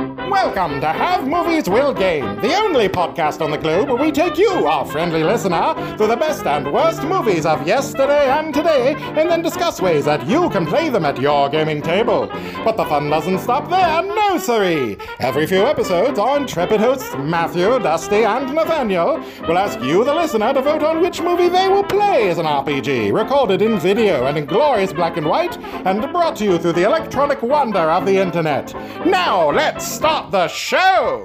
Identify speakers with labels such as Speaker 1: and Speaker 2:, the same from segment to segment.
Speaker 1: Welcome to Have Movies Will Game, the only podcast on the globe where we take you, our friendly listener, through the best and worst movies of yesterday and today, and then discuss ways that you can play them at your gaming table. But the fun doesn't stop there, no siree! Every few episodes, our intrepid hosts Matthew, Dusty, and Nathaniel will ask you, the listener, to vote on which movie they will play as an RPG, recorded in video and in glorious black and white, and brought to you through the electronic wonder of the internet. Now, let's start the show!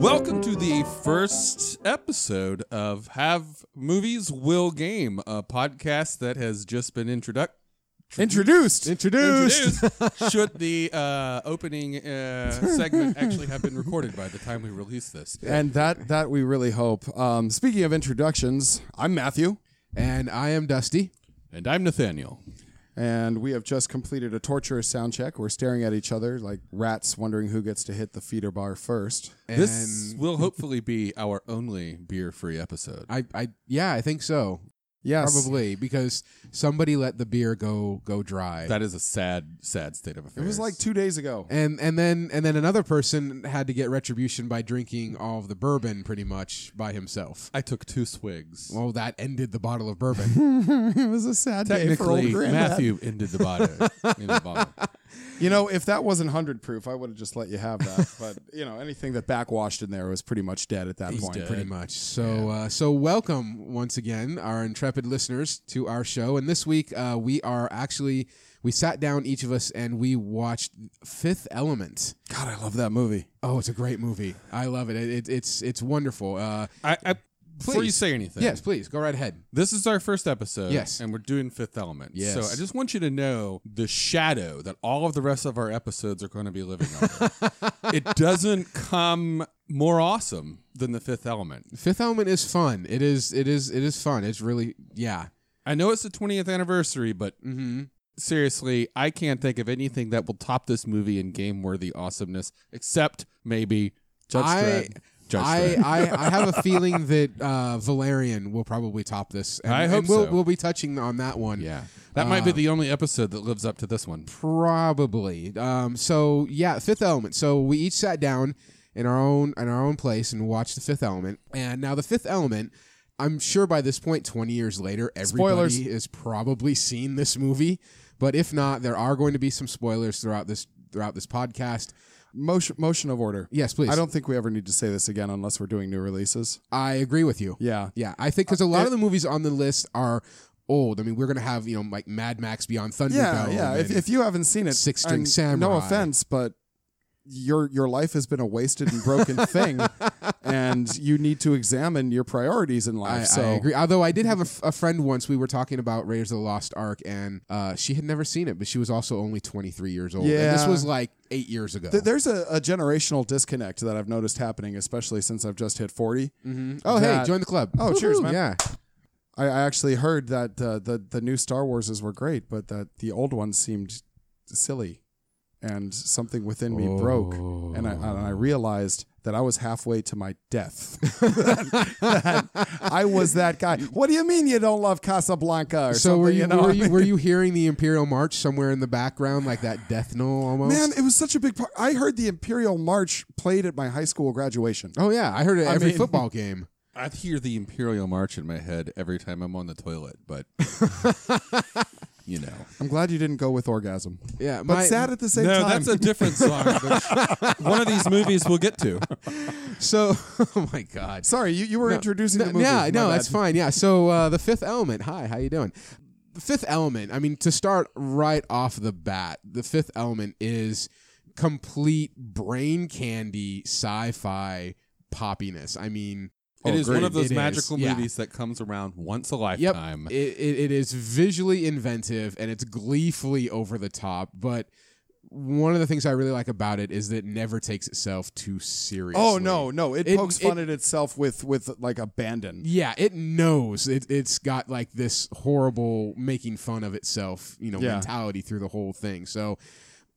Speaker 2: Welcome to the first episode of Have Movies Will Game, a podcast that has just been introduced.
Speaker 3: Introduced.
Speaker 2: Introduced. Should the uh, opening uh, segment actually have been recorded by the time we release this?
Speaker 3: And that that we really hope. Um, speaking of introductions, I'm Matthew,
Speaker 4: And I am Dusty.
Speaker 2: And I'm Nathaniel.
Speaker 3: and we have just completed a torturous sound check. We're staring at each other like rats, wondering who gets to hit the feeder bar first.
Speaker 4: And
Speaker 2: This will hopefully be our only beer-free episode.
Speaker 4: I, I yeah, I think so.
Speaker 3: Yes,
Speaker 4: Probably because somebody let the beer go go dry.
Speaker 2: That is a sad, sad state of affairs.
Speaker 3: It was like two days ago.
Speaker 4: and and then and then another person had to get retribution by drinking all of the bourbon pretty much by himself.
Speaker 2: I took two swigs.
Speaker 4: Well, that ended the bottle of bourbon.
Speaker 3: it was a sad day for old
Speaker 2: Technically,
Speaker 3: Grandad.
Speaker 2: Matthew ended the bottle. in the bottle.
Speaker 3: You know, if that wasn't hundred proof, I would have just let you have that. but you know, anything that backwashed in there was pretty much dead at that point.
Speaker 2: dead.
Speaker 4: pretty much. So uh, so welcome once again our intrepid listeners to our show. And this week uh, we are actually we sat down each of us and we watched Fifth Element.
Speaker 3: God, I love that movie.
Speaker 4: Oh, it's a great movie. I love it. it, it it's it's wonderful. Uh,
Speaker 2: I, I, before you
Speaker 4: Please.
Speaker 2: say anything,
Speaker 4: yes, please go right ahead.
Speaker 2: This is our first episode.
Speaker 4: Yes.
Speaker 2: And we're doing Fifth Element.
Speaker 4: Yes.
Speaker 2: So I just want you to know the shadow that all of the rest of our episodes are going to be living under. it doesn't come more awesome than the Fifth Element.
Speaker 4: Fifth Element is fun. It is it is it is fun. It's really yeah.
Speaker 2: I know it's the 20th anniversary, but
Speaker 4: Mm-hmm.
Speaker 2: seriously, I can't think of anything that will top this movie in game worthy awesomeness, except maybe Judge
Speaker 4: I-
Speaker 2: Dredd. Judge
Speaker 4: I,
Speaker 2: Dredd.
Speaker 4: I, I have a feeling that uh, Valerian will probably top this. And,
Speaker 2: I hope
Speaker 4: and we'll,
Speaker 2: so.
Speaker 4: We'll be touching on that one.
Speaker 2: yeah. That might
Speaker 4: Uh,
Speaker 2: be the only episode that lives up to this one.
Speaker 4: probably. Um, so yeah, Fifth Element. So we each sat down in our own in our own place and watched the Fifth Element. And now the Fifth Element. I'm sure by this point, 20 years later, everybody
Speaker 3: Spoilers.
Speaker 4: has probably seen this movie. But if not, there are going to be some spoilers throughout this throughout this podcast.
Speaker 3: Motion, motion of order.
Speaker 4: Yes, please.
Speaker 3: I don't think we ever need to say this again unless we're doing new releases.
Speaker 4: I agree with you.
Speaker 3: Yeah.
Speaker 4: Yeah, I think because a lot of the movies on the list are old. I mean, we're gonna have you know like Mad Max Beyond Thunderdome.
Speaker 3: Yeah, yeah. If,
Speaker 4: and-
Speaker 3: if you haven't seen it,
Speaker 4: Six String
Speaker 3: and No
Speaker 4: Samurai.
Speaker 3: offense, but your your life has been a wasted and broken thing, and you need to examine your priorities in life.
Speaker 4: I,
Speaker 3: so
Speaker 4: I agree. Although I did have a, f- a friend once. We were talking about Raiders of the Lost Ark, and uh, she had never seen it, but she was also only 23 years old. And this
Speaker 3: Yeah.
Speaker 4: was like eight years ago.
Speaker 3: th- there's a, a generational disconnect that I've noticed happening, especially since I've just hit 40
Speaker 4: oh, hey,
Speaker 3: that-
Speaker 4: join the club.
Speaker 3: Oh, cheers,
Speaker 4: Woohoo,
Speaker 3: man.
Speaker 4: Yeah.
Speaker 3: I, I actually heard that uh, the the new Star Warses were great, but that the old ones seemed silly, and something within me broke, and I and
Speaker 4: Oh.
Speaker 3: I realized that I was halfway to my death. That- that I was that guy. What do you mean you don't love Casablanca? Or
Speaker 4: So were
Speaker 3: something,
Speaker 4: you,
Speaker 3: know?
Speaker 4: were,
Speaker 3: I
Speaker 4: you
Speaker 3: mean,
Speaker 4: were you hearing the Imperial March somewhere in the background, like that death knell almost?
Speaker 3: Man, it was such a big part. I heard the Imperial March played at my high school graduation.
Speaker 4: oh yeah, I heard it
Speaker 3: I
Speaker 4: every
Speaker 3: mean-
Speaker 4: football game.
Speaker 2: I hear the Imperial March in my head every time I'm on the toilet, but you know.
Speaker 3: I'm glad you didn't go with orgasm,
Speaker 4: Yeah,
Speaker 3: but
Speaker 4: my-
Speaker 3: sad at the same
Speaker 2: no,
Speaker 3: time.
Speaker 2: that's a different song. but one of these movies we'll get to.
Speaker 4: So, oh my god.
Speaker 3: Sorry, you, you were introducing the
Speaker 4: No,
Speaker 3: movie.
Speaker 4: yeah,
Speaker 3: My
Speaker 4: no,
Speaker 3: bad.
Speaker 4: that's fine. Yeah. So uh, the Fifth Element. Hi, how you doing? The Fifth Element. I mean, to start right off the bat, the Fifth Element is complete brain candy sci-fi poppiness. I mean,
Speaker 3: Oh,
Speaker 2: it is one of those
Speaker 4: It is,
Speaker 2: magical
Speaker 4: yeah.
Speaker 2: movies that comes around once a
Speaker 4: Yep,
Speaker 2: lifetime.
Speaker 4: it, it, it is visually inventive and it's gleefully over the top, but. One of the things I really like about it is that it never takes itself too seriously.
Speaker 3: Oh no, no! It,
Speaker 4: It-
Speaker 3: pokes
Speaker 4: it-
Speaker 3: fun at itself with with like abandon.
Speaker 4: Yeah, it knows it, it's got like this horrible making fun of itself, you know,
Speaker 3: Yeah.
Speaker 4: mentality through the whole thing. So,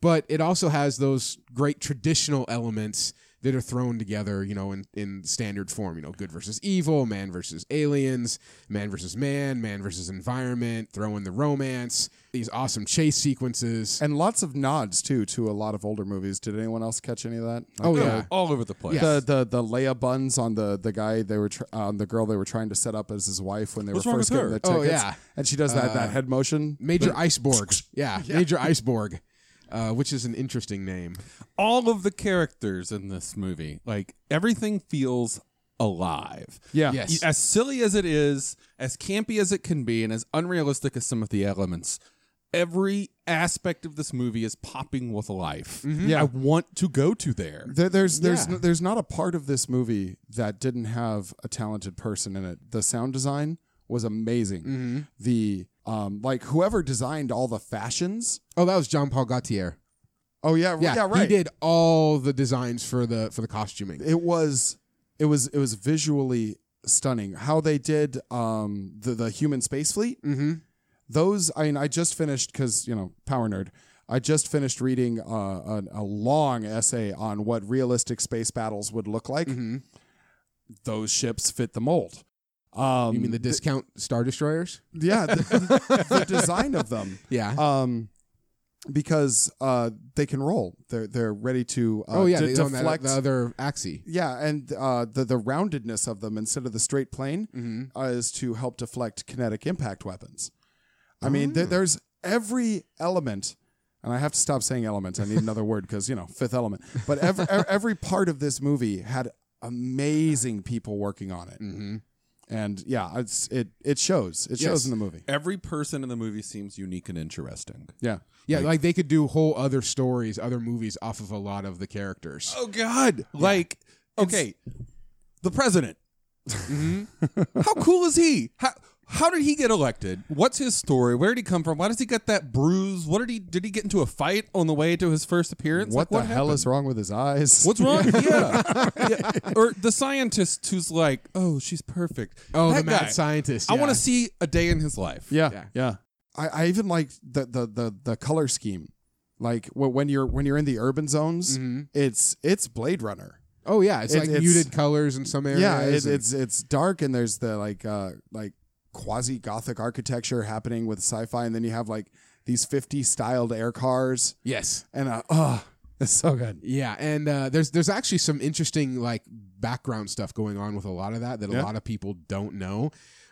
Speaker 4: but it also has those great traditional elements that are thrown together, you know, in, in standard form, you know, good versus evil, man versus aliens, man versus man, man versus environment, throw in the romance, these awesome chase sequences.
Speaker 3: and lots of nods too to a lot of older movies. Did anyone else catch any of that?
Speaker 4: Oh,
Speaker 3: Like,
Speaker 4: yeah.
Speaker 3: uh,
Speaker 2: all over the place.
Speaker 4: Yeah.
Speaker 3: The, the the Leia buns on the the guy they were tr- on the girl they were trying to set up as his wife when they
Speaker 2: What's
Speaker 3: were
Speaker 2: wrong
Speaker 3: first
Speaker 2: with
Speaker 3: getting
Speaker 2: her?
Speaker 3: the
Speaker 4: Oh,
Speaker 3: tickets.
Speaker 4: yeah. Uh,
Speaker 3: and she does that that head motion.
Speaker 4: Major Iceborg. Yeah, Major Iceborg, uh, which is an interesting name.
Speaker 2: all of the characters in this movie, like everything feels alive.
Speaker 3: Yeah.
Speaker 4: Yes.
Speaker 2: As silly as it is, as campy as it can be, and as unrealistic as some of the elements, every aspect of this movie is popping with life.
Speaker 3: Yeah.
Speaker 2: I want to go to there.
Speaker 3: There, there's there's
Speaker 4: Yeah.
Speaker 3: there's not a part of this movie that didn't have a talented person in it. The sound design was amazing.
Speaker 4: Mm-hmm.
Speaker 3: The um like whoever designed all the fashions.
Speaker 4: Oh, that was John Paul Gaultier.
Speaker 3: Oh yeah, yeah,
Speaker 4: Yeah,
Speaker 3: right.
Speaker 4: He did all the designs for the for the costuming.
Speaker 3: It was it was it was visually stunning how they did um the the human space fleet.
Speaker 4: Mm-hmm.
Speaker 3: those i mean i just finished because you know power nerd i just finished reading uh, a, a long essay on what realistic space battles would look like
Speaker 4: Mhm.
Speaker 3: those ships fit the mold um
Speaker 4: You mean the discount Star Destroyers?
Speaker 3: yeah the, the design of them
Speaker 4: Yeah.
Speaker 3: um because uh they can roll they're they're ready to uh,
Speaker 4: oh yeah,
Speaker 3: de-
Speaker 4: they own that-
Speaker 3: deflect
Speaker 4: the other axis.
Speaker 3: yeah and uh the the roundedness of them instead of the straight plane
Speaker 4: Mm-hmm.
Speaker 3: uh, is to help deflect kinetic impact weapons. I mean,
Speaker 4: Ah.
Speaker 3: there, there's every element, and I have to stop saying element. I need another word because you know, fifth element. But every every part of this movie had amazing people working on it,
Speaker 4: Mm-hmm.
Speaker 3: and yeah, it's it it shows. It
Speaker 4: Yes.
Speaker 3: shows in the movie.
Speaker 2: Every person in the movie seems unique and interesting.
Speaker 3: Yeah,
Speaker 4: Yeah, like, they could do whole other stories, other movies off of a lot of the characters.
Speaker 2: Oh God! Like, okay, the president. how cool is he? How how did he get elected? What's his story? Where did he come from? Why does he get that bruise? What did he did he get into a fight on the way to his first appearance?
Speaker 3: what
Speaker 2: Like,
Speaker 3: the hell is wrong with his eyes?
Speaker 2: What's wrong? yeah. Yeah. Or the scientist who's like, "Oh, she's perfect."
Speaker 4: Oh,
Speaker 2: That
Speaker 4: the mad
Speaker 2: guy.
Speaker 4: scientist.
Speaker 2: I want
Speaker 4: yeah.
Speaker 2: to see a day in his life.
Speaker 3: Yeah,
Speaker 4: Yeah.
Speaker 3: yeah. I, I even like the, the the the color scheme. Like wh- when you're when you're in the urban zones,
Speaker 4: Mm-hmm.
Speaker 3: it's it's Blade Runner.
Speaker 4: Oh yeah, it's
Speaker 3: mm-hmm. It-
Speaker 4: like
Speaker 3: it's-
Speaker 4: muted colors in some areas.
Speaker 3: yeah it,
Speaker 4: and-
Speaker 3: it's it's dark and there's the like uh like quasi gothic architecture happening with sci-fi and then you have like these 50 styled air cars
Speaker 4: yes.
Speaker 3: and uh oh it's so good
Speaker 4: Yeah, and uh, there's there's actually some interesting like background stuff going on with a lot of that that a
Speaker 3: Yeah.
Speaker 4: lot of people don't know.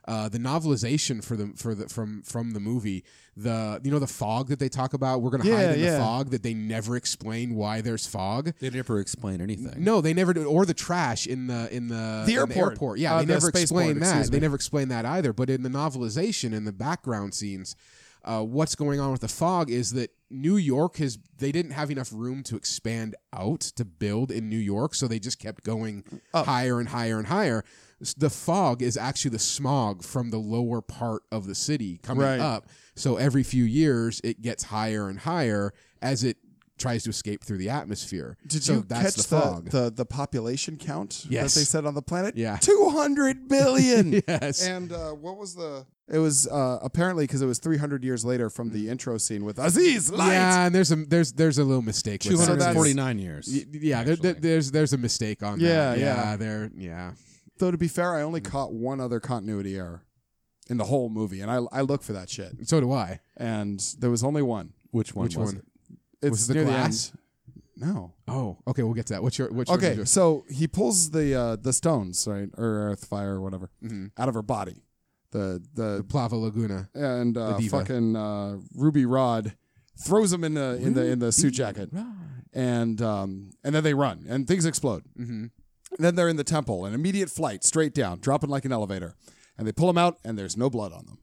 Speaker 4: Uh, the novelization for the for the from from the movie, the you know the fog that they talk about. We're gonna hide
Speaker 3: Yeah,
Speaker 4: in the
Speaker 3: yeah.
Speaker 4: fog that they never explain why there's fog.
Speaker 2: They never explain anything.
Speaker 4: No, they never did. Or the trash in the in the,
Speaker 3: The
Speaker 4: in
Speaker 3: airport.
Speaker 4: Yeah,
Speaker 3: Uh,
Speaker 4: they
Speaker 3: the
Speaker 4: never
Speaker 3: spaceport,
Speaker 4: explain that.
Speaker 3: excuse
Speaker 4: They
Speaker 3: me.
Speaker 4: never explain that either. But in the novelization and the background scenes, uh, what's going on with the fog is that New York has they didn't have enough room to expand out to build in New York, so they just kept going higher and higher and higher. S- The fog is actually the smog from the lower part of the city coming
Speaker 3: Right.
Speaker 4: up. So every few years, it gets higher and higher as it tries to escape through the atmosphere.
Speaker 3: did
Speaker 4: So
Speaker 3: you
Speaker 4: that's
Speaker 3: catch
Speaker 4: the
Speaker 3: the,
Speaker 4: fog?
Speaker 3: the, the population count
Speaker 4: Yes.
Speaker 3: that they said on the planet
Speaker 4: Yeah.
Speaker 3: 200 billion
Speaker 4: yes.
Speaker 3: and uh what was the it was uh apparently because it was 300 years later from the intro scene with aziz light
Speaker 4: Yeah, and there's a there's there's a little mistake.
Speaker 2: two
Speaker 4: With
Speaker 2: hundred
Speaker 4: that.
Speaker 2: and forty nine years.
Speaker 4: Y- Yeah, there, there,
Speaker 2: actually.
Speaker 4: there's there's a mistake on
Speaker 3: Yeah,
Speaker 4: that.
Speaker 3: yeah.
Speaker 4: there. Yeah,
Speaker 3: though to be fair i only caught one other continuity error in the whole movie and i i look for that shit
Speaker 4: so do I.
Speaker 3: and there was only one
Speaker 2: Which one?
Speaker 4: Which
Speaker 2: was
Speaker 4: one?
Speaker 2: it?
Speaker 3: It's
Speaker 4: Was it the
Speaker 3: near
Speaker 4: glass?
Speaker 3: The end. No.
Speaker 4: Oh, okay, we'll get to that. What's your what's
Speaker 3: Okay,
Speaker 4: Your,
Speaker 3: so he pulls the uh, the stones, right, or earth, fire, or whatever,
Speaker 4: Mhm.
Speaker 3: out of her body. The the
Speaker 4: Plava Laguna.
Speaker 3: and uh,
Speaker 4: diva.
Speaker 3: fucking uh, Ruby Rod throws him in the in the in the suit jacket, and um, and then they run and things explode.
Speaker 4: Mm-hmm.
Speaker 3: And then they're in the temple, an immediate flight straight down, dropping like an elevator, and they pull him out, and there's no blood on them.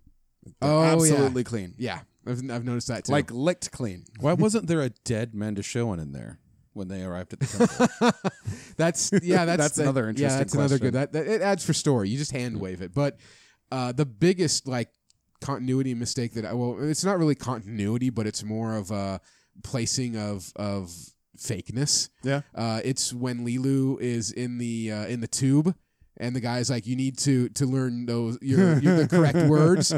Speaker 3: They're
Speaker 4: Oh, yeah.
Speaker 3: absolutely clean,
Speaker 4: Yeah, I've, I've noticed that too.
Speaker 3: like licked clean.
Speaker 2: Why wasn't there a dead Mendelssohn in there when they arrived at the temple?
Speaker 4: that's yeah, that's,
Speaker 3: That's
Speaker 4: that-
Speaker 3: another
Speaker 4: Yeah,
Speaker 3: interesting
Speaker 4: that's another good.
Speaker 3: question.
Speaker 4: That, that it adds for story. You just hand wave it, but uh, the biggest like continuity mistake that I well, it's not really continuity, but it's more of a placing of of fakeness.
Speaker 3: Yeah.
Speaker 4: Uh, it's when Lilu is in the uh, in the tube and the guy's like, "You need to to learn those your, your the correct words."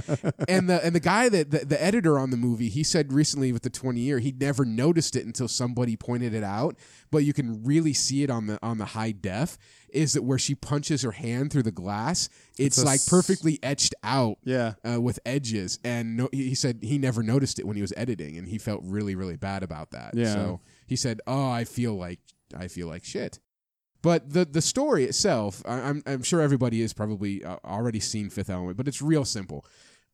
Speaker 4: And the and the guy that the, the editor on the movie, he said recently with the twenty year, he never noticed it until somebody pointed it out. But you can really see it on the on the high def. Is that where she punches her hand through the glass? It's,
Speaker 3: a
Speaker 4: like
Speaker 3: s-
Speaker 4: perfectly etched out
Speaker 3: Yeah.
Speaker 4: uh, with edges, and no, he he said he never noticed it when he was editing, and he felt really, really bad about that.
Speaker 3: Yeah.
Speaker 4: So he said, "Oh, I feel like I feel like shit." But the the story itself, I, I'm I'm sure everybody has probably uh, already seen Fifth Element, but it's real simple.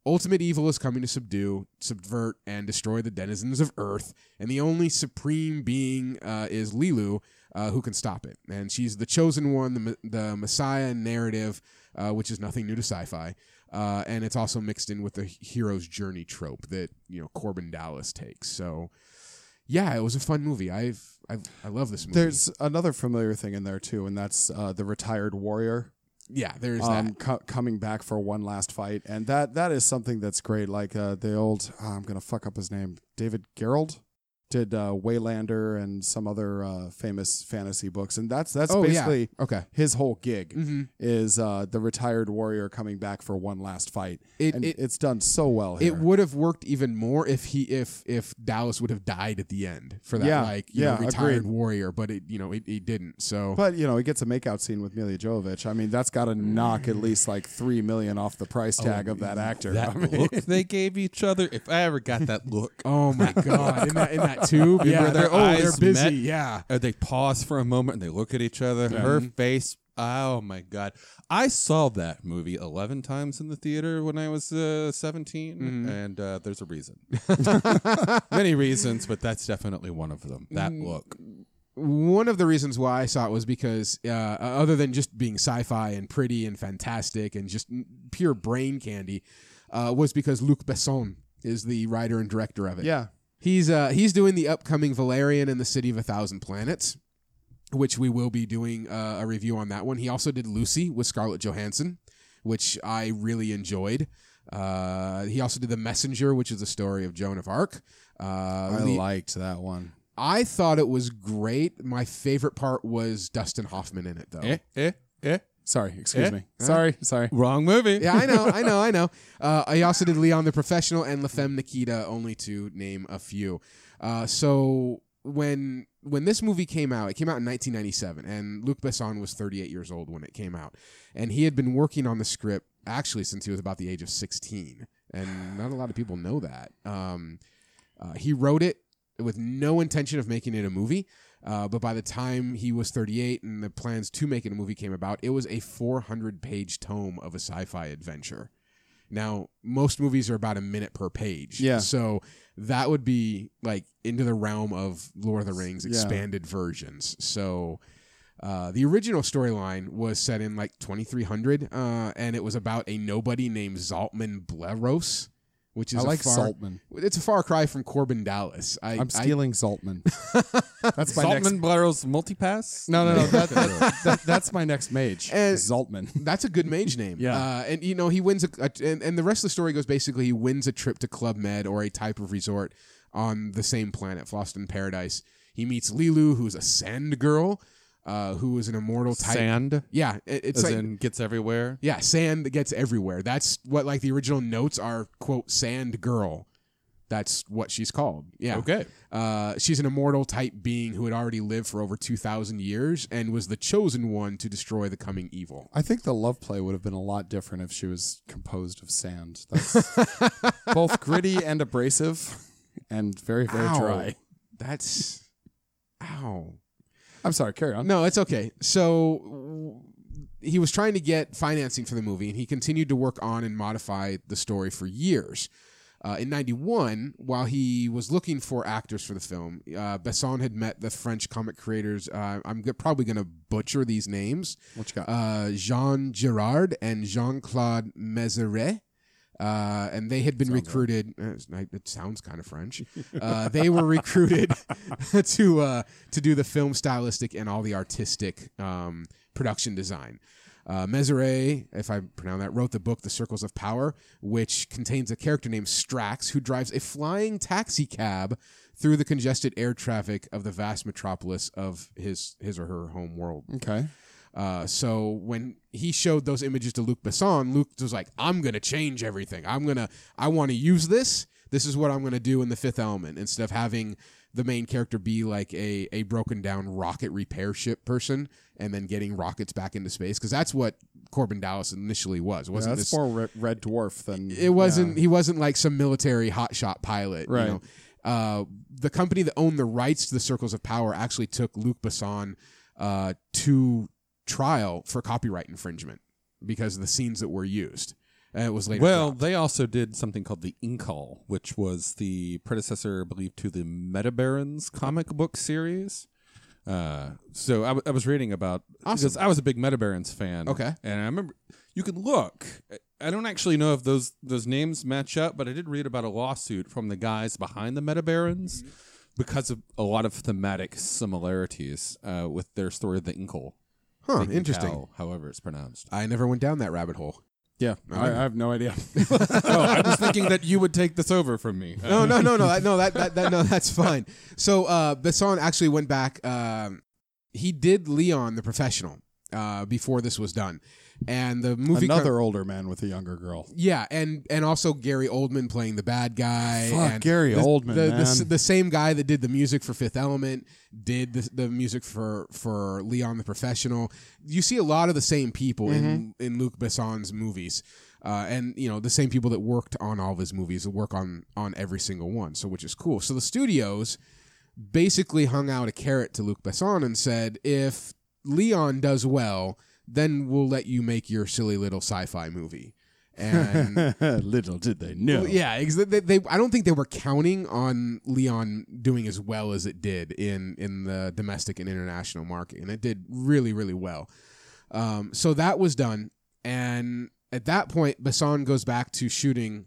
Speaker 4: Ultimate evil is coming to subdue, subvert, and destroy the denizens of Earth, and the only supreme being uh, is Lilu, uh, who can stop it. And she's the chosen one, the, me- the Messiah narrative, uh, which is nothing new to sci-fi, uh, and it's also mixed in with the hero's journey trope that you know Corbin Dallas takes. So, yeah, it was a fun movie. I've, I've I love this movie.
Speaker 3: There's another familiar thing in there too, and that's uh, the retired warrior
Speaker 4: yeah, there's that.
Speaker 3: um, co- coming back for one last fight, and that that is something that's great. Like uh, the old, ah, I'm gonna fuck up his name, David Gerald did uh, Waylander and some other uh, famous fantasy books, and that's that's
Speaker 4: Oh, yeah.
Speaker 3: basically
Speaker 4: Okay.
Speaker 3: his whole gig
Speaker 4: hmm
Speaker 3: is uh, the retired warrior coming back for one last fight,
Speaker 4: It,
Speaker 3: and
Speaker 4: it
Speaker 3: it's done so well here.
Speaker 4: it would have worked even more if he if if Dallas would have died at the end for that
Speaker 3: Yeah,
Speaker 4: like you
Speaker 3: yeah,
Speaker 4: know, retired
Speaker 3: agreed.
Speaker 4: warrior, but it you know it, it didn't. So
Speaker 3: But you know, he gets a makeout scene with Mila Jovovich. I mean, that's got to knock at least like three million off the price
Speaker 4: Oh,
Speaker 3: tag of that actor.
Speaker 2: That
Speaker 3: I mean,
Speaker 2: look they gave each other. If I ever got that look,
Speaker 4: oh my god, in that in that tube, yeah,
Speaker 2: Remember their
Speaker 4: they're, oh they're
Speaker 2: eyes
Speaker 4: busy,
Speaker 2: met?
Speaker 4: yeah. Mm-hmm.
Speaker 2: Uh, they pause for a moment and they look at each other. Her face. Oh my god! I saw that movie eleven times in the theater when I was uh, 17
Speaker 4: Mm-hmm.
Speaker 2: and uh, there's a reason. Many reasons, but that's definitely one of them. That
Speaker 4: Mm.
Speaker 2: look.
Speaker 4: one of the reasons why I saw it was because, uh, other than just being sci-fi and pretty and fantastic and just pure brain candy, uh, was because Luc Besson is the writer and director of it.
Speaker 3: yeah,
Speaker 4: he's uh, he's doing the upcoming Valerian and the City of a Thousand Planets, which we will be doing uh, a review on that one. He also did Lucy with Scarlett Johansson, which I really enjoyed. Uh, he also did The Messenger, which is the story of Joan of Arc. Uh,
Speaker 3: I
Speaker 4: the-
Speaker 3: liked that one.
Speaker 4: I thought it was great. My favorite part was Dustin Hoffman in it, though.
Speaker 2: Eh, eh, eh.
Speaker 3: Sorry, excuse
Speaker 2: Eh?
Speaker 3: me. Sorry, sorry.
Speaker 2: Wrong movie.
Speaker 4: Yeah, I know, I know, I know. Uh, I also did Leon the Professional and La Femme Nikita, only to name a few. Uh, so when when this movie came out, it came out in 1997, and Luc Besson was 38 years old when it came out, and he had been working on the script actually since he was about the age of 16, and not a lot of people know that. Um, uh, he wrote it with no intention of making it a movie. Uh, but by the time he was 38 and the plans to make it a movie came about, it was a 400 page tome of a sci fi adventure. Now, most movies are about a minute per page.
Speaker 3: Yeah.
Speaker 4: So that would be like into the realm of Lord of the Rings
Speaker 3: Yeah.
Speaker 4: expanded versions. So uh, the original storyline was set in like 2300, uh, and it was about a nobody named Zaltman Bleros, which is
Speaker 3: I
Speaker 4: a
Speaker 3: like
Speaker 4: far,
Speaker 3: Saltman.
Speaker 4: it's a far cry from Corbin Dallas. I,
Speaker 3: I'm
Speaker 4: I-
Speaker 3: stealing Saltman. That's my next.
Speaker 2: Saltman Blaro's multipass.
Speaker 3: No, no, no. That, that, that- that's my next mage.
Speaker 4: And-
Speaker 3: Zaltman.
Speaker 4: that's a good mage name.
Speaker 3: Yeah.
Speaker 4: uh, and you know he wins a, a and, and the rest of the story goes basically he wins a trip to Club Med or a type of resort on the same planet, Floston Paradise. He meets Lilu, who's a sand girl, uh, who is an immortal type.
Speaker 2: Sand,
Speaker 4: Yeah, it- it's
Speaker 2: as
Speaker 4: like
Speaker 2: in gets everywhere.
Speaker 4: yeah, sand that gets everywhere. That's what like the original notes are quote sand girl. That's what she's called. Yeah.
Speaker 2: Okay.
Speaker 4: Uh, she's an immortal type being who had already lived for over 2,000 years and was the chosen one to destroy the coming evil.
Speaker 3: I think the love play would have been a lot different if she was composed of sand. That's both gritty and abrasive, and very very
Speaker 4: Ow.
Speaker 3: dry.
Speaker 4: That's. Ow.
Speaker 3: I'm sorry. Carry on.
Speaker 4: No, it's okay. So w- he was trying to get financing for the movie, and he continued to work on and modify the story for years. Uh, in 91, while he was looking for actors for the film, uh, Besson had met the French comic creators. Uh, I'm g- probably going to butcher these names
Speaker 3: What you got?
Speaker 4: uh, Jean Girard and Jean Claude Mézeray. Uh, and they had been recruited. uh, I- it sounds kind of French. Uh, they were recruited to uh, to do the film stylistic and all the artistic um, production design. Uh, Mézeray, if I pronounce that, wrote the book *The Circles of Power*, which contains a character named Strax who drives a flying taxi cab through the congested air traffic of the vast metropolis of his his or her home world.
Speaker 3: okay.
Speaker 4: Uh, so when he showed those images to Luc Besson, Luc was like, "I'm gonna change everything. I'm gonna I want to use this. This is what I'm gonna do in the Fifth Element instead of having." The main character be like a, a broken down rocket repair ship person, and then getting rockets back into space because that's what Corbin Dallas initially was. It wasn't
Speaker 3: That's
Speaker 4: this
Speaker 3: more re- Red Dwarf than
Speaker 4: it wasn't he wasn't like some military hotshot pilot
Speaker 3: Right.
Speaker 4: you know uh, the company that owned the rights to the circles of power actually took luc besson uh, to trial for copyright infringement because of the scenes that were used and it was later
Speaker 2: Well,
Speaker 4: dropped.
Speaker 2: they also did something called the Inkall, which was the predecessor, I believe, to the Metabarons comic book series. Uh, so I, w- I was reading about because I was a big Metabarons fan.
Speaker 4: Okay.
Speaker 2: and I remember you can look. I don't actually know if those those names match up, but I did read about a lawsuit from the guys behind the Metabarons
Speaker 4: Mm-hmm.
Speaker 2: because of a lot of thematic similarities uh, with their story, The Inkall.
Speaker 4: huh
Speaker 2: The
Speaker 4: Oh, interesting
Speaker 2: Inkall, however it's pronounced.
Speaker 4: i never went down that rabbit hole
Speaker 3: Yeah, I, I have no idea.
Speaker 2: oh, I was thinking that you would take this over from me.
Speaker 4: no, no, no, no, that, no, that, that, that, no, that's fine. So uh, Besson actually went back. Um, he did Leon the Professional uh, before this was done, and the movie co-
Speaker 3: Another older man with a younger girl.
Speaker 4: yeah, and and also Gary Oldman playing the bad guy.
Speaker 3: Fuck,
Speaker 4: and
Speaker 3: Gary
Speaker 4: the-
Speaker 3: Oldman,
Speaker 4: the, the, s-
Speaker 3: man.
Speaker 4: the same guy that did the music for Fifth Element did the, the music for for Leon the Professional. You see a lot of the same people
Speaker 3: Mm-hmm.
Speaker 4: in in Luc Besson's movies, uh, and you know the same people that worked on all of his movies work on on every single one. So which is cool. So the studios basically hung out a carrot to Luc Besson and said, if Leon does well, then we'll let you make your silly little sci-fi movie. And
Speaker 3: Little did they know.
Speaker 4: yeah, ex- they, they, I don't think they were counting on Leon doing as well as it did in in the domestic and international market, and it did really, really well. Um, so that was done, and at that point, Bassan goes back to shooting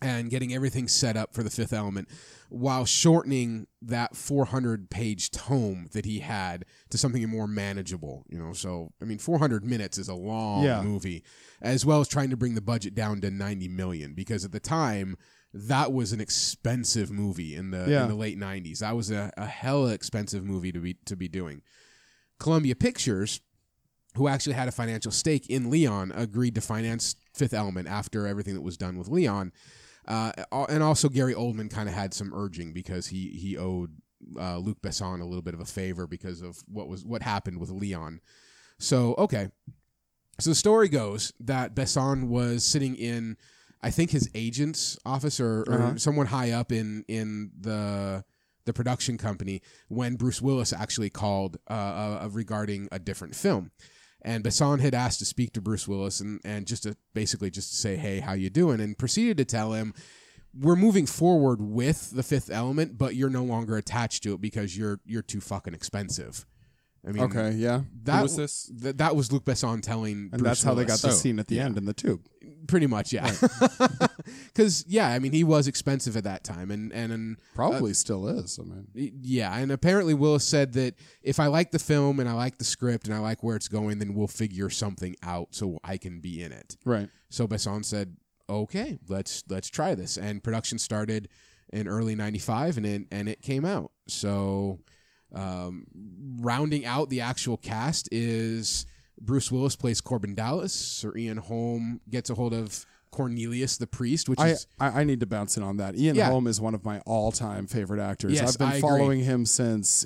Speaker 4: and getting everything set up for the Fifth Element, while shortening that 400 page tome that he had to something more manageable. You know, so I mean, 400 minutes is a long
Speaker 3: Yeah.
Speaker 4: movie as well as trying to bring the budget down to 90 million because at the time that was an expensive movie in the
Speaker 3: Yeah.
Speaker 4: in the late 90s that was a, a hella expensive movie to be to be doing columbia pictures who actually had a financial stake in leon agreed to finance fifth element after everything that was done with leon uh, al- and also Gary Oldman kind of had some urging because he he owed uh, Luke Besson a little bit of a favor because of what was what happened with Leon. So okay, so the story goes that Besson was sitting in, I think his agent's office or, or
Speaker 3: Uh-huh.
Speaker 4: someone high up in in the the production company when Bruce Willis actually called uh, uh, uh, regarding a different film. And Besson had asked to speak to Bruce Willis and, and just to basically just to say, hey, how you doing? And proceeded to tell him, we're moving forward with the fifth element, but you're no longer attached to it because you're you're too fucking expensive. I mean,
Speaker 3: Okay, yeah.
Speaker 4: that
Speaker 2: was this?
Speaker 4: th- that was Luke Besson telling,
Speaker 3: And that's how they got the scene at the end in the tube.
Speaker 4: pretty much, yeah. Because yeah, I mean, he was expensive at that time, and and, and
Speaker 3: Probably still is. I mean,
Speaker 4: yeah, and apparently Willis said that if I like the film and I like the script and I like where it's going, then we'll figure something out so I can be in it.
Speaker 3: right.
Speaker 4: So Besson said, "Okay, let's let's try this." And production started in early '95, and it, and it came out. So, um, rounding out the actual cast is Bruce Willis plays Corbin Dallas. Sir Ian Holm gets a hold of Cornelius the priest, which
Speaker 3: I,
Speaker 4: is
Speaker 3: I, I need to bounce in on that. Ian
Speaker 4: Yeah.
Speaker 3: Holm is one of my all time favorite actors.
Speaker 4: Yes,
Speaker 3: I've been
Speaker 4: I agree.
Speaker 3: following him since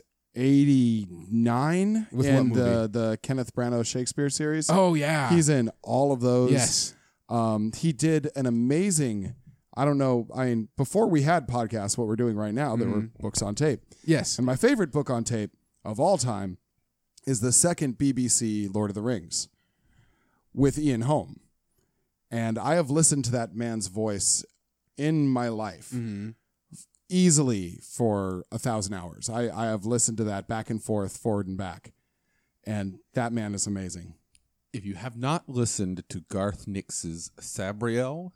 Speaker 3: '89
Speaker 4: With what
Speaker 3: and
Speaker 4: movie?
Speaker 3: Uh, the Kenneth Branagh Shakespeare series.
Speaker 4: oh yeah,
Speaker 3: He's in all of those.
Speaker 4: yes,
Speaker 3: Um, he did an amazing. I don't know. I mean, before we had podcasts, what we're doing right now, there were books on tape.
Speaker 4: yes,
Speaker 3: And my favorite book on tape of all time is the second BBC Lord of the Rings with Ian Holm. And I have listened to that man's voice in my life
Speaker 2: Mm,
Speaker 4: Mm-hmm.
Speaker 3: easily for a thousand hours. I, I have listened to that back and forth, forward and back. And that man is amazing.
Speaker 2: If you have not listened to Garth Nix's Sabriel,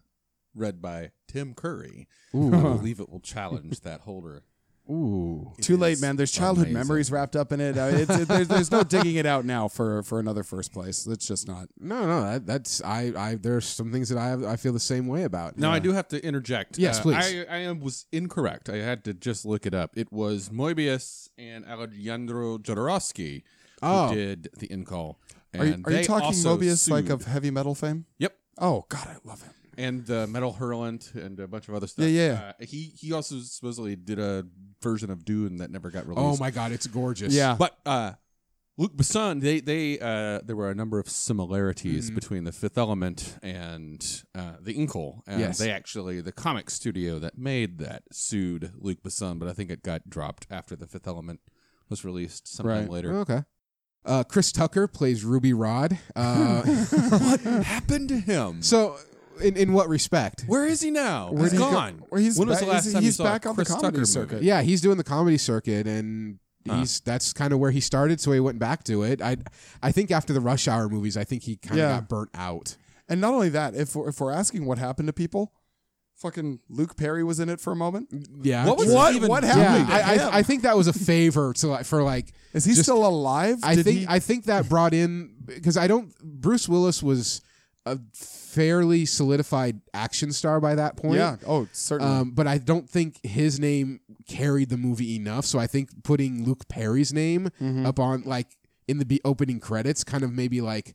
Speaker 2: read by Tim Curry, I believe it will challenge that holder.
Speaker 4: ooh,
Speaker 3: Too late, man. There's childhood
Speaker 2: amazing.
Speaker 3: memories wrapped up in it. Uh, It's, it there's, there's no digging it out now for, for another first place. It's just not.
Speaker 4: no, no, that, that's I, I. There's some things that I have, I feel the same way about.
Speaker 2: Now I do have to interject. Uh,
Speaker 4: Yes, please.
Speaker 2: I, I am- was incorrect. I had to just look it up. It was Moebius and Alejandro Jodorowsky
Speaker 4: Oh.
Speaker 2: who did the in call.
Speaker 3: Are you,
Speaker 2: And
Speaker 3: are you
Speaker 2: they
Speaker 3: talking
Speaker 2: also
Speaker 3: Mobius like
Speaker 2: sued.
Speaker 3: of heavy metal fame?
Speaker 2: Yep.
Speaker 3: Oh God, I love him.
Speaker 2: and uh, Metal Hurlant and a bunch of other stuff.
Speaker 3: Yeah, yeah.
Speaker 2: Uh, he he also supposedly did a version of Dune that never got released.
Speaker 4: Oh my god, it's gorgeous.
Speaker 3: Yeah.
Speaker 2: But uh, Luke Besson, they they uh, there were a number of similarities
Speaker 3: Mm-hmm.
Speaker 2: between The Fifth Element and uh, The Inkle. And
Speaker 4: Yes.
Speaker 2: they actually the comic studio that made that sued Luke Besson, but I think it got dropped after The Fifth Element was released sometime
Speaker 3: Right.
Speaker 2: later.
Speaker 4: Oh, Okay. Uh, Chris Tucker plays Ruby Rod. Uh,
Speaker 2: what happened to him?
Speaker 4: so, in, in what respect?
Speaker 2: Where is he now?
Speaker 3: Where
Speaker 2: he's
Speaker 3: did he go?
Speaker 2: gone.
Speaker 3: Well, he's
Speaker 2: when was
Speaker 3: back-
Speaker 2: the last
Speaker 3: he's-
Speaker 2: time you
Speaker 3: he's
Speaker 2: saw
Speaker 3: back
Speaker 2: a
Speaker 3: on the
Speaker 2: Chris
Speaker 3: comedy
Speaker 2: Tucker movie?
Speaker 3: circuit.
Speaker 4: Yeah, he's doing the comedy circuit, and
Speaker 2: Huh.
Speaker 4: he's that's kind of where he started. So he went back to it. I I think after the Rush Hour movies, I think he kind of
Speaker 3: Yeah.
Speaker 4: got burnt out.
Speaker 3: And not only that, if we're, if we're asking what happened to people, fucking Luke Perry was in it for a moment.
Speaker 4: Yeah.
Speaker 2: What was
Speaker 4: Yeah,
Speaker 3: What
Speaker 2: even
Speaker 3: what
Speaker 2: doing?
Speaker 3: happened? to
Speaker 4: I,
Speaker 3: him?
Speaker 4: I, I think that was a favor to like for like.
Speaker 3: is he
Speaker 4: just-
Speaker 3: still alive?
Speaker 4: I
Speaker 3: Did
Speaker 4: think
Speaker 3: he-
Speaker 4: I think that brought in because I don't. Bruce Willis was a fairly solidified action star by that point.
Speaker 3: yeah. Oh, certainly.
Speaker 4: Um, but I don't think his name carried the movie enough. So I think putting Luke Perry's name up on like in the be- opening credits kind of maybe like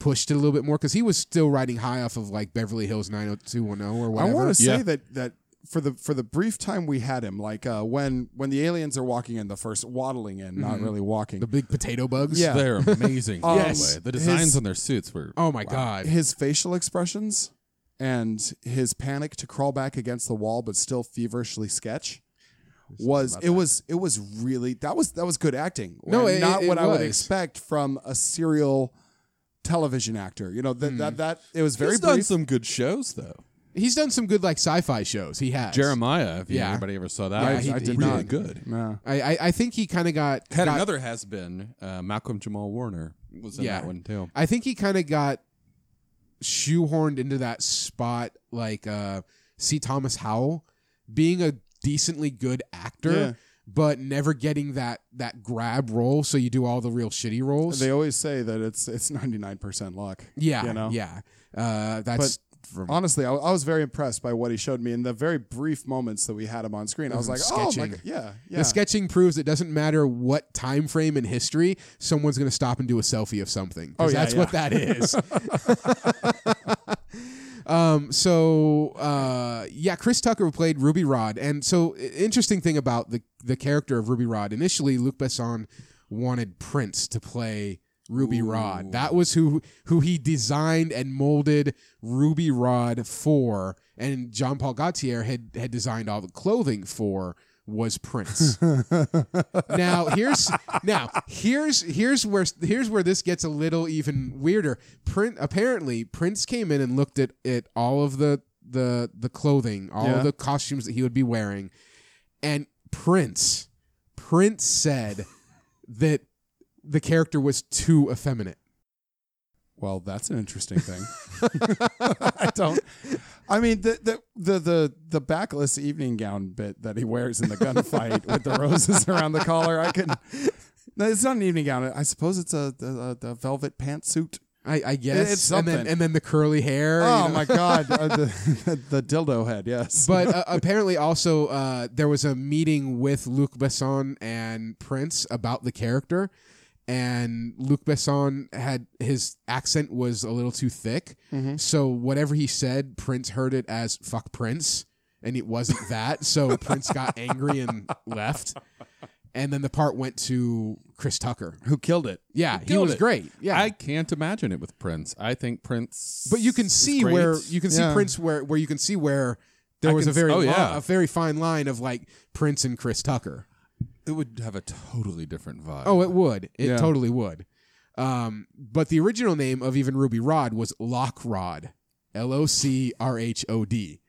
Speaker 4: pushed it a little bit more because he was still riding high off of like Beverly Hills 90210 or
Speaker 3: I
Speaker 4: whatever.
Speaker 3: want to say
Speaker 2: Yeah.
Speaker 3: that that for the for the brief time we had him, like uh, when when the aliens are walking in, the first waddling in, not really walking.
Speaker 4: Mm-hmm. the big potato bugs.
Speaker 3: Yeah.
Speaker 2: They're amazing. by
Speaker 3: Yes.
Speaker 2: the way. The designs
Speaker 3: His-
Speaker 2: on their suits were
Speaker 4: Oh my god.
Speaker 3: his facial expressions and his panic to crawl back against the wall but still feverishly sketch was it was it was really that was that was good acting.
Speaker 4: No,
Speaker 3: And
Speaker 4: it-
Speaker 3: not
Speaker 4: it-
Speaker 3: what
Speaker 4: it
Speaker 3: I would
Speaker 4: was.
Speaker 3: expect from a serial television actor. You know that
Speaker 4: Mm.
Speaker 3: that, that it was very
Speaker 2: He's done
Speaker 3: brief.
Speaker 2: some good shows though.
Speaker 4: He's done some good like sci-fi shows. He has
Speaker 2: Jeremiah, if
Speaker 4: Yeah.
Speaker 2: anybody ever saw that,
Speaker 4: Yeah,
Speaker 2: was
Speaker 4: he- he
Speaker 2: really
Speaker 4: did.
Speaker 2: good.
Speaker 3: Yeah.
Speaker 4: I I, I think he kind of got
Speaker 2: Had
Speaker 4: got-
Speaker 2: another has been uh, Malcolm Jamal Warner was in
Speaker 4: Yeah.
Speaker 2: that one too.
Speaker 4: I think he kind of got shoehorned into that spot like uh C. Thomas Howell being a decently good actor
Speaker 3: Yeah.
Speaker 4: but never getting that that grab role so you do all the real shitty roles.
Speaker 3: They always say that it's it's ninety nine percent luck.
Speaker 4: yeah.
Speaker 3: you know?
Speaker 4: Yeah. Uh that's from
Speaker 3: Honestly, I, I was very impressed by what he showed me in the very brief moments that we had him on screen. I was like, oh my
Speaker 4: sketching.
Speaker 3: god, yeah, yeah.
Speaker 4: the sketching proves it doesn't matter what time frame in history, someone's going to stop and do a selfie of something.
Speaker 3: Oh,
Speaker 4: 'cause
Speaker 3: yeah,
Speaker 4: that's what that is. um, so uh, yeah, Chris Tucker played Ruby Rod, and so i- interesting thing about the the character of Ruby Rod. Initially, Luc Besson wanted Prince to play Ruby Rod. That was who who he designed and molded Ruby Rod for, and Jean Paul Gaultier had had designed all the clothing for was Prince. now here's now here's here's where here's where this gets a little even weirder. Print apparently Prince came in and looked at at all of the the the clothing, all
Speaker 3: Yeah.
Speaker 4: the costumes that he would be wearing, and Prince Prince said that the character was too effeminate.
Speaker 3: Well, that's an interesting thing. I don't. I mean, the, the the the the backless evening gown bit that he wears in the gunfight with the roses around the collar. I can. No, it's not an evening gown. I suppose it's a the, the velvet pantsuit.
Speaker 4: I, I guess
Speaker 3: It's
Speaker 4: and then
Speaker 3: something.
Speaker 4: and then the curly hair. you
Speaker 3: Oh
Speaker 4: know?
Speaker 3: my god, uh, the, the dildo head. Yes,
Speaker 4: but uh, apparently also uh, there was a meeting with Luc Besson and Prince about the character and Luc Besson had his accent was a little too thick
Speaker 2: Mm-hmm.
Speaker 4: so whatever he said Prince heard it as fuck Prince and it wasn't that so Prince got angry and left and then the part went to Chris Tucker
Speaker 3: who killed it?
Speaker 4: yeah he
Speaker 2: killed
Speaker 4: was
Speaker 2: it.
Speaker 4: great yeah
Speaker 2: I can't imagine it with Prince. I think Prince,
Speaker 4: but you can
Speaker 2: is
Speaker 4: see
Speaker 2: great.
Speaker 4: where you can see
Speaker 3: Yeah.
Speaker 4: Prince where where you can see where there
Speaker 2: I
Speaker 4: was
Speaker 2: can
Speaker 4: a very
Speaker 2: s- oh,
Speaker 4: li-
Speaker 2: yeah.
Speaker 4: a very fine line of like Prince and Chris Tucker.
Speaker 2: it would have a totally different vibe.
Speaker 4: Oh, it would. It
Speaker 3: Yeah.
Speaker 4: totally would. Um, but the original name of even Ruby Rod was Lock Rod, L O C R H O D.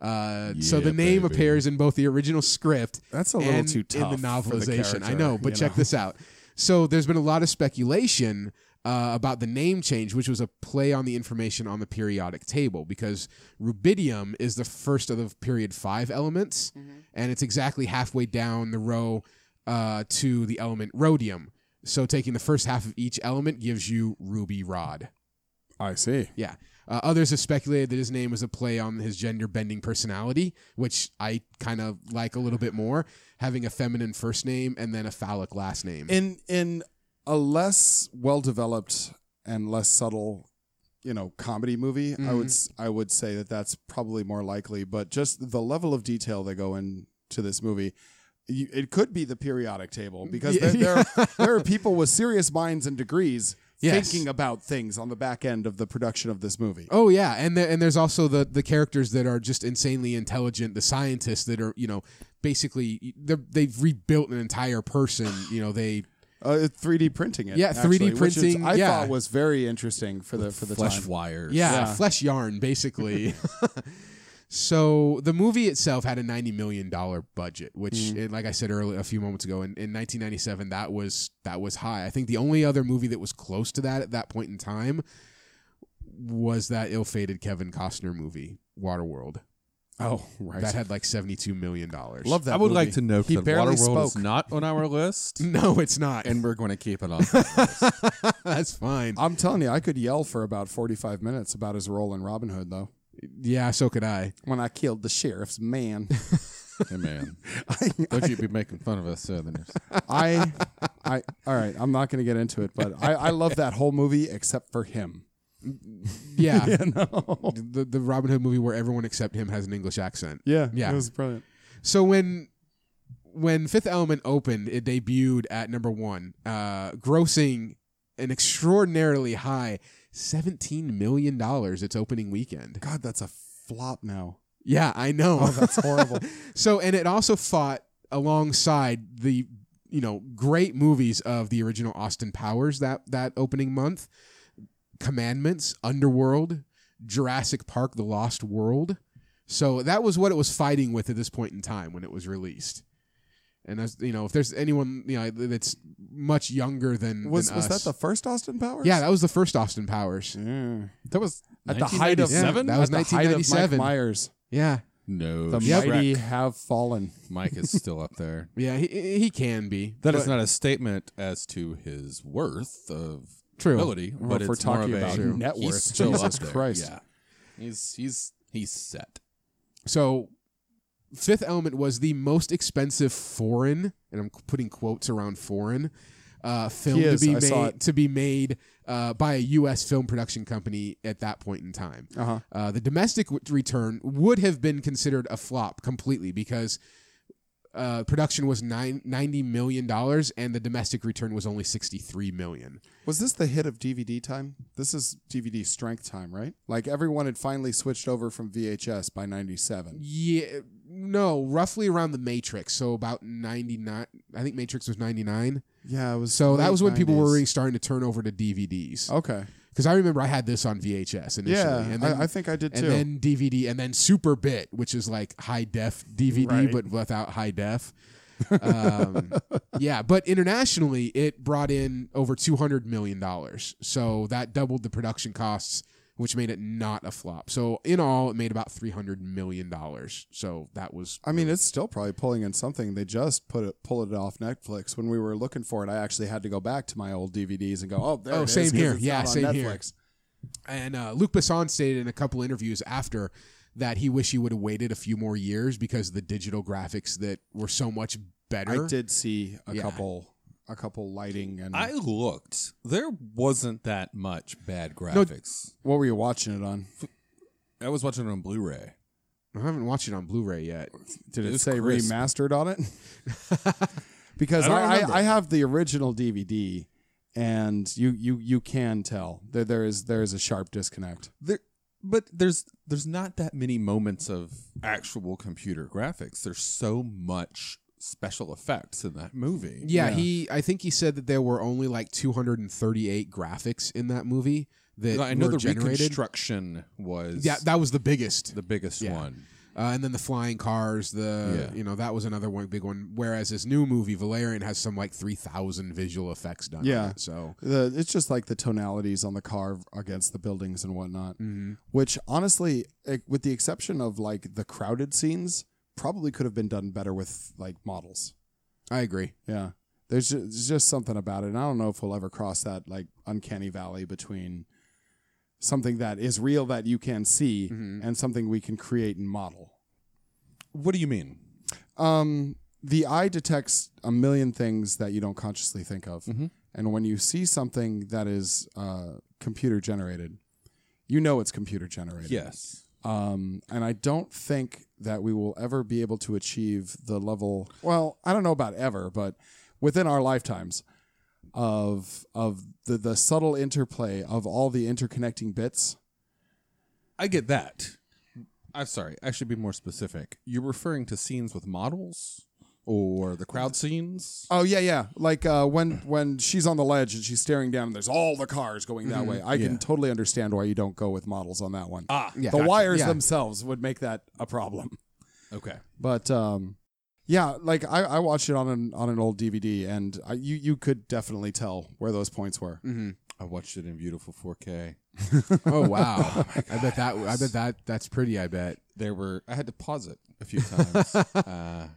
Speaker 4: Uh, so
Speaker 2: Yeah,
Speaker 4: the name
Speaker 2: baby.
Speaker 4: appears in both the original script
Speaker 3: That's a little
Speaker 4: and
Speaker 3: too tough
Speaker 4: in the
Speaker 3: for the
Speaker 4: novelization. I
Speaker 3: character,
Speaker 4: know, but
Speaker 3: you
Speaker 4: check
Speaker 3: know?
Speaker 4: this out. So there's been a lot of speculation uh, about the name change, which was a play on the information on the periodic table, because rubidium is the first of the period five elements, and it's exactly halfway down the row uh, to the element rhodium. So taking the first half of each element gives you ruby rod.
Speaker 3: I see.
Speaker 4: Yeah. Uh, others have speculated that his name was a play on his gender bending personality, which I kind of like a little bit more, having a feminine first name and then a phallic last name.
Speaker 3: in in a less well developed and less subtle, you know, comedy movie, I
Speaker 4: Mm-hmm.
Speaker 3: would s- I would say that that's probably more likely. But just the level of detail they go into this movie. You, it could be the periodic table because
Speaker 4: Yeah.
Speaker 3: there, there, are, there are people with serious minds and degrees
Speaker 4: Yes.
Speaker 3: thinking about things on the back end of the production of this movie.
Speaker 4: Oh yeah, and there, and there's also the the characters that are just insanely intelligent, the scientists that are you know basically they're- they've rebuilt an entire person. You know they
Speaker 3: Uh, 3D printing it.
Speaker 4: Yeah, 3D
Speaker 3: actually, which is-
Speaker 4: printing,
Speaker 3: I
Speaker 4: yeah.
Speaker 3: thought was very interesting for the for the
Speaker 2: flesh
Speaker 3: time.
Speaker 2: wires.
Speaker 4: yeah,
Speaker 3: Yeah.
Speaker 4: flesh yarn basically. so the movie itself had a ninety million dollar budget, which
Speaker 2: Mm.
Speaker 4: eh, like I said earlier a few moments ago, in, in nineteen ninety seven that was that was high. I think the only other movie that was close to that at that point in time was that ill fated Kevin Costner movie, Waterworld.
Speaker 3: Oh, right.
Speaker 4: That had like seventy two million dollars.
Speaker 3: Love that.
Speaker 2: I would
Speaker 3: movie.
Speaker 2: like to note
Speaker 3: He
Speaker 2: that
Speaker 3: barely
Speaker 2: Waterworld is
Speaker 3: spoke.
Speaker 2: not on our list,
Speaker 4: No, it's not.
Speaker 2: and we're going to keep it off.
Speaker 4: That's fine.
Speaker 3: I'm telling you, I could yell for about 45 minutes about his role in Robin Hood, though.
Speaker 4: Yeah, so could I.
Speaker 3: When I killed the sheriff's man,
Speaker 2: hey man, don't you be making fun of us Southerners.
Speaker 3: I, I, all right, I'm not going to get into it, but I, I love that whole movie except for him.
Speaker 4: Yeah. The the Robin Hood movie where everyone except him has an English accent.
Speaker 3: Yeah,
Speaker 4: Yeah.
Speaker 3: it was brilliant.
Speaker 4: So when when Fifth Element opened, it debuted at number one, uh, grossing an extraordinarily high seventeen million dollars its opening weekend.
Speaker 3: God, that's a flop now.
Speaker 4: Yeah, I know.
Speaker 3: Oh, that's horrible.
Speaker 4: So, and it also fought alongside the you know great movies of the original Austin Powers that that opening month, Commandments, Underworld, Jurassic Park: The Lost World. So that was what it was fighting with at this point in time when it was released. And as you know, if there's anyone you know that's much younger than
Speaker 3: was
Speaker 4: than
Speaker 3: was
Speaker 4: us-
Speaker 3: that the first Austin Powers?
Speaker 4: yeah that was the first Austin Powers
Speaker 3: Yeah.
Speaker 2: That was
Speaker 3: At the height of
Speaker 4: seven?
Speaker 3: that
Speaker 4: That was
Speaker 3: at the height of Mike
Speaker 4: 1997.
Speaker 3: Myers.
Speaker 4: yeah
Speaker 2: No,
Speaker 3: The
Speaker 2: Shrek.
Speaker 3: mighty have fallen.
Speaker 2: Mike is still up there.
Speaker 4: yeah he, he can be
Speaker 2: That is not a statement as to his worth of
Speaker 4: True.
Speaker 2: ability,
Speaker 3: Well,
Speaker 2: but
Speaker 3: if we're
Speaker 2: it's more
Speaker 3: talking
Speaker 2: of a-
Speaker 3: about True. net
Speaker 2: he's
Speaker 3: worth,
Speaker 2: still up
Speaker 3: Jesus
Speaker 2: there.
Speaker 3: Christ.
Speaker 2: Yeah. He's he's he's set.
Speaker 4: So, Fifth Element was the most expensive foreign, and I'm putting quotes around foreign, uh, film
Speaker 3: He is.
Speaker 4: to be
Speaker 3: I saw
Speaker 4: made
Speaker 3: it.
Speaker 4: to be made uh, by a U.S. film production company at that point in time.
Speaker 3: Uh-huh.
Speaker 4: Uh, the domestic w- return would have been considered a flop completely because. Uh, production was nine, 90 million dollars and the domestic return was only 63 million
Speaker 3: Was this the hit of DVD time? This is DVD strength time, right? Like everyone had finally switched over from VHS by 97.
Speaker 4: yeah no roughly around the matrix so about 99 i think matrix was 99
Speaker 3: Yeah, it was.
Speaker 4: So that
Speaker 3: late
Speaker 4: was when people
Speaker 3: 90s.
Speaker 4: were really starting to turn over to DVDs.
Speaker 3: Okay.
Speaker 4: Because I remember I had this on VHS initially,
Speaker 3: Yeah,
Speaker 4: and then
Speaker 3: I, I think I did
Speaker 4: and
Speaker 3: too.
Speaker 4: then DVD, and then Super Bit, which is like high def DVD
Speaker 3: Right.
Speaker 4: but without high def. um, yeah, but internationally it brought in over two hundred million dollars, so that doubled the production costs, which made it not a flop. So in all, it made about three hundred million dollars. So that was
Speaker 3: I mean, it's still probably pulling in something. They just put it, pulled it off Netflix. When we were looking for it, I actually had to go back to my old DVDs and go, "Oh, there
Speaker 4: Oh,
Speaker 3: it is,"
Speaker 4: same
Speaker 3: 'cause
Speaker 4: here.
Speaker 3: it's
Speaker 4: Yeah,
Speaker 3: not on
Speaker 4: same here.
Speaker 3: Netflix.
Speaker 4: And uh, Luc Besson stated in a couple interviews after that he wished he would have waited a few more years because the digital graphics that were so much better.
Speaker 3: I did see a
Speaker 4: Yeah.
Speaker 3: couple, a couple lighting and
Speaker 2: I looked. There wasn't that much bad graphics.
Speaker 3: what were you watching it on?
Speaker 2: I was watching it on Blu-ray.
Speaker 4: I haven't watched it on Blu-ray yet.
Speaker 3: Did
Speaker 2: It
Speaker 3: it,
Speaker 2: was
Speaker 3: say
Speaker 2: crisp.
Speaker 3: remastered on it? because
Speaker 2: I don't
Speaker 3: I,
Speaker 2: remember.
Speaker 3: I, I have the original DVD, and you you you can tell that there is there is a sharp disconnect.
Speaker 2: There, but there's there's not that many moments of actual computer graphics. There's so much special effects in that movie.
Speaker 4: Yeah, he. I think he said that there were only like 238 graphics in that movie that
Speaker 2: I know
Speaker 4: were
Speaker 2: the
Speaker 4: generated.
Speaker 2: reconstruction was
Speaker 4: Yeah, that was the biggest.
Speaker 2: the biggest
Speaker 4: Yeah.
Speaker 2: one.
Speaker 4: Uh, and then the flying cars, the
Speaker 2: Yeah.
Speaker 4: you know that was another one big one. Whereas his new movie Valerian has some like 3,000 visual effects done. on
Speaker 3: Yeah.
Speaker 4: it, so
Speaker 3: The, it's just like the tonalities on the car against the buildings and whatnot,
Speaker 4: mm-hmm.
Speaker 3: which honestly, eh, with the exception of like the crowded scenes, probably could have been done better with like models.
Speaker 4: I agree.
Speaker 3: Yeah. There's just, there's just something about it. And I don't know if we'll ever cross that like uncanny valley between something that is real that you can see and something we can create and model.
Speaker 2: What do you mean?
Speaker 3: Um, the eye detects a million things that you don't consciously think of. And when you see something that is uh, computer generated, you know it's computer generated.
Speaker 2: Yes.
Speaker 3: Um, and I don't think that we will ever be able to achieve the level. Well, I don't know about ever, but within our lifetimes, of of the the subtle interplay of all the interconnecting bits.
Speaker 2: I get that. I'm sorry. I should be more specific. You're referring to scenes with models or the crowd scenes?
Speaker 3: Oh yeah, yeah. Like uh, when when she's on the ledge and she's staring down, and there's all the cars going that way. I can totally understand why you don't go with models on that one.
Speaker 2: Ah,
Speaker 3: the wires
Speaker 4: Yeah.
Speaker 3: themselves would make that a problem.
Speaker 2: okay.
Speaker 3: But um, yeah, like I, I watched it on an on an old DVD, and I, you you could definitely tell where those points were.
Speaker 2: I watched it in beautiful 4K.
Speaker 4: Oh wow! I bet that. I bet that. That's pretty. I bet.
Speaker 2: There were I had to pause it a few times. uh,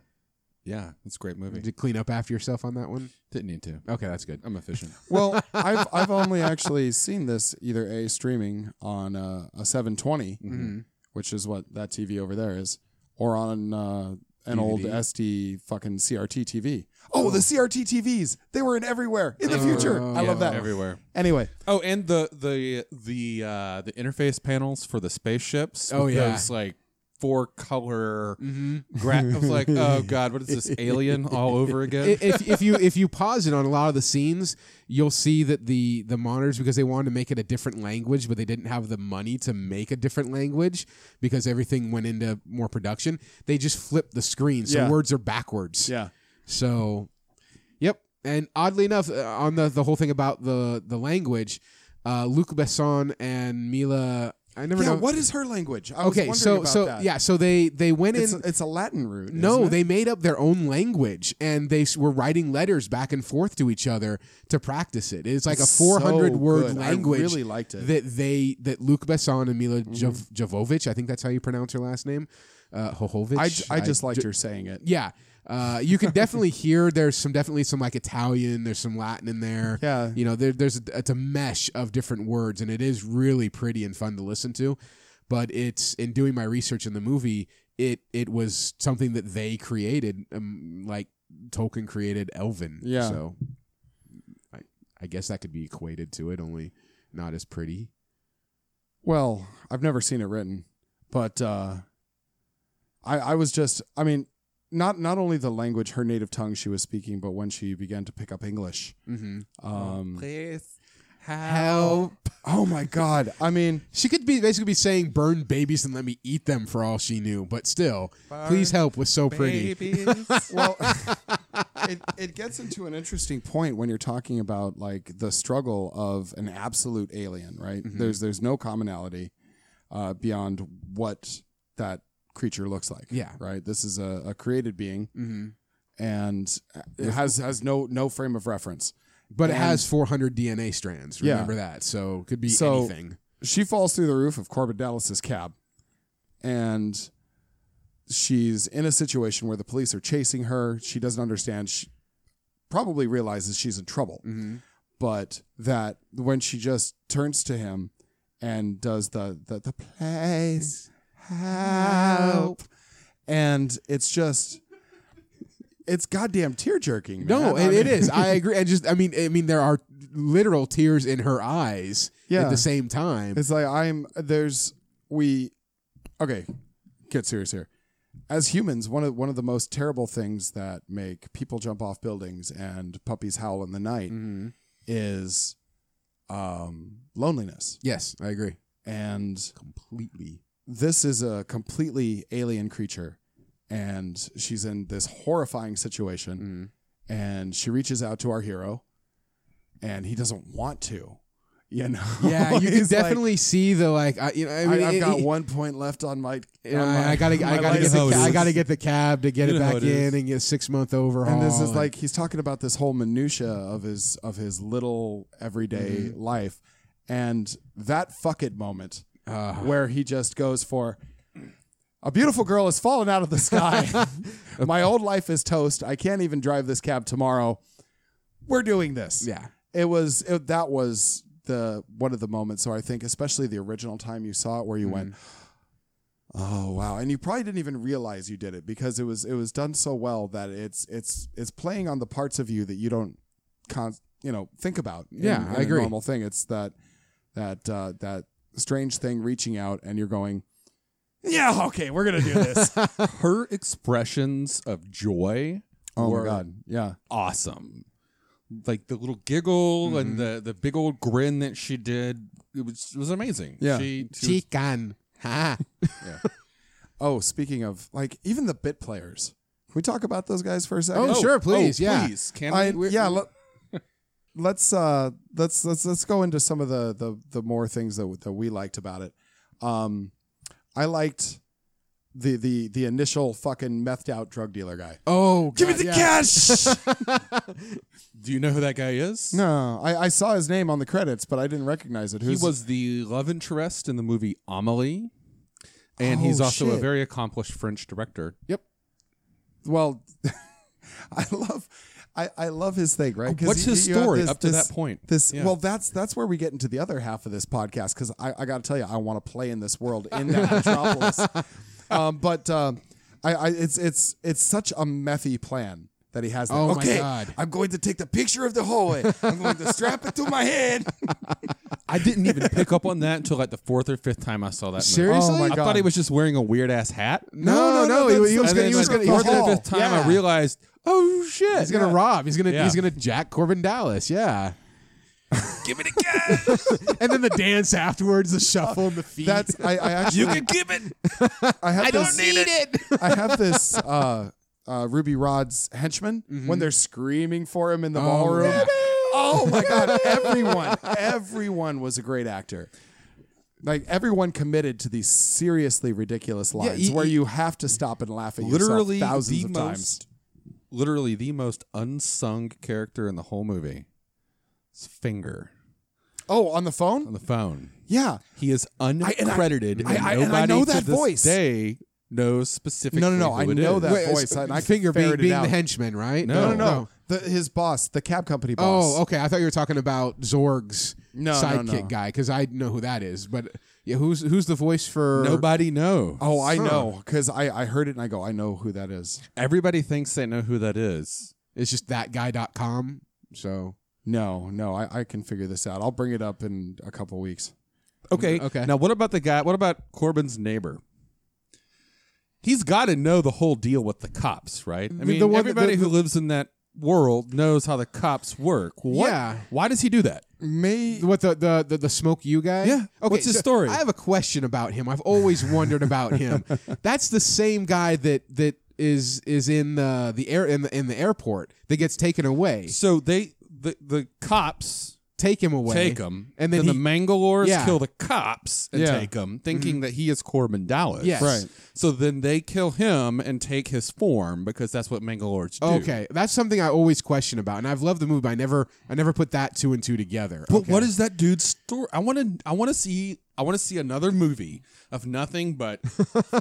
Speaker 2: yeah, it's a great movie.
Speaker 4: Did you clean up after yourself on that one?
Speaker 2: Didn't need to.
Speaker 4: Okay, that's good.
Speaker 2: I'm efficient.
Speaker 3: Well, I've I've only actually seen this either a streaming on uh, a 720,
Speaker 4: Mm-hmm.
Speaker 3: which is what that TV over there is, or on uh, an old SD fucking CRT TV. Oh, the CRT TVs! They were in everywhere
Speaker 4: Oh,
Speaker 3: in the future. I love that.
Speaker 2: everywhere.
Speaker 3: Anyway,
Speaker 2: Oh, and the the the uh, the interface panels for the spaceships.
Speaker 4: Oh,
Speaker 2: with
Speaker 4: yeah. Mm-hmm.
Speaker 2: those like four color. Gra- I was like, oh god, what is this alien all over again?
Speaker 4: I- if, if you if you pause it on a lot of the scenes, you'll see that the the monitors because they wanted to make it a different language, but they didn't have the money to make a different language because everything went into more production. They just flipped the screen, so
Speaker 3: Yeah.
Speaker 4: words are backwards.
Speaker 3: yeah,
Speaker 4: So, yep. And oddly enough, uh, on the the whole thing about the the language, uh, Luc Besson and Mila, I never
Speaker 3: yeah.
Speaker 4: know.
Speaker 3: What is her language? I was
Speaker 4: okay,
Speaker 3: wondering
Speaker 4: so
Speaker 3: about
Speaker 4: so
Speaker 3: that.
Speaker 4: yeah, so they they went
Speaker 3: It's,
Speaker 4: in.
Speaker 3: it's a Latin root.
Speaker 4: No,
Speaker 3: isn't it?
Speaker 4: they made up their own language and they s- were writing letters back and forth to each other to practice it. It's like a
Speaker 3: So
Speaker 4: 400 word
Speaker 3: good. I
Speaker 4: language.
Speaker 3: really liked it. Mm-hmm.
Speaker 4: That they that Luke Besson and Mila Jov- Jovovich, I think that's how you pronounce her last name, uh, Hohovich.
Speaker 3: I, j- I just liked her saying it.
Speaker 4: yeah. Uh, you can definitely hear there's some definitely some like Italian, there's some Latin in there.
Speaker 3: Yeah.
Speaker 4: you know, there, there's a, it's a mesh of different words, and it is really pretty and fun to listen to. But it's in doing my research in the movie, it it was something that they created, um, like Tolkien created Elvin.
Speaker 3: Yeah.
Speaker 4: so I I guess that could be equated to it, only not as pretty.
Speaker 3: Well, I've never seen it written, but uh, I, I was just, I mean, not not only the language, her native tongue she was speaking, but when she began to pick up English.
Speaker 4: Mm-hmm.
Speaker 3: Um,
Speaker 2: Please
Speaker 4: Help.
Speaker 3: oh my God! I mean,
Speaker 4: She could be basically be saying burn babies and let me eat them for all she knew, but still, please help was so pretty.
Speaker 3: well, it, it gets into an interesting point when you're talking about like the struggle of an absolute alien, right? There's there's no commonality uh, beyond what that creature looks like.
Speaker 4: Yeah.
Speaker 3: right. This is a, a created being
Speaker 4: Mhm.
Speaker 3: and it has has no no frame of reference.
Speaker 4: But it has 400 DNA strands.
Speaker 3: Yeah.
Speaker 4: Remember that. So it could be
Speaker 3: So-
Speaker 4: anything.
Speaker 3: she falls through the roof of Corbin Dallas's cab, and she's in a situation where the police are chasing her. She doesn't understand. She probably realizes she's in trouble,
Speaker 4: Mm-hmm.
Speaker 3: but that when she just turns to him and does the the, the place help, and it's just. It's goddamn tear jerking.
Speaker 4: No, it, it is. I agree. I just, I mean, I mean, there are literal tears in her eyes
Speaker 3: Yeah.
Speaker 4: at the same time.
Speaker 3: It's like I'm there's we okay, get serious here. As humans, one of one of the most terrible things that make people jump off buildings and puppies howl in the night
Speaker 4: Mm. Mm-hmm.
Speaker 3: is um loneliness.
Speaker 4: Yes, I agree
Speaker 3: And
Speaker 4: completely.
Speaker 3: this is a completely alien creature and she's in this horrifying situation
Speaker 4: Mm.
Speaker 3: and she reaches out to our hero and he doesn't want to. You know.
Speaker 4: Yeah, you can
Speaker 3: He's like,
Speaker 4: definitely see the like. I, you know, I mean,
Speaker 3: I, I've
Speaker 4: it-
Speaker 3: got
Speaker 4: it-
Speaker 3: one point left on my. on
Speaker 4: you know,
Speaker 3: my-
Speaker 4: I gotta, I
Speaker 3: my
Speaker 4: gotta get, the,
Speaker 2: license.
Speaker 4: ca- I gotta get the cab to get
Speaker 2: You
Speaker 4: it
Speaker 2: know how
Speaker 4: back
Speaker 2: it is.
Speaker 4: in and get six month overhaul.
Speaker 3: and this is like he's talking about this whole minutia of his of his little everyday life, and that fuck it moment
Speaker 4: Ah.
Speaker 3: where he just goes for. A beautiful girl has fallen out of the sky. My old life is toast. I can't even drive this cab tomorrow. We're doing this.
Speaker 4: yeah,
Speaker 3: it was it, that was the one of the moments. So I think, especially the original time you saw it, where
Speaker 4: Mm-hmm.
Speaker 3: you went, "Oh wow!" and you probably didn't even realize you did it because it was it was done so well that it's it's it's playing on the parts of you that you don't con- you know think about. in-
Speaker 4: Yeah,
Speaker 3: in
Speaker 4: I agree.
Speaker 3: A normal thing. It's that that uh, that strange thing reaching out, and you're going, yeah, okay, we're gonna do this.
Speaker 2: Her expressions of joy
Speaker 3: oh
Speaker 2: were
Speaker 3: my god, yeah,
Speaker 2: awesome. Like the little giggle and
Speaker 4: Mm-hmm.
Speaker 2: the the big old grin that she did, it was it was amazing.
Speaker 3: Yeah.
Speaker 2: she, she was-
Speaker 4: Chican. Ha.
Speaker 3: Oh, speaking of, like, even the bit players. Can we talk about those guys for a second?
Speaker 4: Oh, sure, please. yeah.
Speaker 2: please, can
Speaker 3: I,
Speaker 2: we?
Speaker 3: yeah. Let, us uh, let's let's let's go into some of the the, the more things that that we liked about it. Um, I liked the the the initial fucking methed out drug dealer guy.
Speaker 4: Oh,
Speaker 3: Give me
Speaker 4: God,
Speaker 3: the
Speaker 4: yeah.
Speaker 3: cash.
Speaker 2: Do you know who that guy is?
Speaker 3: no, I, I saw his name on the credits, but I didn't recognize it.
Speaker 2: He
Speaker 3: Who's
Speaker 2: was the love interest in the movie Amelie, and he's
Speaker 3: Oh,
Speaker 2: also a
Speaker 3: shit.
Speaker 2: very accomplished French director.
Speaker 3: well? I love. I, I love his thing,
Speaker 4: Oh,
Speaker 3: right? 'Cause
Speaker 2: What's
Speaker 3: you-
Speaker 2: his
Speaker 3: you have
Speaker 2: story
Speaker 3: this-
Speaker 2: up to
Speaker 3: this-
Speaker 2: that point?
Speaker 3: This
Speaker 2: Yeah.
Speaker 3: well, that's that's where we get into the other half of this podcast because I, I got to tell you, I want to play in this world in that metropolis. Um, but um, I, I it's it's it's such a methy plan that he has.
Speaker 4: Oh my
Speaker 3: okay,
Speaker 4: God.
Speaker 3: I'm going to take the picture of the hallway. I'm going to strap it to my head.
Speaker 2: I didn't even pick up on that until like the fourth or fifth time I saw that. Movie.
Speaker 4: Seriously?
Speaker 3: Oh my
Speaker 2: I
Speaker 3: God.
Speaker 2: thought he was just wearing a weird ass hat.
Speaker 4: No, no, no.
Speaker 3: that's-
Speaker 4: he,
Speaker 3: and
Speaker 4: he was gonna,
Speaker 3: then,
Speaker 4: he was
Speaker 3: like,
Speaker 4: gonna, he
Speaker 3: the
Speaker 4: was
Speaker 2: fourth
Speaker 4: gonna,
Speaker 2: or
Speaker 3: hall.
Speaker 2: fifth time I
Speaker 4: yeah.
Speaker 2: realized, oh shit,
Speaker 4: he's gonna rob. He's gonna,
Speaker 2: Yeah.
Speaker 4: he's gonna jack Corbin Dallas. Yeah.
Speaker 2: give it a gas.
Speaker 4: and then the dance afterwards, the shuffle and the feet.
Speaker 3: That's I, I actually
Speaker 2: give it.
Speaker 3: I have this,
Speaker 4: it.
Speaker 3: I have this uh, uh, Ruby Rod's henchman when they're screaming for him in the ballroom.
Speaker 4: yeah.
Speaker 3: Oh my god! Everyone, everyone was a great actor. Like everyone committed to these seriously ridiculous lines
Speaker 4: y-
Speaker 3: where
Speaker 4: y-
Speaker 3: you have to stop and laugh at
Speaker 2: Literally
Speaker 3: yourself thousands
Speaker 2: the
Speaker 3: of
Speaker 2: most,
Speaker 3: times.
Speaker 2: literally the most unsung character in the whole movie. It's Finger
Speaker 3: Oh, on the
Speaker 2: on
Speaker 3: phone?
Speaker 2: the phone.
Speaker 3: Yeah.
Speaker 2: He is uncredited. and
Speaker 3: I- I- and I
Speaker 2: nobody
Speaker 3: know
Speaker 2: to
Speaker 3: that
Speaker 2: this
Speaker 3: voice.
Speaker 2: Day knows specifically.
Speaker 3: No, no, no,
Speaker 2: who
Speaker 3: I
Speaker 2: it
Speaker 3: know
Speaker 2: is.
Speaker 3: that Wait, voice, and I can
Speaker 4: finger being,
Speaker 3: ferret it
Speaker 4: being
Speaker 3: out.
Speaker 4: the henchman, right?
Speaker 2: No.
Speaker 3: No, no, no. The, his boss, the cab company boss.
Speaker 4: Oh, okay. I thought you were talking about Zorg's
Speaker 3: No, no,
Speaker 4: sidekick
Speaker 3: no.
Speaker 4: guy because I know who that is. But yeah, who's who's the voice for?
Speaker 2: Nobody knows.
Speaker 3: Oh, I know because I, I heard it and I go, I know who that is.
Speaker 2: Everybody thinks they know who that is.
Speaker 4: It's just thatguy.com. So
Speaker 3: No, no, I, I can figure this out. I'll bring it up in a couple weeks. Mm,
Speaker 2: Okay.
Speaker 4: Okay.
Speaker 2: Now, what about the guy? What about Corbin's neighbor? He's got to know the whole deal with the cops, right? I mean,
Speaker 4: the one-
Speaker 2: everybody
Speaker 4: the-
Speaker 2: who lives in that world knows how the cops work. What?
Speaker 4: Yeah.
Speaker 2: Why does he do that?
Speaker 3: May
Speaker 4: what the the the, the smoke you guy?
Speaker 2: Yeah. What's his
Speaker 4: so
Speaker 2: story?
Speaker 4: I have a question about him. I've always wondered about him. That's the same guy that that is is in the the air in the in the airport that gets taken away.
Speaker 2: So they the the cops
Speaker 4: Take him away.
Speaker 2: take him,
Speaker 4: And then
Speaker 2: the
Speaker 4: he-
Speaker 2: Mangalores
Speaker 4: Yeah. Mm-hmm.
Speaker 2: kill the cops and
Speaker 3: Yeah.
Speaker 2: take him, thinking that he is Corbin Dallas.
Speaker 4: Yes.
Speaker 3: Right.
Speaker 2: So then they kill him and take his form because that's what Mangalores do.
Speaker 4: Okay, that's something I always question about, and I've loved the movie. But I never, I never put that two and two together.
Speaker 2: But
Speaker 4: Okay.
Speaker 2: what is that dude's story? I want to. I want to see. I want to see another movie of nothing but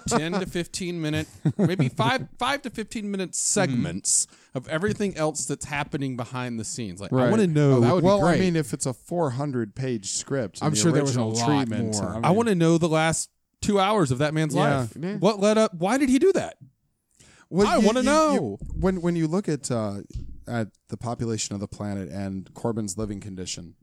Speaker 2: ten to fifteen minute, maybe five five to fifteen minute
Speaker 4: Mm-hmm.
Speaker 2: segments of everything else that's happening behind the scenes. Like I
Speaker 3: Right.
Speaker 2: want to know.
Speaker 4: Oh, that would be
Speaker 3: well, I
Speaker 4: great.
Speaker 3: mean, if it's a 400 page script, and
Speaker 4: I'm
Speaker 3: the
Speaker 4: sure there was a
Speaker 3: original
Speaker 4: lot
Speaker 3: treatment,
Speaker 4: more.
Speaker 3: I,
Speaker 2: I want to know the last two hours of that man's
Speaker 3: Yeah.
Speaker 2: life.
Speaker 4: Yeah.
Speaker 2: What led up? Why did he do that? I wanna know.
Speaker 3: when when you look at uh, at the population of the planet and Corbin's living condition,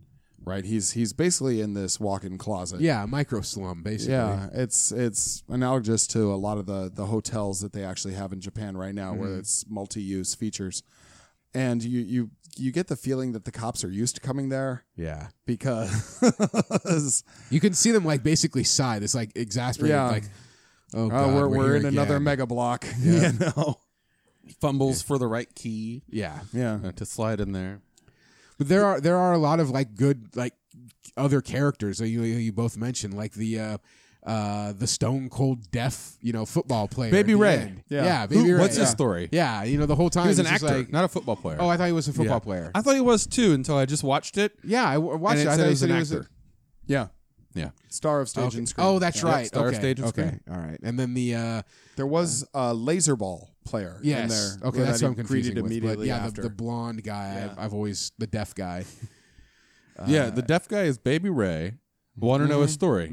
Speaker 3: right? He's he's basically in this walk-in closet.
Speaker 4: Yeah, micro slum basically.
Speaker 3: Yeah, it's it's analogous to a lot of the the hotels that they actually have in Japan right now,
Speaker 4: Mm-hmm.
Speaker 3: where it's multi-use features, and you you you get the feeling that the cops are used to coming there
Speaker 4: yeah.
Speaker 3: because
Speaker 4: You can see them like basically sigh. This like exasperated,
Speaker 3: Yeah.
Speaker 4: like, oh
Speaker 3: uh,
Speaker 4: god,
Speaker 3: we're,
Speaker 4: we're,
Speaker 3: we're,
Speaker 4: here
Speaker 3: in another
Speaker 4: again."
Speaker 3: mega block. you know?
Speaker 2: He fumbles for the right key
Speaker 4: yeah,
Speaker 3: Yeah.
Speaker 2: uh, to slide in there.
Speaker 4: but there are there are a lot of like good like other characters that you you both mentioned, like the. uh uh, the stone cold deaf, you know, football player,
Speaker 2: Baby
Speaker 4: at the
Speaker 2: Ray.
Speaker 4: end.
Speaker 3: Yeah.
Speaker 4: yeah,
Speaker 2: Who-
Speaker 4: baby Ray.
Speaker 2: what's
Speaker 4: yeah.
Speaker 2: his story?
Speaker 4: Yeah, you know, the whole time
Speaker 2: He was an
Speaker 4: it's just
Speaker 2: actor,
Speaker 4: like-
Speaker 2: not a football player.
Speaker 4: oh, I thought he was a football
Speaker 2: Yeah.
Speaker 4: player.
Speaker 2: I thought he was too until I just watched it.
Speaker 4: yeah, I w- watched
Speaker 2: And
Speaker 4: it.
Speaker 2: it
Speaker 4: I
Speaker 2: said it
Speaker 4: thought he
Speaker 2: was
Speaker 4: said
Speaker 2: an
Speaker 4: he was a-
Speaker 2: actor.
Speaker 3: Yeah.
Speaker 2: Yeah.
Speaker 3: Star of Stage
Speaker 4: Okay.
Speaker 3: and Screen.
Speaker 4: Oh, that's
Speaker 3: Yeah.
Speaker 4: right.
Speaker 2: Star
Speaker 4: okay.
Speaker 2: Stage and
Speaker 4: okay.
Speaker 2: Screen.
Speaker 4: All right. And then the uh
Speaker 3: There was a laser ball player in
Speaker 4: yes.
Speaker 3: there.
Speaker 4: Okay,
Speaker 3: that
Speaker 4: that's
Speaker 3: he
Speaker 4: what I'm confusing
Speaker 3: greeted
Speaker 4: with.
Speaker 3: immediately
Speaker 4: but yeah, the-
Speaker 3: after.
Speaker 4: The, blonde guy. I've, I've always the deaf guy.
Speaker 2: yeah, the deaf guy is Baby Ray. Want to know his story?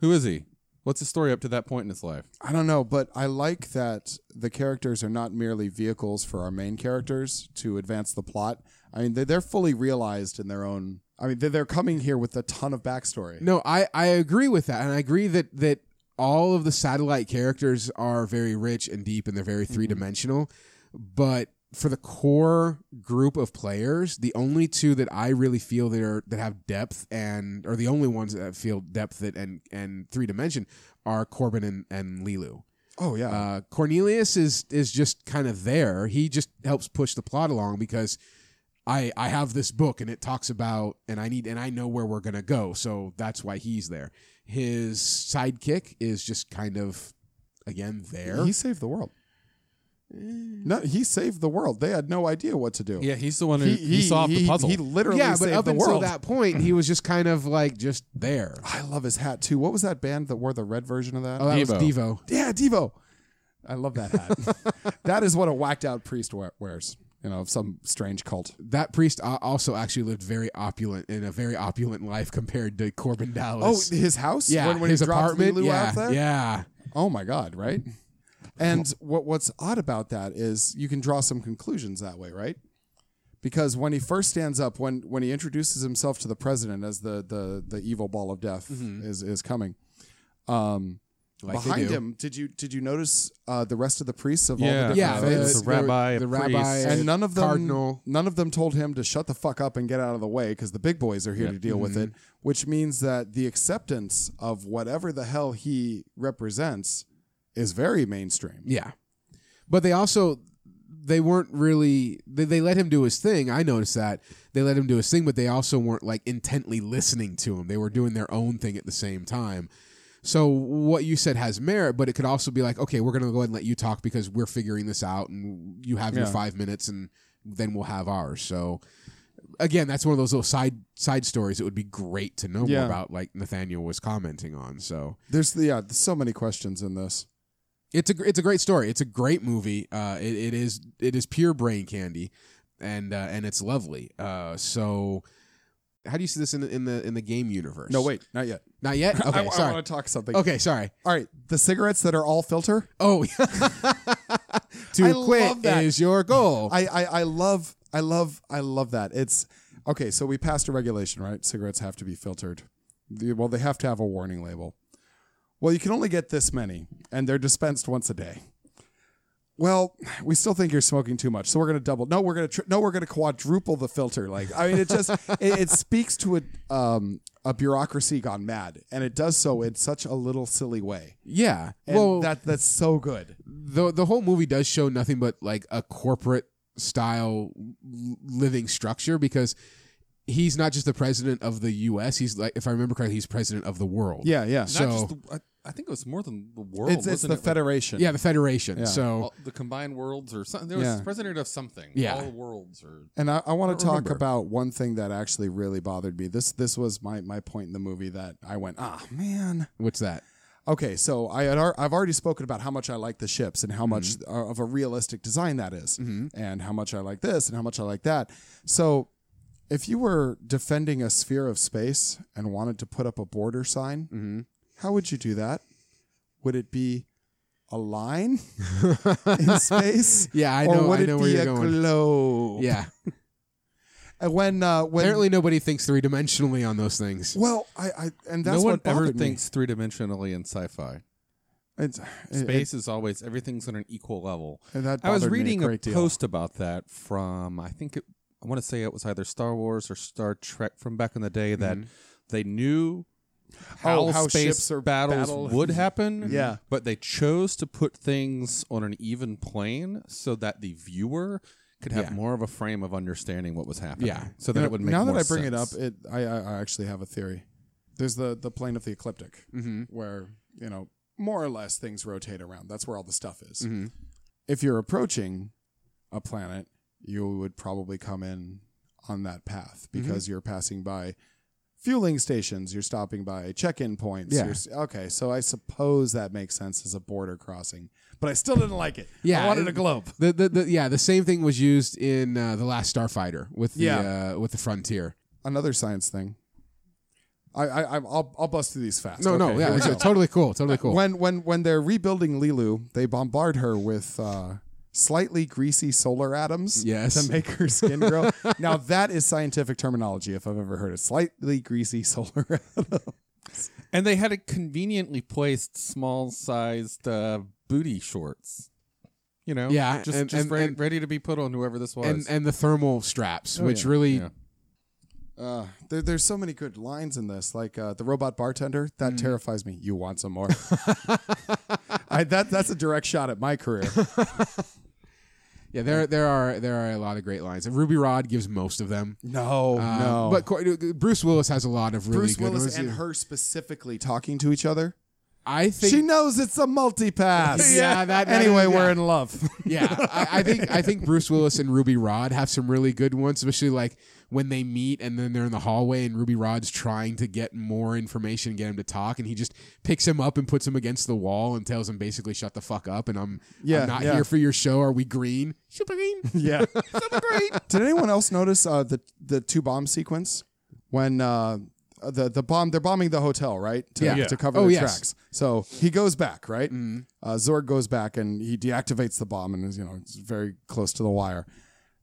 Speaker 2: Who is he? What's his story up to that point in his life?
Speaker 3: I don't know, but I like that the characters are not merely vehicles for our main characters to advance the plot. I mean, they, they're fully realized in their own. I mean, they're, they're coming here with a ton of backstory.
Speaker 4: No, I, I agree with that, and I agree that that all of the satellite characters are very rich and deep, and they're very three dimensional. But for the core group of players, the only two that I really feel that are that have depth and are the only ones that feel depth that and and three dimension are Corbin and and Lilu.
Speaker 3: Oh yeah,
Speaker 4: Uh, Cornelius is is just kind of there. He just helps push the plot along because I I have this book and it talks about and I need and I know where we're gonna go, so that's why he's there. His sidekick is just kind of again there.
Speaker 3: he saved the world. No, he saved the world. They had no idea what to do.
Speaker 2: Yeah, he's the one who he, solved the puzzle.
Speaker 3: He literally
Speaker 4: yeah, but
Speaker 3: saved
Speaker 4: up
Speaker 3: the
Speaker 4: until
Speaker 3: world.
Speaker 4: that point, he was just kind of like just there.
Speaker 3: I love his hat too. What was that band that wore the red version of that?
Speaker 4: Oh, that was
Speaker 2: Devo.
Speaker 4: Devo.
Speaker 3: yeah, Devo. I love that hat. that is what a whacked out priest we- wears. You know, of some strange cult.
Speaker 4: That priest uh, also actually lived very opulent in a very opulent life compared to Corbin
Speaker 3: Oh,
Speaker 4: Dallas.
Speaker 3: his house.
Speaker 4: yeah,
Speaker 3: when, when
Speaker 4: his
Speaker 3: he dropped
Speaker 4: apartment.
Speaker 3: Lulu
Speaker 4: yeah,
Speaker 3: out there?
Speaker 4: yeah.
Speaker 3: Oh my god, right? And what what's odd about that is you can draw some conclusions that way, right? Because when he first stands up, when when he introduces himself to the president as the the the evil ball of death
Speaker 4: Mm-hmm.
Speaker 3: is is coming, um,
Speaker 4: Like they
Speaker 3: behind
Speaker 4: do.
Speaker 3: him, did you did you notice uh, the rest of the priests of all
Speaker 2: Yeah.
Speaker 3: the different
Speaker 4: yeah,
Speaker 2: Uh,
Speaker 3: faiths?
Speaker 2: it's a rabbi, a
Speaker 4: the
Speaker 2: priest.
Speaker 4: rabbi,
Speaker 3: and none of them
Speaker 4: cardinal.
Speaker 3: none of them told him to shut the fuck up and get out of the way because the big boys are here to deal with it which means that the acceptance of whatever the hell he represents is very mainstream
Speaker 4: Yeah, but they also they weren't really they, they let him do his thing. I noticed that they let him do his thing, but they also weren't like intently listening to him. They were doing their own thing at the same time. So what you said has merit, but it could also be like, okay, we're gonna go ahead and let you talk because we're figuring this out, and you have your five minutes, and then we'll have ours. So. Again, that's one of those little side side stories. It would be great to know more
Speaker 3: Yeah.
Speaker 4: about, like Nathaniel was commenting on. So,
Speaker 3: there's the yeah there's so many questions in this
Speaker 4: it's a gr- it's a great story. It's a great movie. Uh, it, it is it is pure brain candy, and uh, and it's lovely. Uh, so, how do you see this in the, in the in the game universe?
Speaker 3: no wait not yet
Speaker 4: not yet.
Speaker 3: I-
Speaker 4: Okay,
Speaker 3: i,
Speaker 4: sorry.
Speaker 3: want to talk something
Speaker 4: okay, sorry.
Speaker 3: all right the cigarettes that are all filter
Speaker 4: Oh, to
Speaker 3: I love
Speaker 4: quit
Speaker 3: that.
Speaker 4: is your goal.
Speaker 3: I, I i love i love i love that it's okay so we passed a regulation right cigarettes have to be filtered The- well they have to have a warning label well you can only get this many and they're dispensed once a day well we still think you're smoking too much so we're going to double no we're going to tri- no we're going to quadruple the filter like i mean it just it, it speaks to a um a bureaucracy gone mad and it does so in such a little silly way
Speaker 4: yeah.
Speaker 3: and
Speaker 4: well,
Speaker 3: that that's so good
Speaker 4: the the whole movie does show nothing but like a corporate style l- living structure because he's not just the president of the U.S. He's like, if I remember correctly, he's president of the world.
Speaker 3: yeah yeah
Speaker 2: Not
Speaker 4: So-
Speaker 2: just the, I, I think it was more than the world.
Speaker 3: it's, it's
Speaker 2: wasn't
Speaker 3: the
Speaker 2: it?
Speaker 3: federation
Speaker 4: Yeah, the Federation.
Speaker 3: Yeah.
Speaker 4: So
Speaker 2: All- the combined worlds or something. There was
Speaker 3: Yeah.
Speaker 2: president of something.
Speaker 4: Yeah.
Speaker 2: all worlds or
Speaker 3: And I, I want
Speaker 2: don't
Speaker 3: to talk
Speaker 2: remember.
Speaker 3: about one thing that actually really bothered me. This this was my my point in the movie that I went, ah man.
Speaker 4: what's that?
Speaker 3: Okay, so I had ar- I've already spoken about how much I like the ships and how much
Speaker 4: Mm-hmm.
Speaker 3: uh, of a realistic design that is, and how much I like this and how much I like that. So, if you were defending a sphere of space and wanted to put up a border sign,
Speaker 4: Mm-hmm.
Speaker 3: how would you do that? Would it be a line in space?
Speaker 4: Yeah, I
Speaker 3: or
Speaker 4: know.
Speaker 3: would
Speaker 4: I
Speaker 3: it
Speaker 4: know
Speaker 3: be
Speaker 4: where you're
Speaker 3: a
Speaker 4: going.
Speaker 3: globe?
Speaker 4: yeah.
Speaker 3: And when uh, when
Speaker 4: Apparently, nobody thinks three dimensionally on those things.
Speaker 3: Well, I, I and that's
Speaker 2: no one
Speaker 3: what
Speaker 2: ever
Speaker 3: bothered me.
Speaker 2: thinks three dimensionally in sci-fi.
Speaker 3: It's- it-
Speaker 2: Space is always everything's on an equal level.
Speaker 3: it- that
Speaker 2: I was
Speaker 3: bothered me a
Speaker 2: reading a,
Speaker 3: great deal.
Speaker 2: post about that from I think it, I want to say it was either Star Wars or Star Trek from back in the day that they knew how,
Speaker 3: Oh, Mm-hmm. how
Speaker 2: space
Speaker 3: ships are
Speaker 2: battles
Speaker 3: battled.
Speaker 2: would happen.
Speaker 3: Yeah.
Speaker 2: but they chose to put things on an even plane so that the viewer could have
Speaker 4: Yeah.
Speaker 2: more of a frame of understanding what was happening.
Speaker 4: Yeah.
Speaker 2: so that
Speaker 3: You know,
Speaker 2: it would make
Speaker 3: now that
Speaker 2: more
Speaker 3: I bring it up,
Speaker 2: sense.
Speaker 3: it I, I I actually have a theory. There's the the plane of the ecliptic,
Speaker 2: Mm-hmm.
Speaker 3: where you know more or less things rotate around. That's where all the stuff is.
Speaker 2: Mm-hmm.
Speaker 3: If you're approaching a planet, you would probably come in on that path
Speaker 2: Mm-hmm.
Speaker 3: because you're passing by fueling stations, you're stopping by check-in points.
Speaker 4: Yeah.
Speaker 3: you're s- okay, so I suppose that makes sense as a border crossing, but I still didn't like it.
Speaker 4: Yeah,
Speaker 3: I wanted a
Speaker 4: it-
Speaker 3: globe.
Speaker 4: The, the, the yeah the same thing was used in uh, the last Starfighter with the
Speaker 3: Yeah.
Speaker 4: uh, with the Frontier.
Speaker 3: another science thing. I, I I'm- I'll I'll bust through these fast.
Speaker 4: No,
Speaker 3: Okay,
Speaker 4: no, yeah,
Speaker 3: here we
Speaker 4: it's,
Speaker 3: go.
Speaker 4: totally cool, totally cool.
Speaker 3: When when when they're rebuilding Lilu, they bombard her with uh, slightly greasy solar atoms
Speaker 4: Yes.
Speaker 3: to make her skin grow. now that is scientific terminology if I've ever heard it. Slightly greasy solar atom.
Speaker 2: And they had a conveniently placed small sized uh, booty shorts. You know?
Speaker 4: Yeah,
Speaker 2: Just,
Speaker 4: and-
Speaker 2: just
Speaker 4: and-
Speaker 2: ready,
Speaker 4: and-
Speaker 2: ready to be put on whoever this was.
Speaker 4: and and the thermal straps, which
Speaker 3: Oh, yeah,
Speaker 4: really
Speaker 2: yeah.
Speaker 3: Uh, there, there's so many good lines in this, like uh, the robot bartender.
Speaker 4: Mm.
Speaker 3: That terrifies me. You want some more? I, that that's a direct shot at my career.
Speaker 4: yeah, there there are there are a lot of great lines. And Ruby Rod gives most of them.
Speaker 3: No,
Speaker 4: Uh,
Speaker 3: no.
Speaker 4: but Cor- Bruce Willis has a lot of really
Speaker 3: Bruce
Speaker 4: good
Speaker 3: Willis
Speaker 4: ones.
Speaker 3: and her specifically talking to each other.
Speaker 4: I think
Speaker 3: She knows it's a multipass.
Speaker 4: Yeah, that- that
Speaker 3: anyway,
Speaker 4: is-
Speaker 3: we're
Speaker 4: yeah.
Speaker 3: in love.
Speaker 4: yeah, I, I think I think Bruce Willis and Ruby Rod have some really good ones, especially like when they meet and then they're in the hallway and Ruby Rod's trying to get more information, get him to talk, and he just picks him up and puts him against the wall and tells him basically shut the fuck up and I'm
Speaker 3: Yeah,
Speaker 4: I'm not
Speaker 3: yeah.
Speaker 4: here for your show. Are we green? Super green.
Speaker 3: yeah, Did anyone else notice uh, the the two bomb sequence when uh, the the bomb they're bombing the hotel right to,
Speaker 4: Yeah.
Speaker 3: to cover
Speaker 4: Oh,
Speaker 3: the
Speaker 4: yes.
Speaker 3: tracks? So he goes back right. Uh, Zorg goes back and he deactivates the bomb and is you know it's very close to the wire,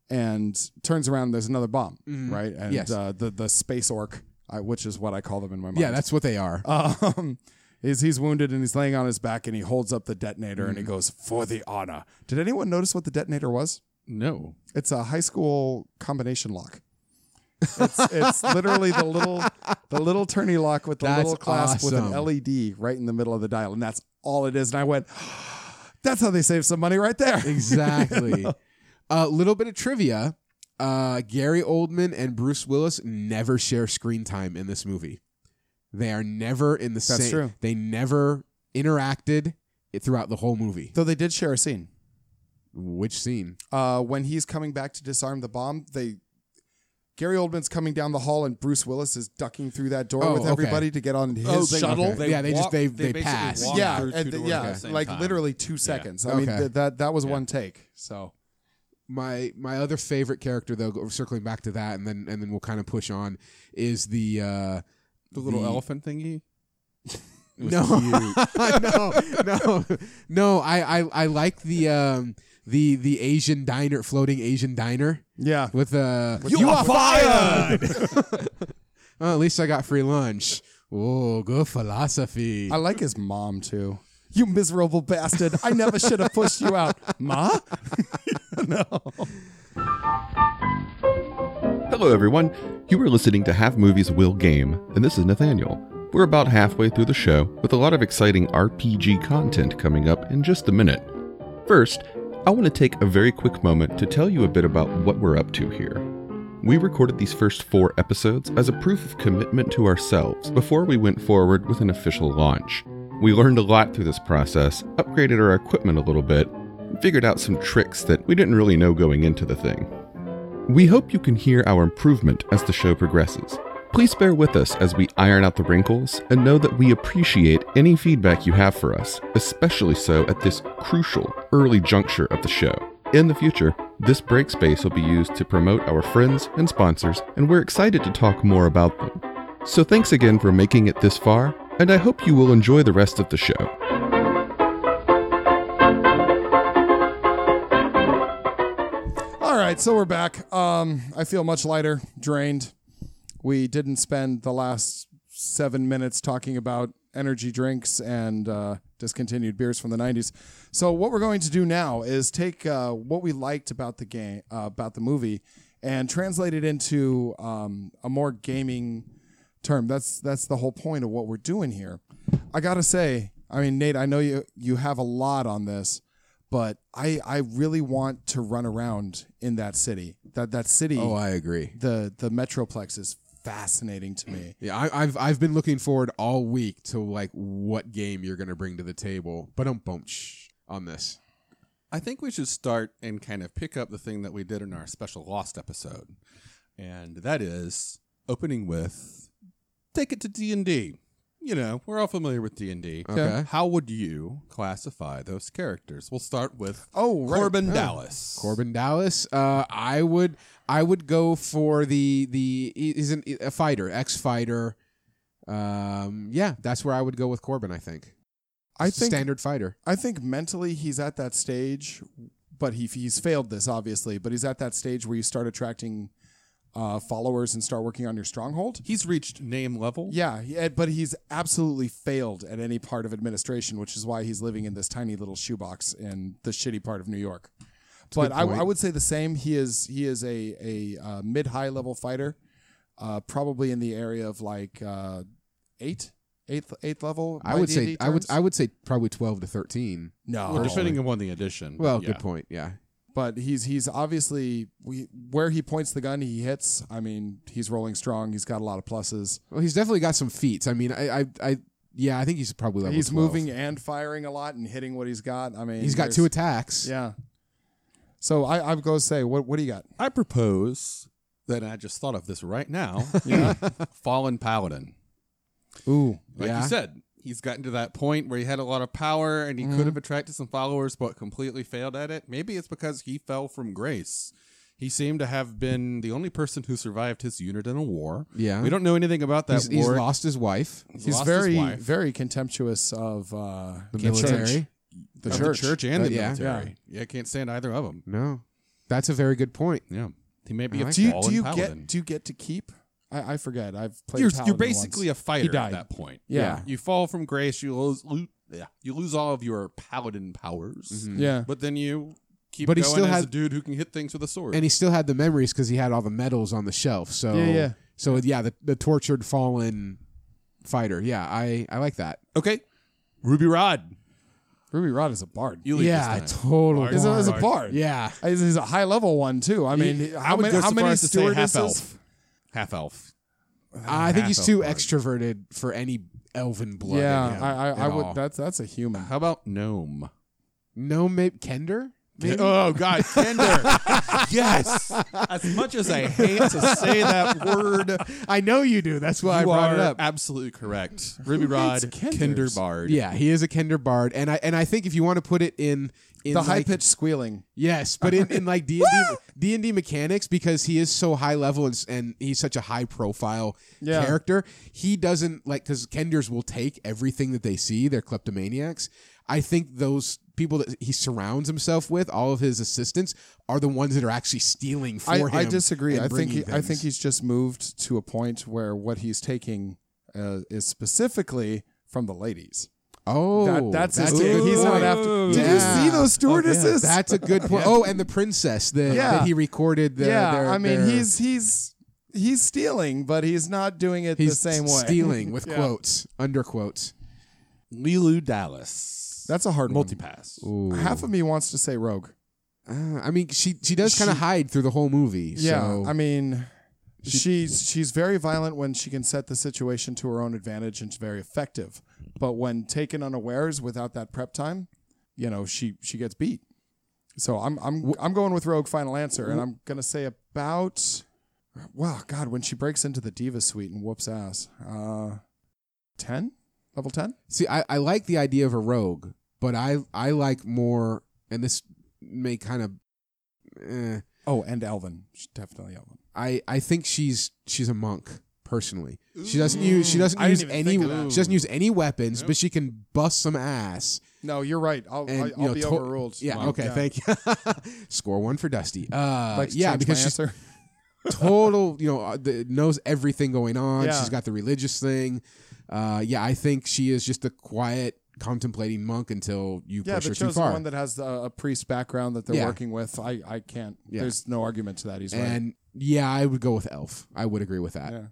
Speaker 3: and turns around. and There's another bomb right and
Speaker 4: Yes.
Speaker 3: uh, the the space orc, I, which is what I call them in my mind.
Speaker 4: yeah, that's what they are.
Speaker 3: Um, is he's wounded and he's laying on his back and he holds up the detonator
Speaker 4: Mm.
Speaker 3: and he goes for the honor. Did anyone notice what the detonator was?
Speaker 2: no.
Speaker 3: It's a high school combination lock. It's, it's literally the little the little turny lock with the
Speaker 4: That's
Speaker 3: little clasp
Speaker 4: awesome.
Speaker 3: with an LED right in the middle of the dial, and that's all it is. And I went, that's how they save some money right there.
Speaker 4: Exactly. A little bit of trivia. Uh, Gary Oldman and Bruce Willis never share screen time in this movie. They are never in the
Speaker 3: That's
Speaker 4: same.
Speaker 3: true.
Speaker 4: They never interacted it throughout the whole movie.
Speaker 3: Though they did share a scene
Speaker 4: Which scene?
Speaker 3: uh, when he's coming back to disarm the bomb. They Gary Oldman's coming down the hall and Bruce Willis is ducking through that door
Speaker 4: Oh,
Speaker 3: with
Speaker 4: okay.
Speaker 3: everybody to get on his
Speaker 2: Oh,
Speaker 4: they-
Speaker 3: shuttle.
Speaker 4: okay. Yeah, they just- they- they
Speaker 2: basically
Speaker 4: pass.
Speaker 2: walk
Speaker 3: yeah,
Speaker 2: through
Speaker 3: and
Speaker 2: two
Speaker 3: th-
Speaker 2: doors at
Speaker 3: yeah,
Speaker 2: the same
Speaker 3: like
Speaker 2: time.
Speaker 3: literally two seconds. I mean,
Speaker 4: Okay.
Speaker 3: th- that that was one take. So
Speaker 4: My my other favorite character though, go- circling back to that, and then and then we'll kind of push on, is the uh,
Speaker 2: The
Speaker 3: Mm.
Speaker 2: little elephant thingy.
Speaker 4: no, no, no, no. I I, I like the um, the the Asian diner, floating Asian diner.
Speaker 3: yeah,
Speaker 4: with uh,
Speaker 3: You are
Speaker 4: fired. well, at least I got free lunch. Oh, good philosophy.
Speaker 3: I like his mom too. You miserable bastard! I never should have pushed you out, Ma.
Speaker 5: Hello, everyone. You are listening to Half Movies Will Game, and this is Nathaniel. We're about halfway through the show with a lot of exciting RPG content coming up in just a minute. First, I want to take a very quick moment to tell you a bit about what we're up to here. We recorded these first four episodes as a proof of commitment to ourselves before we went forward with an official launch. We learned a lot through this process, upgraded our equipment a little bit, and figured out some tricks that we didn't really know going into the thing. We hope you can hear our improvement as the show progresses. Please bear with us as we iron out the wrinkles and know that we appreciate any feedback you have for us, especially so at this crucial early juncture of the show. In the future, this break space will be used to promote our friends and sponsors, and we're excited to talk more about them. So thanks again for making it this far, and I hope you will enjoy the rest of the show.
Speaker 3: All right, so we're back. Um, I feel much lighter, drained. We didn't spend the last seven minutes talking about energy drinks and uh, discontinued beers from the '90s. So what we're going to do now is take uh, what we liked about the game, uh, about the movie, and translate it into um, a more gaming term. That's that's the whole point of what we're doing here. I gotta say, I mean, Nate, I know you you have a lot on this but I I really want to run around in that city. That that city,
Speaker 4: oh, I agree.
Speaker 3: the the metroplex is fascinating to me.
Speaker 4: Yeah, I, I've I've been looking forward all week to like what game you're gonna bring to the table. But don't bunch on this.
Speaker 2: I think we should start and kind of pick up the thing that we did in our special Lost episode, and that is opening with take it to D and D. You know, we're all familiar with D and D.
Speaker 4: Okay.
Speaker 2: How would you classify those characters? We'll start with
Speaker 3: Oh, right.
Speaker 2: Corbin Dallas.
Speaker 4: Corbin Dallas. Uh, I would I would go for the the is an, a fighter, ex fighter. Um, yeah, that's where I would go with Corbin. I think
Speaker 3: I think
Speaker 4: standard fighter.
Speaker 3: I think mentally he's at that stage but he he's failed this obviously. But he's at that stage where you start attracting uh, followers and start working on your stronghold.
Speaker 2: He's reached name level.
Speaker 3: Yeah, he- eh, but he's absolutely failed at any part of administration, which is why he's living in this tiny little shoebox in the shitty part of New York. But I, I would say the same. He is he is a a uh, mid high level fighter, uh, probably in the area of like uh, eight, eighth eighth level.
Speaker 4: I
Speaker 3: by
Speaker 4: would say
Speaker 3: D&D
Speaker 4: I would
Speaker 3: terms.
Speaker 4: I would say probably twelve to thirteen.
Speaker 3: no.
Speaker 2: Well, depending on the edition. but
Speaker 4: Well,
Speaker 2: yeah.
Speaker 4: good point. Yeah.
Speaker 3: but he's he's obviously we, where he points the gun, he hits. I mean, he's rolling strong. He's got a lot of pluses.
Speaker 4: Well, he's definitely got some feats. I mean, I I, I yeah, I think he's probably level.
Speaker 3: he's
Speaker 4: 12.
Speaker 3: moving and firing a lot and hitting what he's got. I mean,
Speaker 4: He's got
Speaker 3: there's-
Speaker 4: two attacks.
Speaker 3: Yeah. So I I go say what what do you got?
Speaker 2: I propose that I just thought of this right now. Fallen Paladin.
Speaker 3: Ooh,
Speaker 2: Like
Speaker 4: Yeah.
Speaker 2: you said, he's gotten to that point where he had a lot of power and he
Speaker 4: Mm-hmm.
Speaker 2: could have attracted some followers, but completely failed at it. Maybe it's because he fell from grace. He seemed to have been the only person who survived his unit in a war.
Speaker 4: Yeah.
Speaker 2: We don't know anything about that
Speaker 4: He's, he's
Speaker 2: war.
Speaker 4: lost his wife.
Speaker 3: he's
Speaker 2: lost his
Speaker 3: very
Speaker 2: wife.
Speaker 3: very contemptuous of uh,
Speaker 4: The military.
Speaker 3: church. The
Speaker 2: Of
Speaker 3: church.
Speaker 2: the church and the
Speaker 4: Uh, yeah.
Speaker 2: military. Yeah. I can't stand either of them.
Speaker 4: No, that's a very good point.
Speaker 2: Yeah, he may be
Speaker 4: I
Speaker 2: a
Speaker 4: like
Speaker 3: Do you
Speaker 2: fallen
Speaker 3: do you
Speaker 2: paladin.
Speaker 3: get do you get to keep? I, I forget. I've played.
Speaker 2: you're,
Speaker 3: Paladin
Speaker 2: you're basically
Speaker 3: once.
Speaker 2: a fighter at
Speaker 3: died.
Speaker 2: that point.
Speaker 3: Yeah.
Speaker 2: You fall from grace. You lose. Lo- yeah. You lose all of your paladin powers.
Speaker 3: yeah.
Speaker 2: But then you keep
Speaker 4: Mm-hmm. But he
Speaker 2: going
Speaker 4: still
Speaker 2: as
Speaker 4: has-
Speaker 2: a dude who can hit things with a sword.
Speaker 4: And he still had the memories because he had all the medals on the shelf. So
Speaker 3: Yeah, yeah.
Speaker 4: So yeah, the, the tortured fallen fighter. Yeah, I I like that.
Speaker 2: okay. Ruby Rod.
Speaker 3: Ruby Rod is a bard.
Speaker 2: You lead
Speaker 4: yeah,
Speaker 2: this time.
Speaker 4: totally.
Speaker 2: Bard.
Speaker 3: Is a, is a
Speaker 2: Bard.
Speaker 3: bard.
Speaker 4: Yeah.
Speaker 3: He's he's a high level one too. I mean,
Speaker 2: He- I
Speaker 3: how
Speaker 2: would
Speaker 3: many,
Speaker 2: go so
Speaker 3: how many
Speaker 2: far as to say half
Speaker 3: stewardesses?
Speaker 2: elf. Half elf.
Speaker 4: I think he's
Speaker 2: Half-elf
Speaker 4: too
Speaker 2: bard.
Speaker 4: extroverted for any elven blood.
Speaker 3: Yeah,
Speaker 4: in him
Speaker 3: I, I,
Speaker 4: at
Speaker 3: I would.
Speaker 4: all.
Speaker 3: That's that's a human.
Speaker 2: How about gnome?
Speaker 4: no, maybe Kender. Maybe?
Speaker 2: Oh God, Kender. yes. As much as I hate to say that word,
Speaker 4: I know you do. That's why I
Speaker 2: you
Speaker 4: brought
Speaker 2: are
Speaker 4: it up.
Speaker 2: absolutely correct. Ruby Rod, Kinder Bard.
Speaker 4: Yeah, he is a Kender Bard, and I and I think if you want to put it in, in
Speaker 3: The
Speaker 4: like-
Speaker 3: high pitched squealing.
Speaker 4: yes, but in, in like D and D and D mechanics because he is so high level and, s- and he's such a high profile
Speaker 3: Yeah.
Speaker 4: character, he doesn't like because Kenders will take everything that they see. They're kleptomaniacs. I think those people that he surrounds himself with, all of his assistants, are the ones that are actually stealing for
Speaker 3: I,
Speaker 4: him.
Speaker 3: I disagree.
Speaker 4: and
Speaker 3: I think he,
Speaker 4: bringing
Speaker 3: I think
Speaker 4: things.
Speaker 3: he's just moved to a point where what he's taking uh, is specifically from the ladies.
Speaker 4: oh
Speaker 3: that, that's, his.
Speaker 4: a
Speaker 3: take.
Speaker 4: good
Speaker 3: He's not
Speaker 4: point.
Speaker 3: after. Did you
Speaker 4: Yeah.
Speaker 3: see those stewardesses?
Speaker 4: That's a good point. Oh, and the princess that,
Speaker 3: Yeah.
Speaker 4: that he recorded. The,
Speaker 3: yeah,
Speaker 4: their-
Speaker 3: I mean,
Speaker 4: their-
Speaker 3: he's he's he's stealing, but he's not doing it
Speaker 4: he's
Speaker 3: the same way.
Speaker 4: stealing with quotes, under quotes.
Speaker 2: Lilu Dallas.
Speaker 3: That's a hard multi.
Speaker 2: multipass.
Speaker 3: Half of me wants to say rogue.
Speaker 4: Uh, I mean, she she does kind of hide through the whole movie.
Speaker 3: Yeah,
Speaker 4: so.
Speaker 3: I mean, she's she's very violent when she can set the situation to her own advantage and she's very effective. But when taken unawares without that prep time, you know she she gets beat. So I'm I'm I'm going with Rogue Final Answer, and I'm gonna say about wow God when she breaks into the diva suite and whoops ass, uh, ten level ten.
Speaker 4: see, I, I like the idea of a rogue, but I I like more, and this may kind of. Eh,
Speaker 3: Oh, and Elvin, she's definitely Elvin.
Speaker 4: I I think she's she's a monk personally. She doesn't use she doesn't use any she doesn't use any weapons, but she can bust some ass.
Speaker 3: No, you're right. I'll
Speaker 4: And,
Speaker 3: I,
Speaker 4: you
Speaker 3: I'll
Speaker 4: know,
Speaker 3: be
Speaker 4: to-
Speaker 3: overruled.
Speaker 4: Yeah.
Speaker 3: Wow.
Speaker 4: okay. Thank you. Score one for Dusty. Uh,
Speaker 3: Like to
Speaker 4: yeah,
Speaker 3: change
Speaker 4: because
Speaker 3: my
Speaker 4: she's
Speaker 3: answer?
Speaker 4: total. You know, uh, the, knows everything going on.
Speaker 3: Yeah.
Speaker 4: She's got the religious thing. Uh, yeah, I think she is just a quiet, contemplating monk until you
Speaker 3: Yeah,
Speaker 4: push
Speaker 3: the
Speaker 4: her too
Speaker 3: chosen
Speaker 4: far.
Speaker 3: one that has a, a priest background that they're
Speaker 4: Yeah.
Speaker 3: working with. I, I can't.
Speaker 4: Yeah.
Speaker 3: There's no argument to that. He's right.
Speaker 4: and yeah, I would go with elf. I would agree with that.
Speaker 3: Yeah.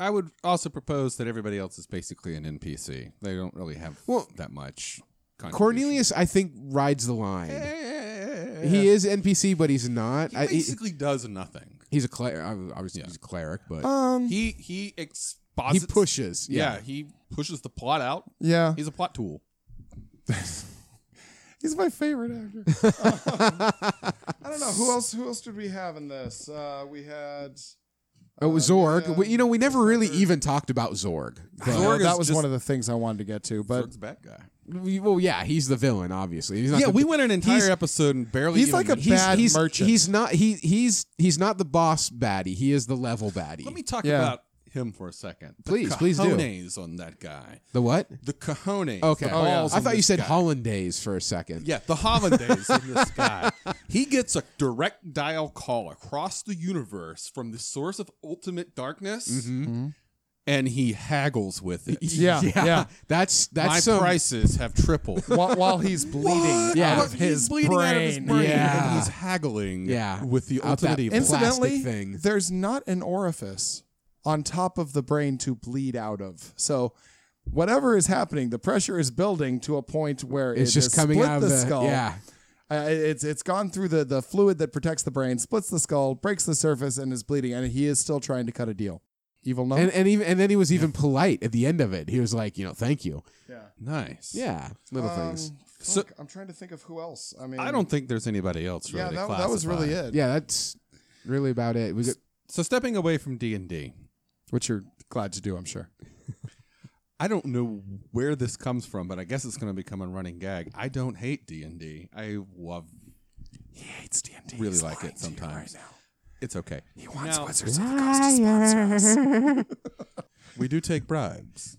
Speaker 2: I would also propose that everybody else is basically an NPC. They don't really have
Speaker 4: Well,
Speaker 2: that much.
Speaker 4: Cornelius, I think, rides the line. He is NPC, but he's not.
Speaker 2: He
Speaker 4: I, he-
Speaker 2: basically does nothing.
Speaker 4: he's a cleric. Obviously, he's a cleric, but
Speaker 3: Um.
Speaker 2: He he exposits.
Speaker 4: he pushes.
Speaker 2: Yeah.
Speaker 4: Yeah.
Speaker 2: he pushes the plot out.
Speaker 3: Yeah.
Speaker 2: He's a plot tool.
Speaker 3: He's my favorite actor. I don't know who else. Who else did we have in this? Uh, we had.
Speaker 4: Oh,
Speaker 2: Uh,
Speaker 4: Zorg.
Speaker 3: yeah.
Speaker 4: We- you know, we never really even talked about Zorg. but-
Speaker 2: Zorg is
Speaker 3: that was
Speaker 2: just-
Speaker 3: one of the things I wanted to get to, but
Speaker 2: Zorg's a bad guy.
Speaker 4: Well, yeah, he's the villain, obviously. He's not
Speaker 2: Yeah,
Speaker 4: the-
Speaker 2: we went an entire
Speaker 4: he's-
Speaker 2: episode and barely.
Speaker 3: he's
Speaker 2: even
Speaker 3: like a
Speaker 2: mentioned-
Speaker 3: bad
Speaker 4: he's,
Speaker 3: merchant.
Speaker 4: He's not he he's he's not the boss baddie. He is the level baddie.
Speaker 2: Let me talk
Speaker 3: Yeah.
Speaker 2: about him for a second. The
Speaker 4: Please, please do.
Speaker 2: cojones on that guy.
Speaker 4: The what?
Speaker 2: The cojones.
Speaker 4: Okay.
Speaker 2: the
Speaker 4: Oh,
Speaker 2: balls
Speaker 4: I
Speaker 2: in
Speaker 4: thought you
Speaker 2: Oh, this
Speaker 4: said
Speaker 2: guy.
Speaker 4: hollandaise for a second.
Speaker 2: Yeah, the Hollandaise in this guy. He gets a direct dial call across the universe from the source of ultimate darkness,
Speaker 4: Mm-hmm.
Speaker 2: Mm-hmm. and he haggles with it.
Speaker 3: Yeah, yeah.
Speaker 4: That's that's
Speaker 2: My
Speaker 4: some-
Speaker 2: prices have tripled.
Speaker 3: While, while he's bleeding,
Speaker 4: Yeah.
Speaker 3: out of
Speaker 2: He's
Speaker 3: his
Speaker 2: bleeding
Speaker 3: brain.
Speaker 2: out of his brain.
Speaker 4: Yeah.
Speaker 2: and he's haggling.
Speaker 4: Yeah.
Speaker 2: with the
Speaker 4: Out that
Speaker 2: ultimate evil.
Speaker 4: plastic
Speaker 3: Incidentally,
Speaker 4: thing.
Speaker 3: there's not an orifice on top of the brain to bleed out of. So, whatever is happening, the pressure is building to a point where
Speaker 4: It's
Speaker 3: it
Speaker 4: just
Speaker 3: has
Speaker 4: coming
Speaker 3: split
Speaker 4: out of
Speaker 3: the,
Speaker 4: the-
Speaker 3: skull.
Speaker 4: yeah.
Speaker 3: Uh, it's it's gone through the the fluid that protects the brain, splits the skull, breaks the surface, and is bleeding. And he is still trying to cut a deal. Evil no.
Speaker 4: and and even and then he was even polite at the end of it. He was like, you know, thank you.
Speaker 2: Nice.
Speaker 4: Yeah, little
Speaker 3: Um,
Speaker 4: things.
Speaker 2: So-
Speaker 3: I'm trying to think of who else. I mean,
Speaker 2: I don't think there's anybody else. Really
Speaker 3: Yeah,
Speaker 2: to
Speaker 3: that, that was really
Speaker 2: classify.
Speaker 3: it.
Speaker 4: Yeah, that's really about it. We got,
Speaker 2: So stepping away from D and D,
Speaker 3: which you're glad to do, I'm sure.
Speaker 2: I don't know where this comes from, but I guess it's going to become a running gag. I don't hate D and D. I love. He hates D and D. Really like it sometimes. It's okay. He wants Wizards of the Coast to sponsor us. we do take bribes.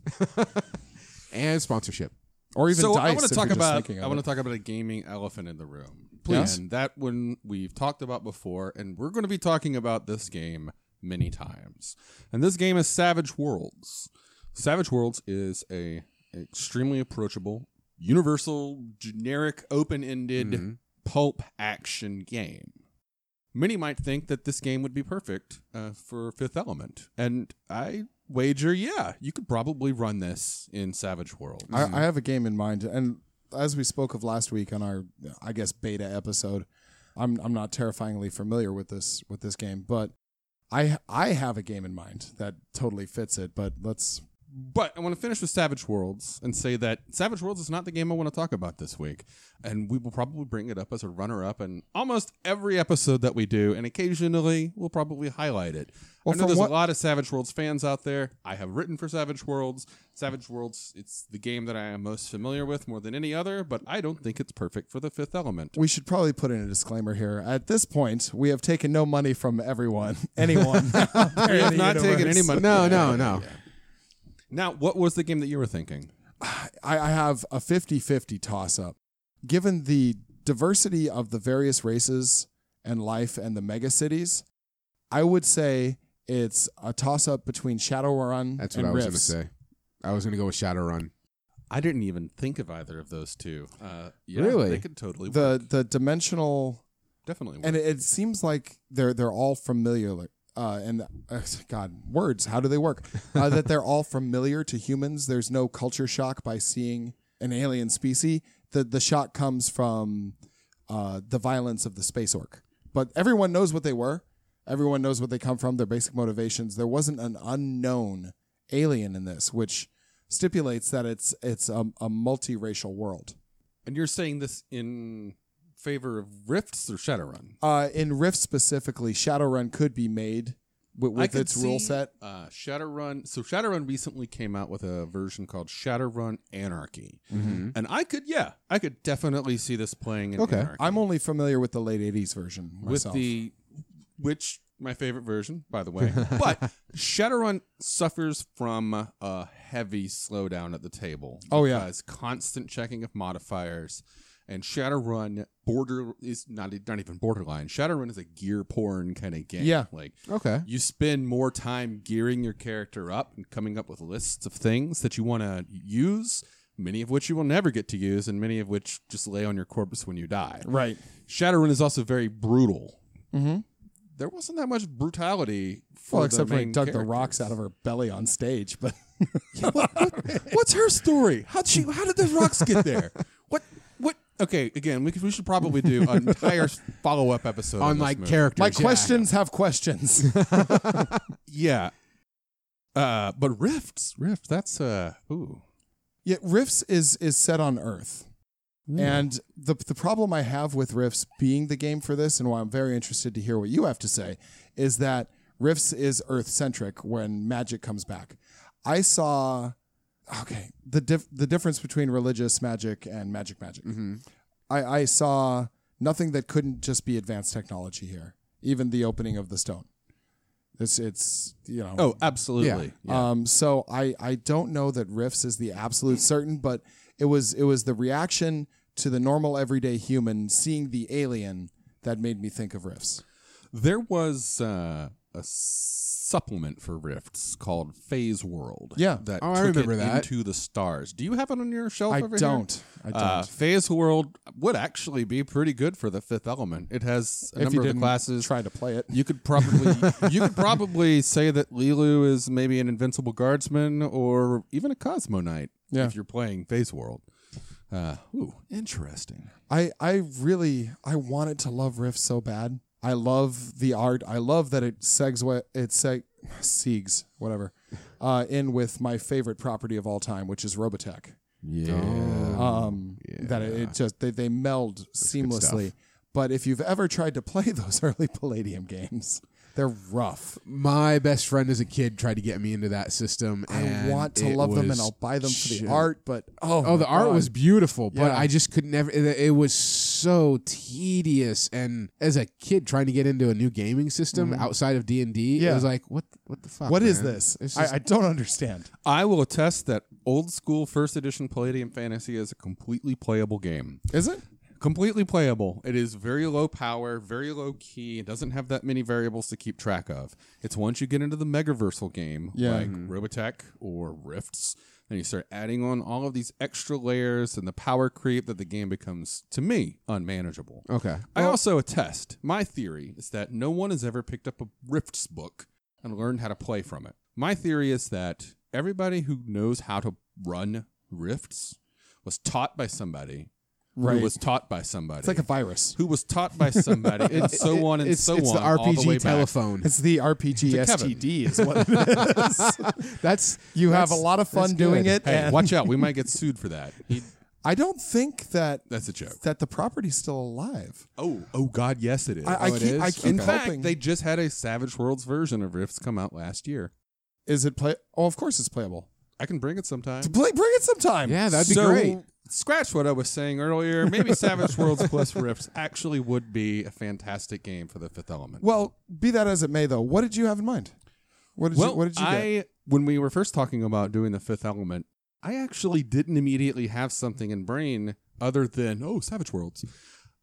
Speaker 4: and sponsorship.
Speaker 3: Or even
Speaker 2: so
Speaker 3: dice.
Speaker 2: I want to
Speaker 3: if
Speaker 2: talk
Speaker 3: you're just
Speaker 2: about
Speaker 3: thinking
Speaker 2: I
Speaker 3: of
Speaker 2: want
Speaker 3: it.
Speaker 2: to talk about a gaming elephant in the room,
Speaker 3: Please.
Speaker 2: And that one we've talked about before, and we're going to be talking about this game many times. And this game is Savage Worlds. Savage Worlds is a extremely approachable, universal, generic, open-ended
Speaker 3: Mm-hmm.
Speaker 2: pulp action game. Many might think that this game would be perfect uh, for Fifth Element, and I wager, yeah, you could probably run this in Savage Worlds.
Speaker 3: I, I have a game in mind, and as we spoke of last week on our, I guess, beta episode, I'm I'm not terrifyingly familiar with this with this game, but I I have a game in mind that totally fits it. But let's
Speaker 2: But I want to finish with Savage Worlds and say that Savage Worlds is not the game I want to talk about this week. And we will probably bring it up as a runner up in almost every episode that we do. And occasionally, we'll probably highlight it. I know
Speaker 3: from
Speaker 2: there's
Speaker 3: what-
Speaker 2: a lot of Savage Worlds fans out there. I have written for Savage Worlds. Savage Worlds, it's the game that I am most familiar with more than any other, but I don't think it's perfect for the fifth element.
Speaker 3: we should probably put in a disclaimer here. At this point, we have taken no money from everyone, anyone. we
Speaker 2: have not taken any money.
Speaker 4: No, no, no.
Speaker 2: Now, what was the game that you were thinking?
Speaker 3: I, I have a 50 50 toss up. Given the diversity of the various races and life and the mega cities, I would say it's a toss up between Shadowrun
Speaker 4: That's what
Speaker 3: and
Speaker 4: I was
Speaker 3: Rifts.
Speaker 4: going to say. I was going to go with Shadowrun.
Speaker 2: I didn't even think of either of those two. Uh, yeah,
Speaker 4: Really?
Speaker 2: They could totally work.
Speaker 3: The, the dimensional,
Speaker 2: Definitely. work.
Speaker 3: and it, it seems like they're, they're all familiar. Uh, and uh, God, words, how do they work? Uh, that they're all familiar to humans. There's no culture shock by seeing an alien species. The, the shock comes from uh, the violence of the space orc. But everyone knows what they were. Everyone knows what they come from, their basic motivations. There wasn't an unknown alien in this, which stipulates that it's it's a, a multiracial world.
Speaker 2: And you're saying this in favor of Rifts or Shadowrun?
Speaker 3: Uh, in Rift specifically, Shadowrun could be made with, with
Speaker 2: could
Speaker 3: its rule
Speaker 2: see,
Speaker 3: set.
Speaker 2: Uh, Shadowrun. So Shadowrun recently came out with a version called Shadowrun Anarchy,
Speaker 3: Mm-hmm.
Speaker 2: and I could, yeah, I could definitely see this playing in Anarchy
Speaker 3: I'm only familiar with the late '80s version
Speaker 2: with
Speaker 3: myself.
Speaker 2: the which my favorite version, by the way. but Shadowrun suffers from a heavy slowdown at the table.
Speaker 3: Oh, yeah.
Speaker 2: because constant checking of modifiers. And Shadowrun border is not not even borderline. Shadowrun is a gear porn kind of game.
Speaker 3: Yeah.
Speaker 2: like
Speaker 4: Okay.
Speaker 2: you spend more time gearing your character up and coming up with lists of things that you want to use, many of which you will never get to use, and many of which just lay on your corpse when you die.
Speaker 3: right.
Speaker 2: Shadowrun is also very brutal. Mm-hmm. There wasn't that much brutality for
Speaker 3: Well,
Speaker 2: the
Speaker 3: except when
Speaker 2: main
Speaker 3: he dug the
Speaker 2: character.
Speaker 3: rocks out of her belly on stage, but
Speaker 2: What's her story? How'd she? How did the rocks get there? what? What? Okay, again, we, could, we should probably do an entire follow up episode
Speaker 4: On
Speaker 2: this
Speaker 4: like
Speaker 2: movie.
Speaker 4: characters.
Speaker 3: my
Speaker 4: yeah.
Speaker 3: questions have questions.
Speaker 2: Yeah. Uh, but rifts, rifts. That's uh, ooh.
Speaker 3: Yet Rifts is is set on Earth. And the the problem I have with Rifts being the game for this, and why I'm very interested to hear what you have to say, is that Rifts is Earth centric when magic comes back. I saw, okay, the dif- the difference between religious magic and magic magic. I, I saw nothing that couldn't just be advanced technology here. Even the opening of the stone It's it's you know
Speaker 2: Oh, absolutely.
Speaker 3: Um, so I I don't know that riffs is the absolute certain, but it was it was the reaction to the normal everyday human seeing the alien that made me think of riffs.
Speaker 2: There was uh, a supplement for rifts called Phase World.
Speaker 3: Yeah.
Speaker 2: that
Speaker 4: Oh, I
Speaker 2: took
Speaker 4: remember
Speaker 2: it
Speaker 4: that.
Speaker 2: into the stars. Do you have it on your shelf?
Speaker 3: I
Speaker 2: over here?
Speaker 3: don't. I don't.
Speaker 2: Uh, Phase World would actually be pretty good for the Fifth Element. It has a
Speaker 3: if
Speaker 2: number
Speaker 3: you
Speaker 2: of the
Speaker 3: didn't
Speaker 2: classes.
Speaker 3: try to play it.
Speaker 2: you could probably you could probably say that Lilu is maybe an invincible guardsman or even a Cosmonite
Speaker 3: Yeah.
Speaker 2: if you're playing Phase World. Uh, ooh, interesting.
Speaker 3: I I really I wanted to love riffs so bad. I love the art. I love that it segs it seg segs whatever uh, in with my favorite property of all time, which is Robotech.
Speaker 2: Yeah.
Speaker 3: um,
Speaker 4: Mm,
Speaker 3: that it, it just they, they meld seamlessly. But if you've ever tried to play those early Palladium games, they're rough.
Speaker 4: My best friend as a kid tried to get me into that system.
Speaker 3: I
Speaker 4: and
Speaker 3: want to
Speaker 4: it
Speaker 3: love them,
Speaker 4: was
Speaker 3: and I'll buy them for the
Speaker 4: ju-
Speaker 3: art. But oh,
Speaker 4: Oh, the
Speaker 3: my
Speaker 4: art
Speaker 3: God.
Speaker 4: was beautiful, but
Speaker 3: Yeah.
Speaker 4: I just could never. It, it was so tedious, and as a kid trying to get into a new gaming system outside of D and D, it
Speaker 3: Mm-hmm. Yeah.
Speaker 4: was like, what, what the fuck?
Speaker 3: What is
Speaker 4: man?
Speaker 3: this?
Speaker 4: It's just-
Speaker 3: I, I don't understand.
Speaker 2: I will attest that old school first edition Palladium Fantasy is a completely playable game.
Speaker 3: Is it?
Speaker 2: Completely playable. It is very low power, very low key. It doesn't have that many variables to keep track of. It's once you get into the megaversal game,
Speaker 3: Yeah.
Speaker 2: like
Speaker 3: Mm-hmm.
Speaker 2: Robotech or Rifts, and you start adding on all of these extra layers and the power creep that the game becomes, to me, unmanageable.
Speaker 4: okay.
Speaker 2: I also attest. My theory is that no one has ever picked up a Rifts book and learned how to play from it. My theory is that everybody who knows how to run Rifts was taught by somebody
Speaker 3: Right.
Speaker 2: who was taught by somebody
Speaker 3: It's like a virus.
Speaker 2: who was taught by somebody and so on and
Speaker 4: it's,
Speaker 2: so
Speaker 4: it's
Speaker 2: on.
Speaker 4: the
Speaker 2: all
Speaker 4: RPG
Speaker 2: the way back.
Speaker 4: telephone.
Speaker 3: It's the RPG
Speaker 2: It's a Kevin.
Speaker 3: STD is what it is.
Speaker 4: That's
Speaker 3: you have
Speaker 4: that's-
Speaker 3: a lot of fun
Speaker 4: that's
Speaker 3: doing
Speaker 4: good.
Speaker 3: it.
Speaker 2: Hey,
Speaker 3: and
Speaker 2: watch out. We might get sued for that. He,
Speaker 3: I don't think that
Speaker 2: that's a joke.
Speaker 3: that the property's still alive.
Speaker 2: Oh, oh God, yes it is.
Speaker 3: I, I
Speaker 4: Oh, it
Speaker 3: keep, I
Speaker 4: is?
Speaker 3: keep
Speaker 2: In
Speaker 3: hoping.
Speaker 2: fact, they just had a Savage Worlds version of Rifts come out last year.
Speaker 3: is it play? Oh, of course it's playable.
Speaker 2: I can bring it sometime.
Speaker 3: Play, bring it sometime.
Speaker 4: Yeah, that'd be
Speaker 2: so,
Speaker 4: great.
Speaker 2: Scratch what I was saying earlier. Maybe Savage Worlds plus Rifts actually would be a fantastic game for the Fifth Element.
Speaker 3: Well, be that as it may, though, what did you have in mind? What did you What did you
Speaker 2: I
Speaker 3: get?
Speaker 2: when we were first talking about doing the Fifth Element, I actually didn't immediately have something in brain other than oh Savage Worlds,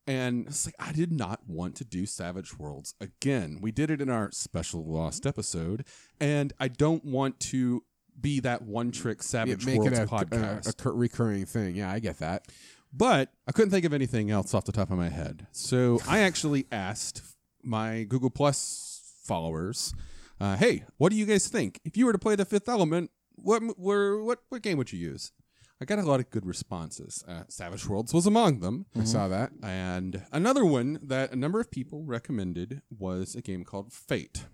Speaker 2: and it's like I did not want to do Savage Worlds again. We did it in our special lost episode, and I don't want to be that one trick
Speaker 4: Yeah,
Speaker 2: Savage
Speaker 4: make
Speaker 2: Worlds
Speaker 4: it a,
Speaker 2: podcast.
Speaker 4: a, a cur- recurring thing. Yeah, I get that.
Speaker 2: But I couldn't think of anything else off the top of my head. So I actually asked my Google Plus followers, uh, "Hey, what do you guys think? If you were to play The Fifth Element, what m- were what what game would you use?" I got a lot of good responses. Uh, Savage Worlds was among them,
Speaker 4: I saw that.
Speaker 2: and another one that a number of people recommended was a game called Fate.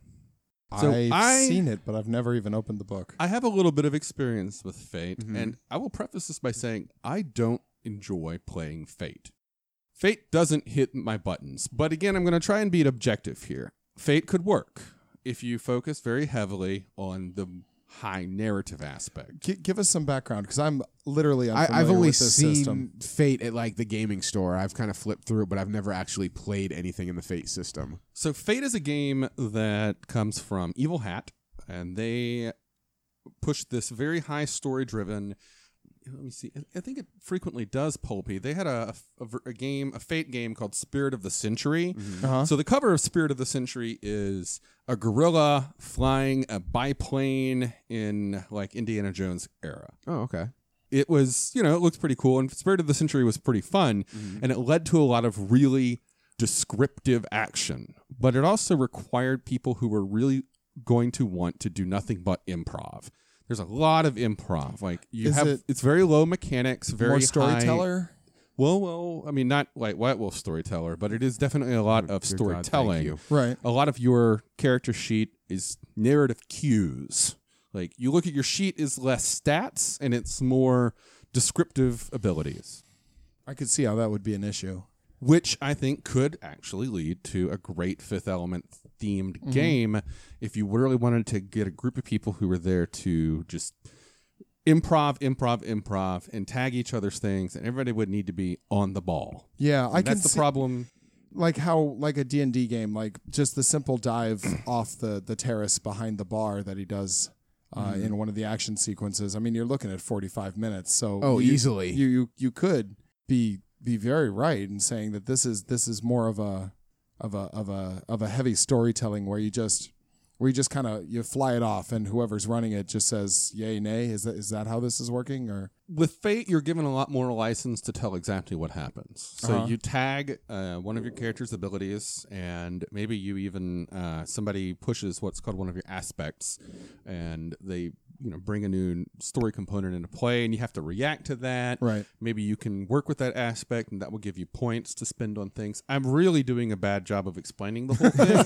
Speaker 2: So
Speaker 3: I've
Speaker 2: I-
Speaker 3: seen it, but I've never even opened the book.
Speaker 2: I have a little bit of experience with Fate, and I will preface this by saying I don't enjoy playing Fate. Fate doesn't hit my buttons, but again, I'm going to try and be objective here. Fate could work if you focus very heavily on the high narrative aspect.
Speaker 3: G- give us some background because I'm literally
Speaker 4: I,
Speaker 3: unfamiliar
Speaker 4: I've only
Speaker 3: with this
Speaker 4: seen
Speaker 3: system.
Speaker 4: Fate at like the gaming store. I've kind of flipped through it, but I've never actually played anything in the Fate system.
Speaker 2: So, Fate is a game that comes from Evil Hat, and they push this very high story driven. Let me see. I- I think it frequently does pulpy. They had a, a, ver- a game, a Fate game called Spirit of the Century.
Speaker 3: Uh-huh.
Speaker 2: So the cover of Spirit of the Century is a gorilla flying a biplane in like Indiana Jones era
Speaker 4: Oh, okay.
Speaker 2: it was you know it looks pretty cool and spirit of the century was pretty fun
Speaker 3: Mm-hmm.
Speaker 2: and it led to a lot of really descriptive action but it also required people who were really going to want to do nothing but improv there's a lot of improv like you
Speaker 3: Is
Speaker 2: have
Speaker 3: it-
Speaker 2: it's very low mechanics very
Speaker 3: More
Speaker 2: high-
Speaker 3: storyteller.
Speaker 2: well well i mean not like white wolf storyteller but it is definitely a lot of
Speaker 4: Dear God, thank
Speaker 2: storytelling
Speaker 4: you.
Speaker 3: Right.
Speaker 2: a lot of your character sheet is narrative cues. Like you look at your sheet is less stats and it's more descriptive abilities,
Speaker 3: I could see how that would be an issue.
Speaker 2: which I think could actually lead to a great fifth element themed
Speaker 3: Mm-hmm.
Speaker 2: game if you really wanted to get a group of people who were there to just improv, improv, improv and tag each other's things and everybody would need to be on the ball.
Speaker 3: Yeah, I
Speaker 2: And
Speaker 3: can
Speaker 2: that's the
Speaker 3: see-
Speaker 2: problem
Speaker 3: like how like a D&D game like just the simple dive off the the terrace behind the bar that he does uh,
Speaker 4: Mm-hmm.
Speaker 3: in one of the action sequences. I mean, you're looking at 45 minutes, so
Speaker 4: Oh,
Speaker 3: you-
Speaker 4: easily.
Speaker 3: You you you could be be very right in saying that this is this is more of a of a of a of a heavy storytelling where you just where you just kind of you fly it off and whoever's running it just says yay nay is that is that how this is working or
Speaker 2: with fate you're given a lot more license to tell exactly what happens so
Speaker 3: Uh-huh.
Speaker 2: you tag uh, one of your character's abilities and maybe you even uh, somebody pushes what's called one of your aspects and they you know bring a new story component into play and you have to react to that
Speaker 3: Right.
Speaker 2: maybe you can work with that aspect and that will give you points to spend on things i'm really doing a bad job of explaining the whole thing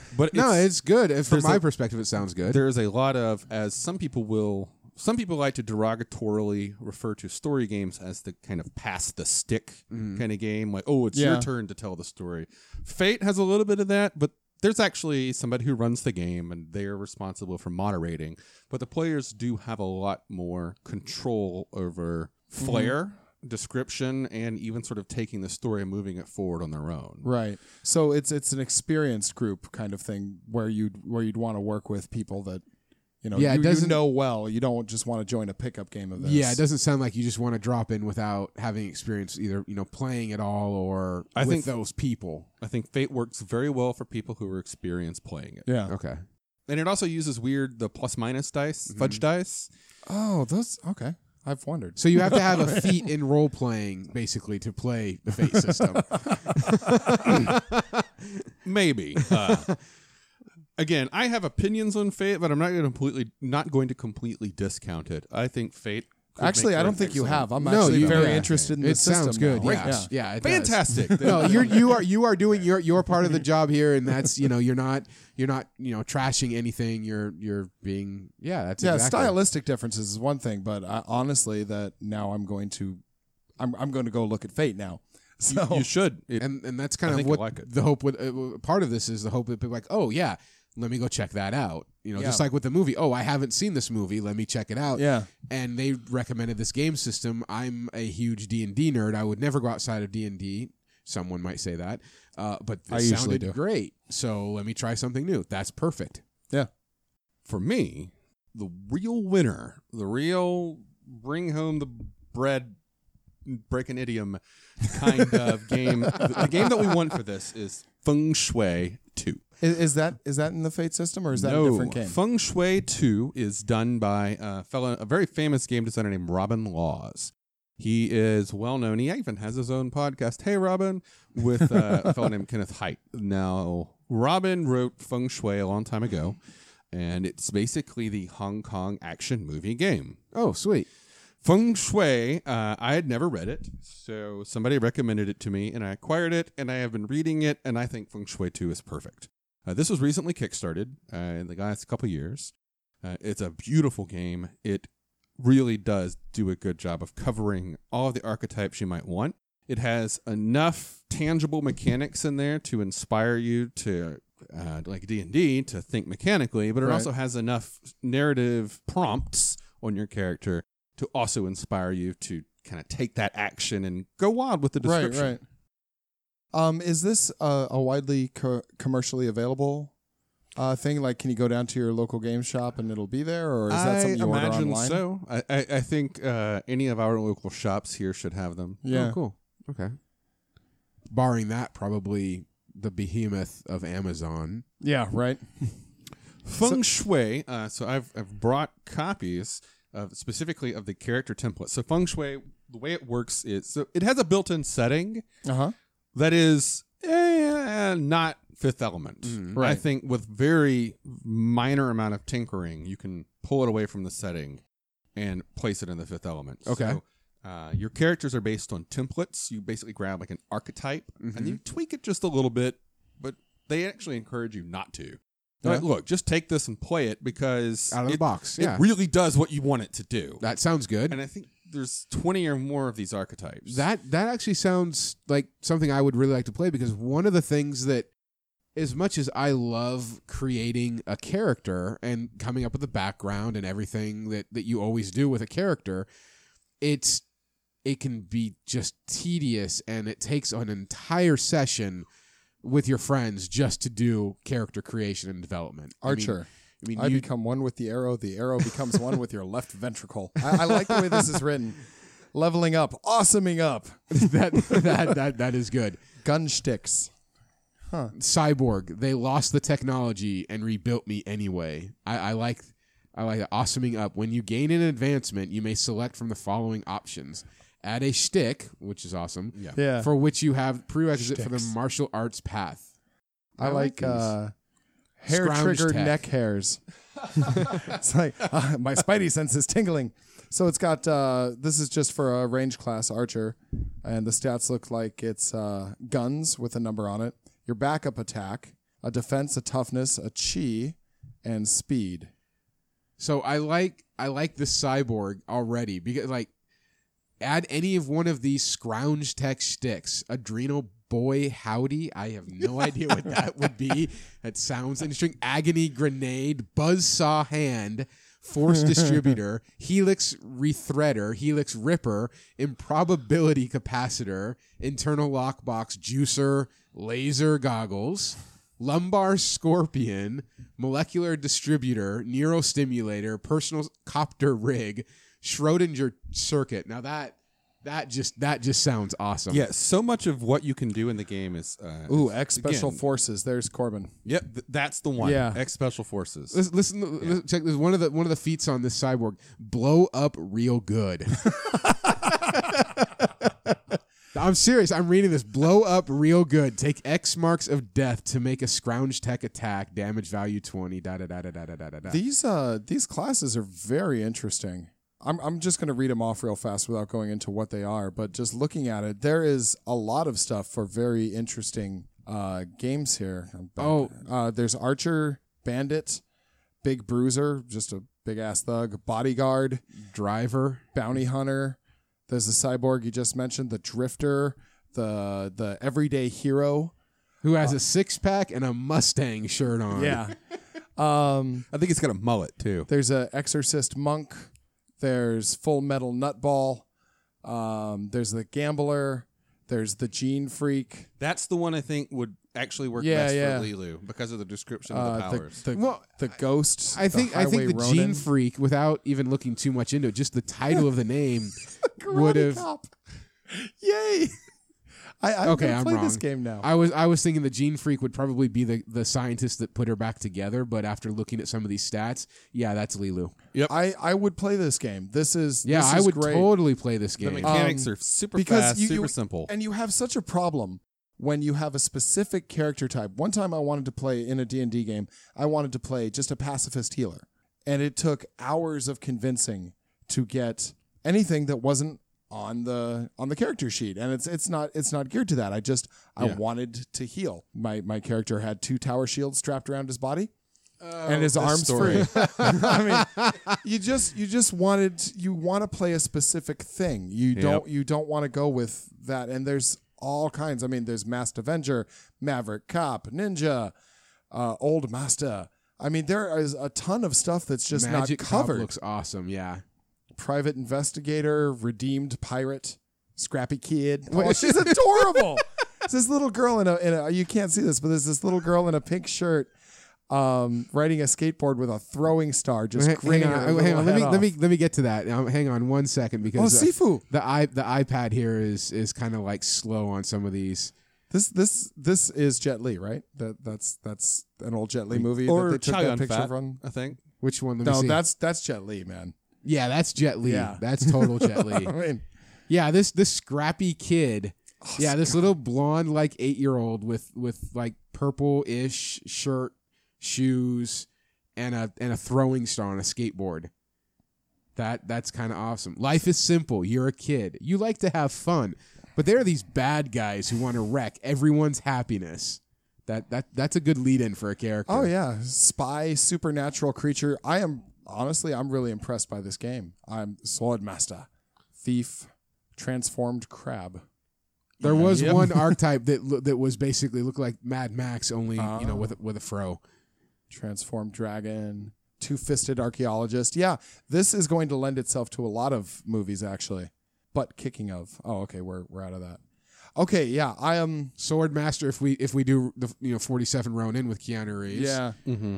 Speaker 2: but
Speaker 4: no, it's good. And From
Speaker 2: there's
Speaker 4: my
Speaker 2: a-
Speaker 4: perspective, it sounds good.
Speaker 2: there is a lot of as some people will some people like to derogatorily refer to story games as the kind of pass the stick kind of game like oh it's
Speaker 3: Yeah.
Speaker 2: your turn to tell the story fate has a little bit of that but there's actually somebody who runs the game and they're responsible for moderating but the players do have a lot more control over flair description and even sort of taking the story and moving it forward on their own
Speaker 3: Right. So it's it's an experienced group kind of thing where you would where you'd want to work with people that you know
Speaker 4: Yeah, it
Speaker 3: you, you
Speaker 4: doesn't-
Speaker 3: know well. You don't just want to join a pickup game of this.
Speaker 4: Yeah, it doesn't sound like you just want to drop in without having experience either, you know, playing at all or
Speaker 2: I
Speaker 4: with
Speaker 2: think-
Speaker 4: those people.
Speaker 2: i think fate works very well for people who are experienced playing it
Speaker 3: Yeah.
Speaker 4: Okay.
Speaker 2: and it also uses weird the plus minus dice,
Speaker 3: Mm-hmm.
Speaker 2: fudge dice.
Speaker 3: Oh, those okay. I've wondered.
Speaker 4: So you have to have a feat in role playing basically to play the fate system.
Speaker 2: Maybe. Uh, again, I have opinions on Fate, but I'm not going to completely not going to completely discount it. I think Fate. could
Speaker 3: Actually,
Speaker 2: make
Speaker 3: I
Speaker 2: for
Speaker 3: don't
Speaker 2: an
Speaker 3: think you
Speaker 2: excellent-
Speaker 3: have. I'm
Speaker 4: No,
Speaker 3: actually
Speaker 4: you-
Speaker 3: very
Speaker 4: yeah.
Speaker 3: interested in
Speaker 4: it
Speaker 3: this
Speaker 4: sounds
Speaker 3: system
Speaker 4: good.
Speaker 3: now.
Speaker 4: Yeah.
Speaker 3: Yeah.
Speaker 4: Yeah. it does.
Speaker 2: Fantastic.
Speaker 4: No, you're you are you are doing your your part of the job here, and that's you know you're not you're not you know trashing anything. You're you're being yeah that's
Speaker 3: Yeah,
Speaker 4: exactly.
Speaker 3: stylistic differences is one thing, but I, honestly, that now I'm going to, I'm, I'm going to go look at Fate now. So
Speaker 2: You should. It-
Speaker 4: and and that's kind
Speaker 2: I
Speaker 4: of
Speaker 2: think I
Speaker 4: what
Speaker 2: like it.
Speaker 4: the hope with uh, part of this is the hope that people are like oh yeah let me go check that out you know just
Speaker 3: Yeah.
Speaker 4: like with the movie oh I haven't seen this movie let me check it out
Speaker 3: Yeah.
Speaker 4: and they recommended this game system I'm a huge D and D nerd I would never go outside of D and D someone might say that uh, but it
Speaker 3: I usually
Speaker 4: sounded
Speaker 3: do.
Speaker 4: great so let me try something new that's perfect
Speaker 2: for me, the real winner, the real bring home the bread, break an idiom kind of game. The, the game that we want for this is Feng Shui Two.
Speaker 3: is, is that is that in the Fate system or is that
Speaker 2: no,
Speaker 3: a different game?
Speaker 2: Feng Shui 2 is done by a fellow, a very famous game designer named Robin Laws. He is well known. He even has his own podcast, Hey Robin, with uh, a fellow named Kenneth Height. Now, Robin wrote Feng Shui a long time ago, and it's basically the Hong Kong action movie game.
Speaker 4: oh sweet
Speaker 2: Feng Shui, uh, I had never read it, so somebody recommended it to me, and I acquired it, and I have been reading it, and I think Feng Shui 2 is perfect. Uh, this was recently kickstarted uh, in the last couple years. Uh, it's a beautiful game. It really does do a good job of covering all the archetypes you might want. It has enough tangible mechanics in there to inspire you to, uh, like D and D, to think mechanically, but it
Speaker 3: Right.
Speaker 2: also has enough narrative prompts on your character to also inspire you to kind of take that action and go wild with the description.
Speaker 3: Right, right. Um, is this uh, a widely co- commercially available uh, thing? Like, can you go down to your local game shop and it'll be there, or is that something you
Speaker 2: I
Speaker 3: order
Speaker 2: imagine
Speaker 3: online?
Speaker 4: Oh,
Speaker 2: so. I, I, I think uh, any of our local shops here should have them.
Speaker 3: Yeah.
Speaker 4: oh cool okay barring that probably the behemoth of Amazon
Speaker 3: Yeah. Right.
Speaker 2: Feng Shui. Uh, so I've, I've brought copies of specifically of the character template. So Feng Shui, the way it works is so it has a built-in setting
Speaker 3: Uh huh.
Speaker 2: that is eh, not Fifth Element.
Speaker 4: Mm-hmm.
Speaker 2: I
Speaker 3: right.
Speaker 2: think with very minor amount of tinkering, you can pull it away from the setting and place it in the Fifth Element.
Speaker 4: Okay.
Speaker 2: So, uh, your characters are based on templates. You basically grab like an archetype and
Speaker 4: Mm-hmm.
Speaker 2: you tweak it just a little bit, but they actually encourage you not to. They're like, look, just take this and play it because
Speaker 4: out of the
Speaker 2: it-
Speaker 4: box
Speaker 2: it
Speaker 4: yeah
Speaker 2: really does what you want it to do.
Speaker 4: that sounds good
Speaker 2: and I think there's 20 or more of these archetypes.
Speaker 4: That that actually sounds like something I would really like to play because one of the things that as much as I love creating a character and coming up with the background and everything that that you always do with a character, it's it can be just tedious and it takes an entire session with your friends just to do character creation and development. I mean-
Speaker 3: Archer.
Speaker 4: I mean,
Speaker 3: I,
Speaker 4: you,
Speaker 3: become one with the arrow. The arrow becomes one with your left ventricle. I, I like the way this is written. Leveling up, awesoming up,
Speaker 4: that, that that that is good.
Speaker 3: gun sticks.
Speaker 4: Cyborg, they lost the technology and rebuilt me anyway. I, I like I like that. awesoming up. When you gain an advancement, you may select from the following options. Add a stick, which is awesome.
Speaker 3: Yeah.
Speaker 4: For which you have prerequisite for the martial arts path.
Speaker 3: I, like,
Speaker 4: these.
Speaker 3: uh, hair
Speaker 4: Scrounge
Speaker 3: trigger
Speaker 4: tech.
Speaker 3: neck hairs. it's like uh, my spidey sense is tingling. So it's got uh, this is just for a range class archer, and the stats look like it's uh, guns with a number on it, your backup attack, a defense, a toughness, a chi, and speed.
Speaker 4: So I like I like the cyborg already because like add any of one of these scrounge tech sticks, adrenal boy howdy. I have no idea what that would be. That sounds interesting. Agony grenade, buzzsaw hand, force distributor, helix rethreader, helix ripper, improbability capacitor, internal lockbox juicer, laser goggles lumbar scorpion, molecular distributor, neurostimulator, personal copter rig, Schrodinger circuit. Now that that just that just sounds awesome.
Speaker 2: Yeah, so much of what you can do in the game is. Uh,
Speaker 3: Ooh, X Special
Speaker 2: Again.
Speaker 3: Forces. There's Corbin.
Speaker 2: Yep, th- that's the one.
Speaker 3: Yeah.
Speaker 2: Ex Special Forces.
Speaker 4: Listen, listen, listen- check this. One of the one of the feats on this cyborg: blow up real good. I'm serious. I'm reading this. Blow up real good. Take X marks of death to make a scrounge tech attack. Damage value twenty. Da da da da da da da da. da.
Speaker 3: These uh these classes are very interesting. I'm I'm just going to read them off real fast without going into what they are, but just looking at it, there is a lot of stuff for very interesting uh games here. I'm back.
Speaker 4: Oh.
Speaker 3: uh there's Archer, Bandit, Big Bruiser, just a big ass thug, Bodyguard,
Speaker 4: Driver.
Speaker 3: Bounty Hunter. There's the cyborg you just mentioned, the Drifter, the the Everyday Hero.
Speaker 4: who has a six pack and a Mustang shirt on.
Speaker 3: um
Speaker 2: I think it's got a mullet, too.
Speaker 3: There's a Exorcist monk. There's Full Metal Nutball. Um, there's the Gambler. There's the Gene Freak.
Speaker 2: That's the one I think would actually work
Speaker 3: Yeah,
Speaker 2: best
Speaker 3: yeah.
Speaker 2: for Lilu because of the description of
Speaker 3: Uh,
Speaker 2: the powers.
Speaker 3: the, the,
Speaker 4: Well,
Speaker 3: the Ghost.
Speaker 4: I think I think the
Speaker 3: Highway
Speaker 4: Gene
Speaker 3: Ronin.
Speaker 4: Freak, without even looking too much into it, just the title of the name would have.
Speaker 3: Yay! I, I'm
Speaker 4: Okay,
Speaker 3: gonna
Speaker 4: I'm
Speaker 3: play this
Speaker 4: wrong.
Speaker 3: game now.
Speaker 4: I was I was thinking the Gene Freak would probably be the the scientist that put her back together, but after looking at some of these stats, yeah, that's Lilu.
Speaker 3: I, I would play this game. This is
Speaker 4: Yeah,
Speaker 3: this
Speaker 4: I
Speaker 3: is
Speaker 4: would
Speaker 3: great.
Speaker 4: totally play this
Speaker 2: the
Speaker 4: game.
Speaker 2: mechanics
Speaker 3: um,
Speaker 2: are super
Speaker 3: because
Speaker 2: fast,
Speaker 3: you-
Speaker 2: super
Speaker 3: you-
Speaker 2: simple.
Speaker 3: And you have such a problem when you have a specific character type. One time I wanted to play in a D&D game, I wanted to play just a pacifist healer. And it took hours of convincing to get anything that wasn't on the on the character sheet and it's it's not it's not geared to that i just i wanted to heal my my character had two tower shields strapped around his body and his arms
Speaker 2: story.
Speaker 3: free Oh, i mean you just you just wanted you want to play a specific thing you don't you don't want to go with that and there's all kinds i mean there's masked avenger maverick cop ninja uh old master i mean there is a ton of stuff that's just
Speaker 4: Magic
Speaker 3: not
Speaker 4: Cop
Speaker 3: covered
Speaker 4: looks awesome. Yeah,
Speaker 3: private investigator, redeemed pirate, scrappy kid. Oh, she's adorable. it's this little girl in a, in a you can't see this, but there's this little girl in a pink shirt um, riding a skateboard with a throwing star, just
Speaker 4: Hang-
Speaker 3: grinning.
Speaker 4: hang on,
Speaker 3: her
Speaker 4: hang
Speaker 3: little
Speaker 4: on, Let me
Speaker 3: head
Speaker 4: let me
Speaker 3: off.
Speaker 4: let me get to that. Um, hang on one second
Speaker 3: Oh,
Speaker 4: because uh,
Speaker 3: Sifu!
Speaker 4: the i the iPad here is is kind of like slow on some of these.
Speaker 3: This this this is Jet Li, right? That that's that's an old Jet Li movie that they took
Speaker 2: Chow
Speaker 3: that
Speaker 2: Yun
Speaker 3: picture
Speaker 2: Fat,
Speaker 3: from.
Speaker 2: I think.
Speaker 4: Which one? Let me
Speaker 3: No,
Speaker 4: see.
Speaker 3: that's that's Jet Li, man.
Speaker 4: Yeah, that's Jet Li.
Speaker 3: Yeah.
Speaker 4: That's total Jet Li.
Speaker 3: I mean,
Speaker 4: Yeah, this this scrappy kid. yeah, this little blonde like eight year old with with like purple ish shirt, shoes, and a and a throwing star on a skateboard. That that's kind of awesome. Life is simple. You're a kid. You like to have fun, but there are these bad guys who want to wreck everyone's happiness. That that that's a good lead in for a character.
Speaker 3: oh yeah, spy, supernatural creature. I am honestly, I'm really impressed by this game. I'm Swordmaster, thief, transformed crab.
Speaker 4: There was
Speaker 2: Yep.
Speaker 4: one archetype that lo- that was basically looked like Mad Max, only you
Speaker 3: Oh.
Speaker 4: know with a, with a fro.
Speaker 3: transformed dragon, two fisted archaeologist. Yeah, this is going to lend itself to a lot of movies actually, but kicking of. Oh, okay, we're we're out of that. Okay, yeah, I am. Um,
Speaker 4: Swordmaster. If we if we do the you know forty seven Ronin with Keanu Reeves.
Speaker 3: yeah,
Speaker 2: Mm-hmm.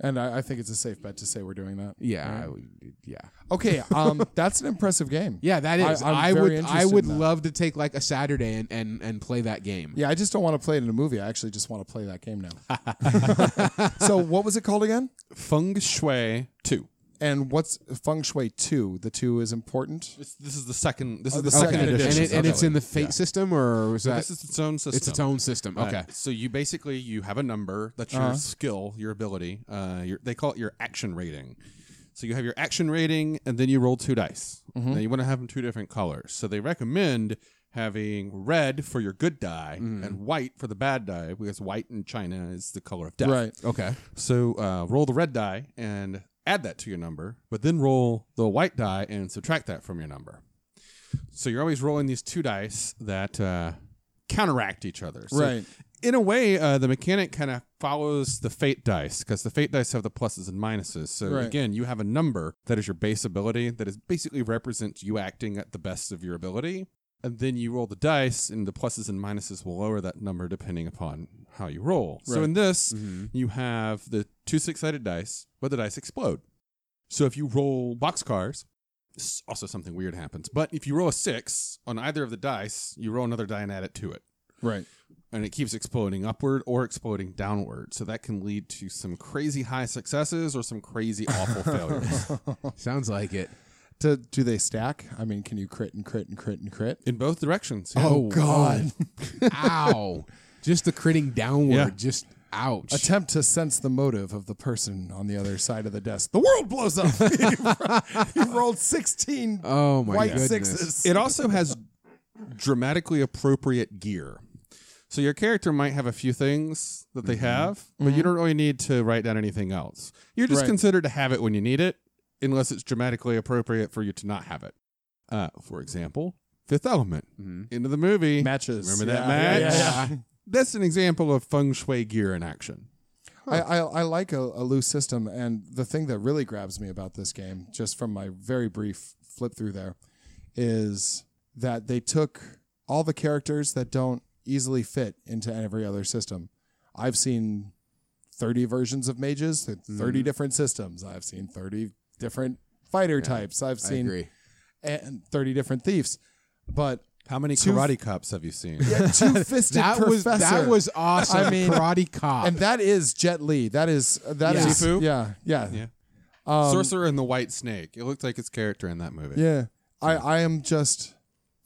Speaker 3: and I, I think it's a safe bet to say we're doing that.
Speaker 4: Yeah. I would- yeah.
Speaker 3: Okay, um, that's an impressive game.
Speaker 4: Yeah. That is.
Speaker 3: I- I'm
Speaker 4: I,
Speaker 3: very
Speaker 4: would.
Speaker 3: interested
Speaker 4: I would
Speaker 3: in that.
Speaker 4: love to take like a Saturday and and and play that game.
Speaker 3: Yeah, I just don't want to play it in a movie. I actually just want to play that game now. so, what was it called again?
Speaker 2: Feng Shui Two.
Speaker 3: And what's Feng Shui 2? The 2 is important.
Speaker 2: This, this is the second. This
Speaker 3: Oh,
Speaker 2: is
Speaker 3: the
Speaker 2: the
Speaker 3: second
Speaker 2: second
Speaker 3: edition.
Speaker 2: edition.
Speaker 4: And, it, and it's
Speaker 2: Okay.
Speaker 4: in the Fate system, or is that?
Speaker 2: This is its own system.
Speaker 4: it's its own system.
Speaker 2: Uh,
Speaker 4: Okay.
Speaker 2: so you basically you have a number that's
Speaker 3: Uh-huh.
Speaker 2: your skill, your ability. Uh, your, they call it your action rating. So you have your action rating, and then you roll two dice.
Speaker 3: Mm-hmm.
Speaker 2: Now you want to have them two different colors. So they recommend having red for your good die
Speaker 3: Mm.
Speaker 2: and white for the bad die because white in China is the color of death.
Speaker 3: Right.
Speaker 4: Okay.
Speaker 2: So uh, roll the red die and add that to your number, but then roll the white die and subtract that from your number. So you're always rolling these two dice that uh, counteract each other. So
Speaker 3: Right.
Speaker 2: In a way, uh, the mechanic kind of follows the fate dice because the fate dice have the pluses and minuses. So
Speaker 3: Right.
Speaker 2: again, you have a number that is your base ability that is basically represents you acting at the best of your ability. And then you roll the dice, and the pluses and minuses will lower that number depending upon how you roll. So
Speaker 3: Right. Mm-hmm.
Speaker 2: in this, you have the two six sided dice, but the dice explode. So if you roll boxcars, s- also something weird happens. But if you roll a six on either of the dice, you roll another die and add it to it.
Speaker 3: Right.
Speaker 2: And it keeps exploding upward or exploding downward. So that can lead to some crazy high successes or some crazy awful failures.
Speaker 4: Sounds like it.
Speaker 3: Do, do they stack? I mean, can you crit and crit and crit and crit?
Speaker 2: In both directions. yeah.
Speaker 3: Oh, God.
Speaker 4: Ow. just the critting downward.
Speaker 2: Yeah.
Speaker 4: Just ouch.
Speaker 3: Attempt to sense the motive of the person on the other side of the desk. The world blows up. you rolled 16
Speaker 4: oh my
Speaker 3: white
Speaker 4: goodness.
Speaker 3: sixes.
Speaker 2: It also has dramatically appropriate gear. So your character might have a few things that they have, but you don't really need to write down anything else. You're just
Speaker 3: Right.
Speaker 2: considered to have it when you need it, unless it's dramatically appropriate for you to not have it. Uh, for example, Fifth Element, into the movie.
Speaker 3: matches.
Speaker 2: Remember that
Speaker 3: Yeah,
Speaker 2: match?
Speaker 3: yeah, yeah, yeah.
Speaker 2: That's an example of feng shui gear in action.
Speaker 3: I, I, I like a, a loose system, and the thing that really grabs me about this game, just from my very brief flip through there, is that they took all the characters that don't easily fit into every other system. I've seen 30 versions of mages, 30
Speaker 4: Mm-hmm.
Speaker 3: different systems. I've seen 30 different fighter types. I've
Speaker 4: I
Speaker 3: seen
Speaker 4: agree.
Speaker 3: and 30 different thieves. But
Speaker 2: How many
Speaker 3: Two-
Speaker 2: karate cups have you seen?
Speaker 3: two-fisted
Speaker 4: That was
Speaker 3: professor.
Speaker 4: that was awesome.
Speaker 3: I mean-
Speaker 4: Karate Cop.
Speaker 3: and that is Jet Li. That is that is
Speaker 4: Yeah.
Speaker 2: Sifu?
Speaker 3: yeah, yeah.
Speaker 2: Yeah. Sorcerer and the White Snake. It looked like its character in that movie.
Speaker 3: Yeah. I, I am just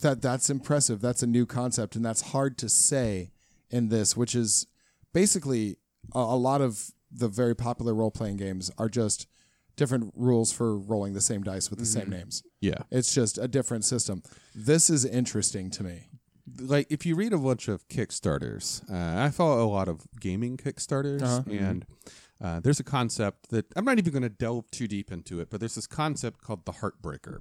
Speaker 3: that that's impressive. That's a new concept and that's hard to say in this, which is basically a, a lot of the very popular role playing games are just different rules for rolling the same dice with the same names.
Speaker 2: yeah.
Speaker 3: It's just a different system. This is interesting to me.
Speaker 2: like if you read a bunch of Kickstarters, uh, I follow a lot of gaming Kickstarters, and uh, there's a concept that I'm not even going to delve too deep into it, but there's this concept called the heartbreaker.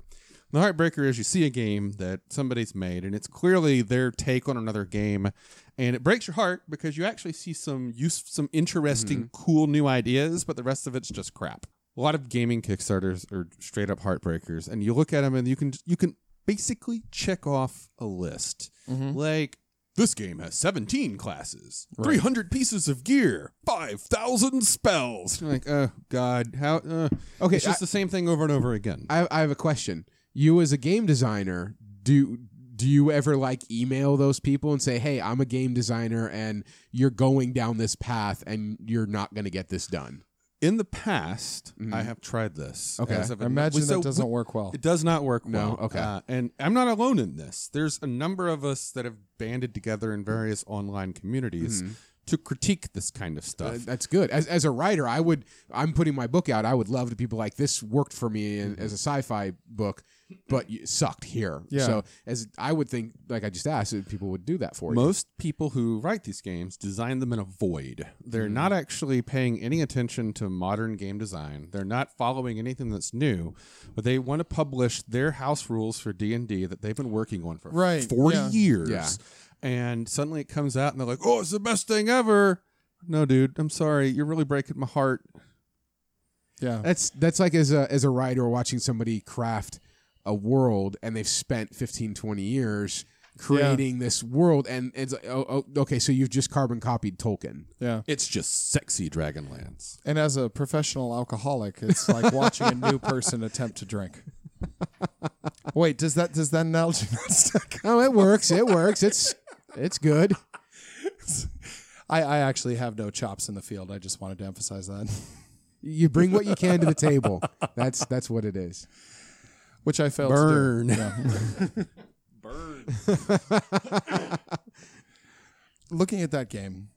Speaker 2: The heartbreaker is you see a game that somebody's made, and it's clearly their take on another game, and it breaks your heart because you actually see some use, some interesting, cool new ideas, but the rest of it's just crap. A lot of gaming Kickstarters are straight up heartbreakers, and you look at them and you can you can basically check off a list. Like, this game has 17 classes, 300 pieces of gear, 5,000 spells. You're like, oh, God, how? Uh.
Speaker 4: Okay,
Speaker 2: It's just the same thing over and over again.
Speaker 4: I, I have a question. You as a game designer, do do you ever like email those people and say, "Hey, I'm a game designer, and you're going down this path, and you're not going to get this done"?
Speaker 2: In the past, I have tried this.
Speaker 4: Okay.
Speaker 2: As of a-
Speaker 3: Imagine
Speaker 2: so
Speaker 3: that doesn't
Speaker 2: we-
Speaker 3: work well.
Speaker 2: It does not work well.
Speaker 4: okay.
Speaker 2: Uh, and I'm not alone in this. There's a number of us that have banded together in various online communities to critique this kind of stuff.
Speaker 4: Uh, That's good. As, as a writer, I would. I'm putting my book out. I would love to people like this worked for me in, as a sci-fi book, but it sucked here.
Speaker 3: Yeah.
Speaker 4: So as I would think, like I just asked, if people would do that for you.
Speaker 2: Most people who write these games design them in a void. They're not actually paying any attention to modern game design. They're not following anything that's new, but they want to publish their house rules for D&D that they've been working on for
Speaker 3: Right,
Speaker 2: 40
Speaker 3: yeah.
Speaker 2: years.
Speaker 4: Yeah.
Speaker 2: And suddenly it comes out and they're like, "Oh, it's the best thing ever." No, dude, I'm sorry. You're really breaking my heart.
Speaker 3: yeah.
Speaker 4: That's that's like as a as a writer watching somebody craft a world and they've spent 15 20 years creating this world, and it's like, oh, oh, okay, so you've just carbon copied Tolkien.
Speaker 3: Yeah.
Speaker 2: It's just sexy Dragonlance.
Speaker 3: And as a professional alcoholic, it's like watching a new person attempt to drink. Wait, does that does that analogy not stick?
Speaker 4: Oh, it works. It works. It's it's good.
Speaker 3: I, I actually have no chops in the field. I just wanted to emphasize that.
Speaker 4: You bring what you can to the table. That's that's what it is.
Speaker 3: Which I failed
Speaker 4: Burn.
Speaker 3: to do. Yeah. Looking at that game,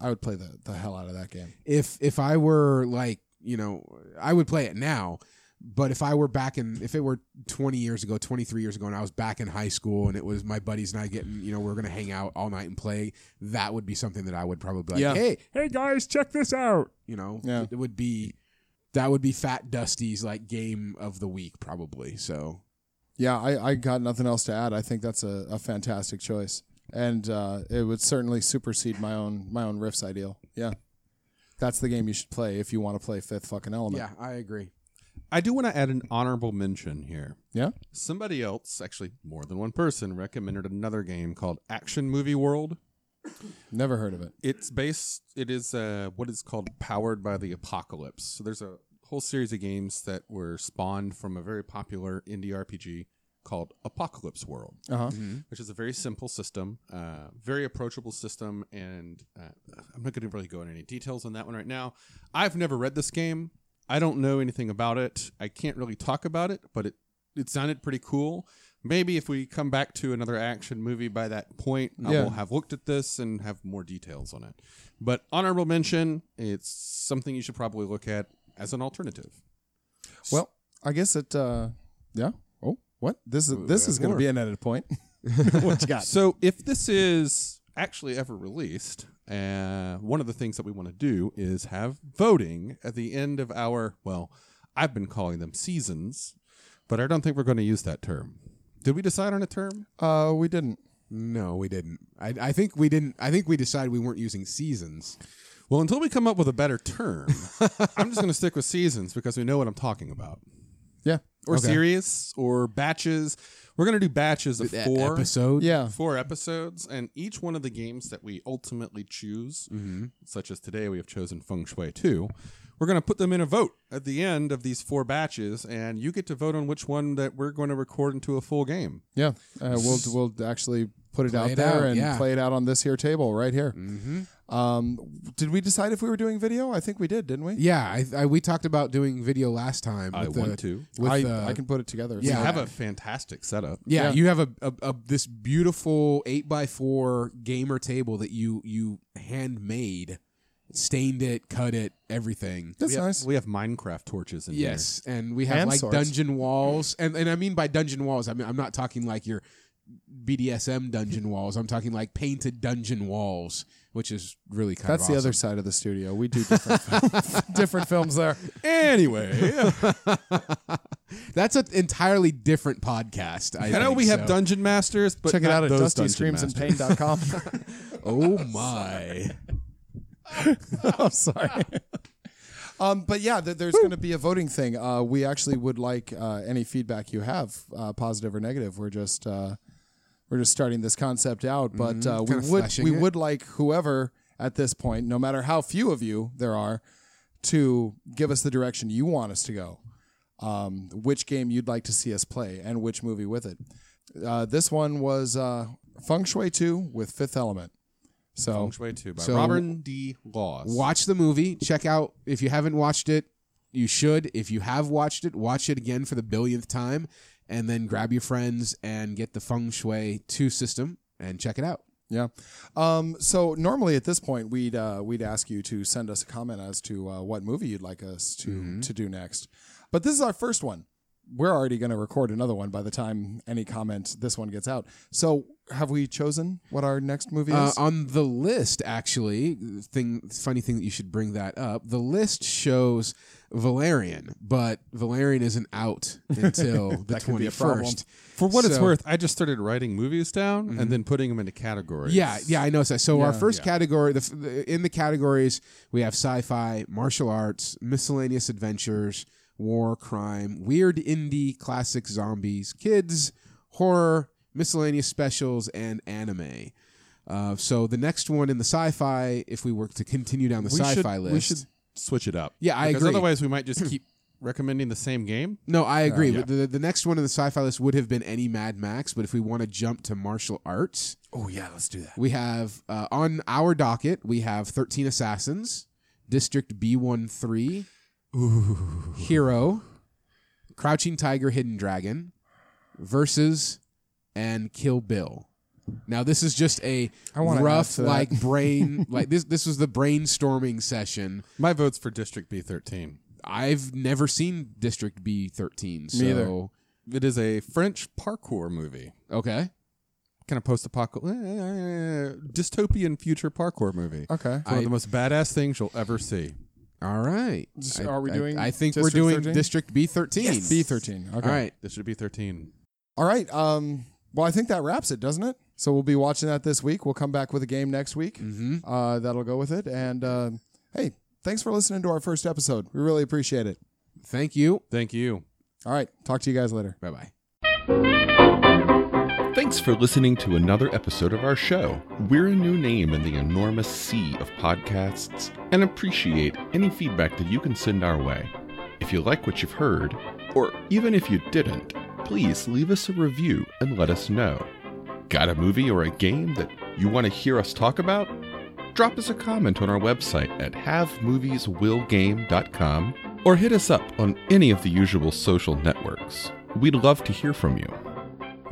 Speaker 3: I would play the, the hell out of that game.
Speaker 4: If if I were like you know, I would play it now. But if I were back in, if it were 20 years ago, 23 years ago, and I was back in high school, and it was my buddies and I getting, you know, we are gonna hang out all night and play, that would be something that I would probably be like,
Speaker 3: Yeah.
Speaker 4: hey, hey guys, check this out. You know,
Speaker 3: Yeah.
Speaker 4: it would be, that would be Fat Dusty's like game of the week probably. So
Speaker 3: Yeah, I, I got nothing else to add. I think that's a, a fantastic choice. And uh, it would certainly supersede my own my own riffs ideal. Yeah. That's the game you should play if you want to play fifth fucking element.
Speaker 4: yeah, I agree.
Speaker 2: I do want to add an honorable mention here.
Speaker 3: Yeah?
Speaker 2: Somebody else, actually more than one person, recommended another game called Action Movie World.
Speaker 3: Never heard of it.
Speaker 2: It's based. It is uh, what is called powered by the apocalypse. So there's a whole series of games that were spawned from a very popular indie RPG called Apocalypse World,
Speaker 3: Uh-huh.
Speaker 2: which is a very simple system, uh, very approachable system, and uh, I'm not going to really go into any details on that one right now. I've never read this game. I don't know anything about it. I can't really talk about it, but it it sounded pretty cool. Maybe if we come back to another action movie by that point, I
Speaker 3: Yeah.
Speaker 2: will have looked at this and have more details on it. But honorable mention, it's something you should probably look at as an alternative.
Speaker 3: Well, I guess it uh yeah. Oh, what? This is this is going to be an edit point. what you got?
Speaker 2: So if this is actually ever released, uh, one of the things that we want to do is have voting at the end of our, well, I've been calling them seasons, but I don't think we're going to use that term. Did we decide on a term?
Speaker 3: Uh we didn't.
Speaker 4: No, we didn't. I, I think we didn't. I think we decided we weren't using seasons.
Speaker 2: Well, until we come up with a better term, I'm just going to stick with seasons because we know what I'm talking about.
Speaker 3: Yeah.
Speaker 2: Or series or batches. We're going to do batches of
Speaker 4: E-
Speaker 2: four
Speaker 4: episode.
Speaker 3: Yeah.
Speaker 2: four episodes, and each one of the games that we ultimately choose,
Speaker 4: Mm-hmm.
Speaker 2: such as today we have chosen Feng Shui 2, we're going to put them in a vote at the end of these four batches, and you get to vote on which one that we're going to record into a full game.
Speaker 3: Yeah. Uh, we'll we'll actually put it out
Speaker 4: it
Speaker 3: there
Speaker 4: out,
Speaker 3: and
Speaker 4: yeah. Mm-hmm.
Speaker 3: play it out on this here table right here. Um did we decide if we were doing video? I think we did, didn't we?
Speaker 4: Yeah, I, I, we talked about doing video last time.
Speaker 2: I
Speaker 4: with the-
Speaker 2: want to.
Speaker 4: With
Speaker 3: I,
Speaker 4: the,
Speaker 3: I can put it together.
Speaker 4: Yeah.
Speaker 2: I have a fantastic setup.
Speaker 4: yeah,
Speaker 3: yeah.
Speaker 4: you have a, a, a this beautiful eight by four gamer table that you you handmade, stained it, cut it, everything.
Speaker 3: That's
Speaker 2: we have,
Speaker 3: nice.
Speaker 2: We have Minecraft torches in here.
Speaker 4: Yes, and we have
Speaker 3: And
Speaker 4: like
Speaker 3: swords.
Speaker 4: dungeon walls, and and I mean by dungeon walls, I mean I'm not talking like your BDSM dungeon walls. I'm talking like painted dungeon walls, which is really kind
Speaker 3: That's
Speaker 4: of
Speaker 3: the
Speaker 4: awesome.
Speaker 3: other side of the studio. We do different, different films there.
Speaker 2: Anyway,
Speaker 4: That's an entirely different podcast. I,
Speaker 2: I know
Speaker 4: think,
Speaker 2: we have
Speaker 4: so.
Speaker 2: Dungeon Masters, but
Speaker 3: Check it
Speaker 2: not
Speaker 3: out at
Speaker 2: those Dungeon Masters.
Speaker 3: dustyscreamsandpain.com.
Speaker 4: Oh my!
Speaker 3: I'm sorry. Um, but yeah, th- there's going to be a voting thing. Uh, we actually would like uh, any feedback you have, uh, positive or negative. We're just uh, we're just starting this concept out, but uh, we
Speaker 4: Mm-hmm. kinda
Speaker 3: would
Speaker 4: fleshing
Speaker 3: we
Speaker 4: it.
Speaker 3: would like whoever at this point, no matter how few of you there are, to give us the direction you want us to go. Um, which game you'd like to see us play and which movie with it. Uh, this one was uh, Feng Shui 2 with Fifth Element. So
Speaker 2: Feng Shui 2 by
Speaker 4: So-
Speaker 2: Robert D. Laws.
Speaker 4: Watch the movie. Check out if you haven't watched it, you should. If you have watched it, watch it again for the billionth time, and then grab your friends and get the Feng Shui Two system and check it out.
Speaker 3: Yeah. Um, so normally at this point we'd uh, we'd ask you to send us a comment as to uh, what movie you'd like us to
Speaker 4: Mm-hmm.
Speaker 3: to do next, but this is our first one. We're already going to record another one by the time any comment this one gets out. So have we chosen what our next movie
Speaker 4: Uh,
Speaker 3: is?
Speaker 4: on the list, actually, thing funny thing that you should bring that up. The list shows Valerian, but Valerian isn't out until the
Speaker 3: could be
Speaker 4: twenty
Speaker 3: a problem.
Speaker 4: first.
Speaker 2: For what it's
Speaker 4: So- Mm-hmm.
Speaker 2: worth, I just started writing movies down and then putting them into categories.
Speaker 4: Yeah, yeah, I noticed that. So our first category, the, f- the in the categories we have sci-fi, martial arts, miscellaneous adventures, war, crime, weird indie, classic zombies, kids, horror, miscellaneous specials, and anime. Uh, so the next one in the sci-fi, if we were to continue down the
Speaker 2: we should,
Speaker 4: sci-fi list,
Speaker 2: we should switch it up.
Speaker 4: Yeah, I
Speaker 2: because
Speaker 4: agree.
Speaker 2: Otherwise, we might just keep recommending the same game.
Speaker 4: No, I
Speaker 3: Uh,
Speaker 4: agree. But the, the next one in the sci-fi list would have been any Mad Max, but if we want to jump to martial arts,
Speaker 2: Oh yeah, let's do that.
Speaker 4: we have uh, on our docket we have Thirteen Assassins, District B 13 Hero, Crouching Tiger, Hidden Dragon, versus, and Kill Bill. Now this is just a
Speaker 3: I wanna add
Speaker 4: rough
Speaker 3: to that.
Speaker 4: like brain like this. This was the brainstorming session.
Speaker 2: My vote's for District B thirteen.
Speaker 4: I've never seen District B thirteen. So
Speaker 3: Me either.
Speaker 2: It is a French parkour movie,
Speaker 4: okay.
Speaker 2: kind of post-apocalyptic, eh, dystopian future parkour movie.
Speaker 3: Okay.
Speaker 2: It's one of the most badass things you'll ever see.
Speaker 4: All right.
Speaker 3: S- are we doing
Speaker 4: I, think we're
Speaker 3: District
Speaker 4: doing
Speaker 3: 13?
Speaker 4: District B thirteen.
Speaker 3: B thirteen. Okay.
Speaker 4: All right.
Speaker 2: This should be thirteen.
Speaker 3: All right. Um. Well, I think that wraps it, doesn't it? So we'll be watching that this week. We'll come back with a game next week. Mm-hmm. Uh, that'll go with it. And uh, hey, thanks for listening to our first episode. We really appreciate it.
Speaker 4: Thank you.
Speaker 2: Thank you.
Speaker 3: All right. Talk to you guys later.
Speaker 4: Bye bye.
Speaker 5: Thanks for listening to another episode of our show. We're a new name in the enormous sea of podcasts and appreciate any feedback that you can send our way. If you like what you've heard, or even if you didn't, please leave us a review and let us know. Got a movie or a game that you want to hear us talk about? Drop us a comment on our website at havemovieswillgame.com or hit us up on any of the usual social networks. We'd love to hear from you.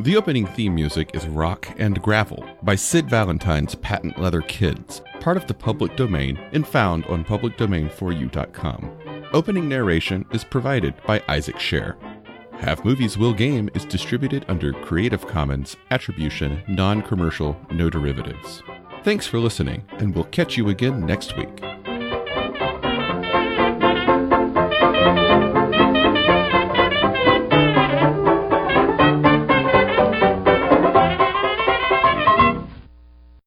Speaker 5: The opening theme music is Rock and Gravel by Sid Valentine's Patent Leather Kids, part of the public domain and found on publicdomain4u.com. Opening narration is provided by Isaac Scher. Have Movies Will Game is distributed under Creative Commons Attribution Non Commercial No Derivatives. Thanks for listening, and we'll catch you again next week.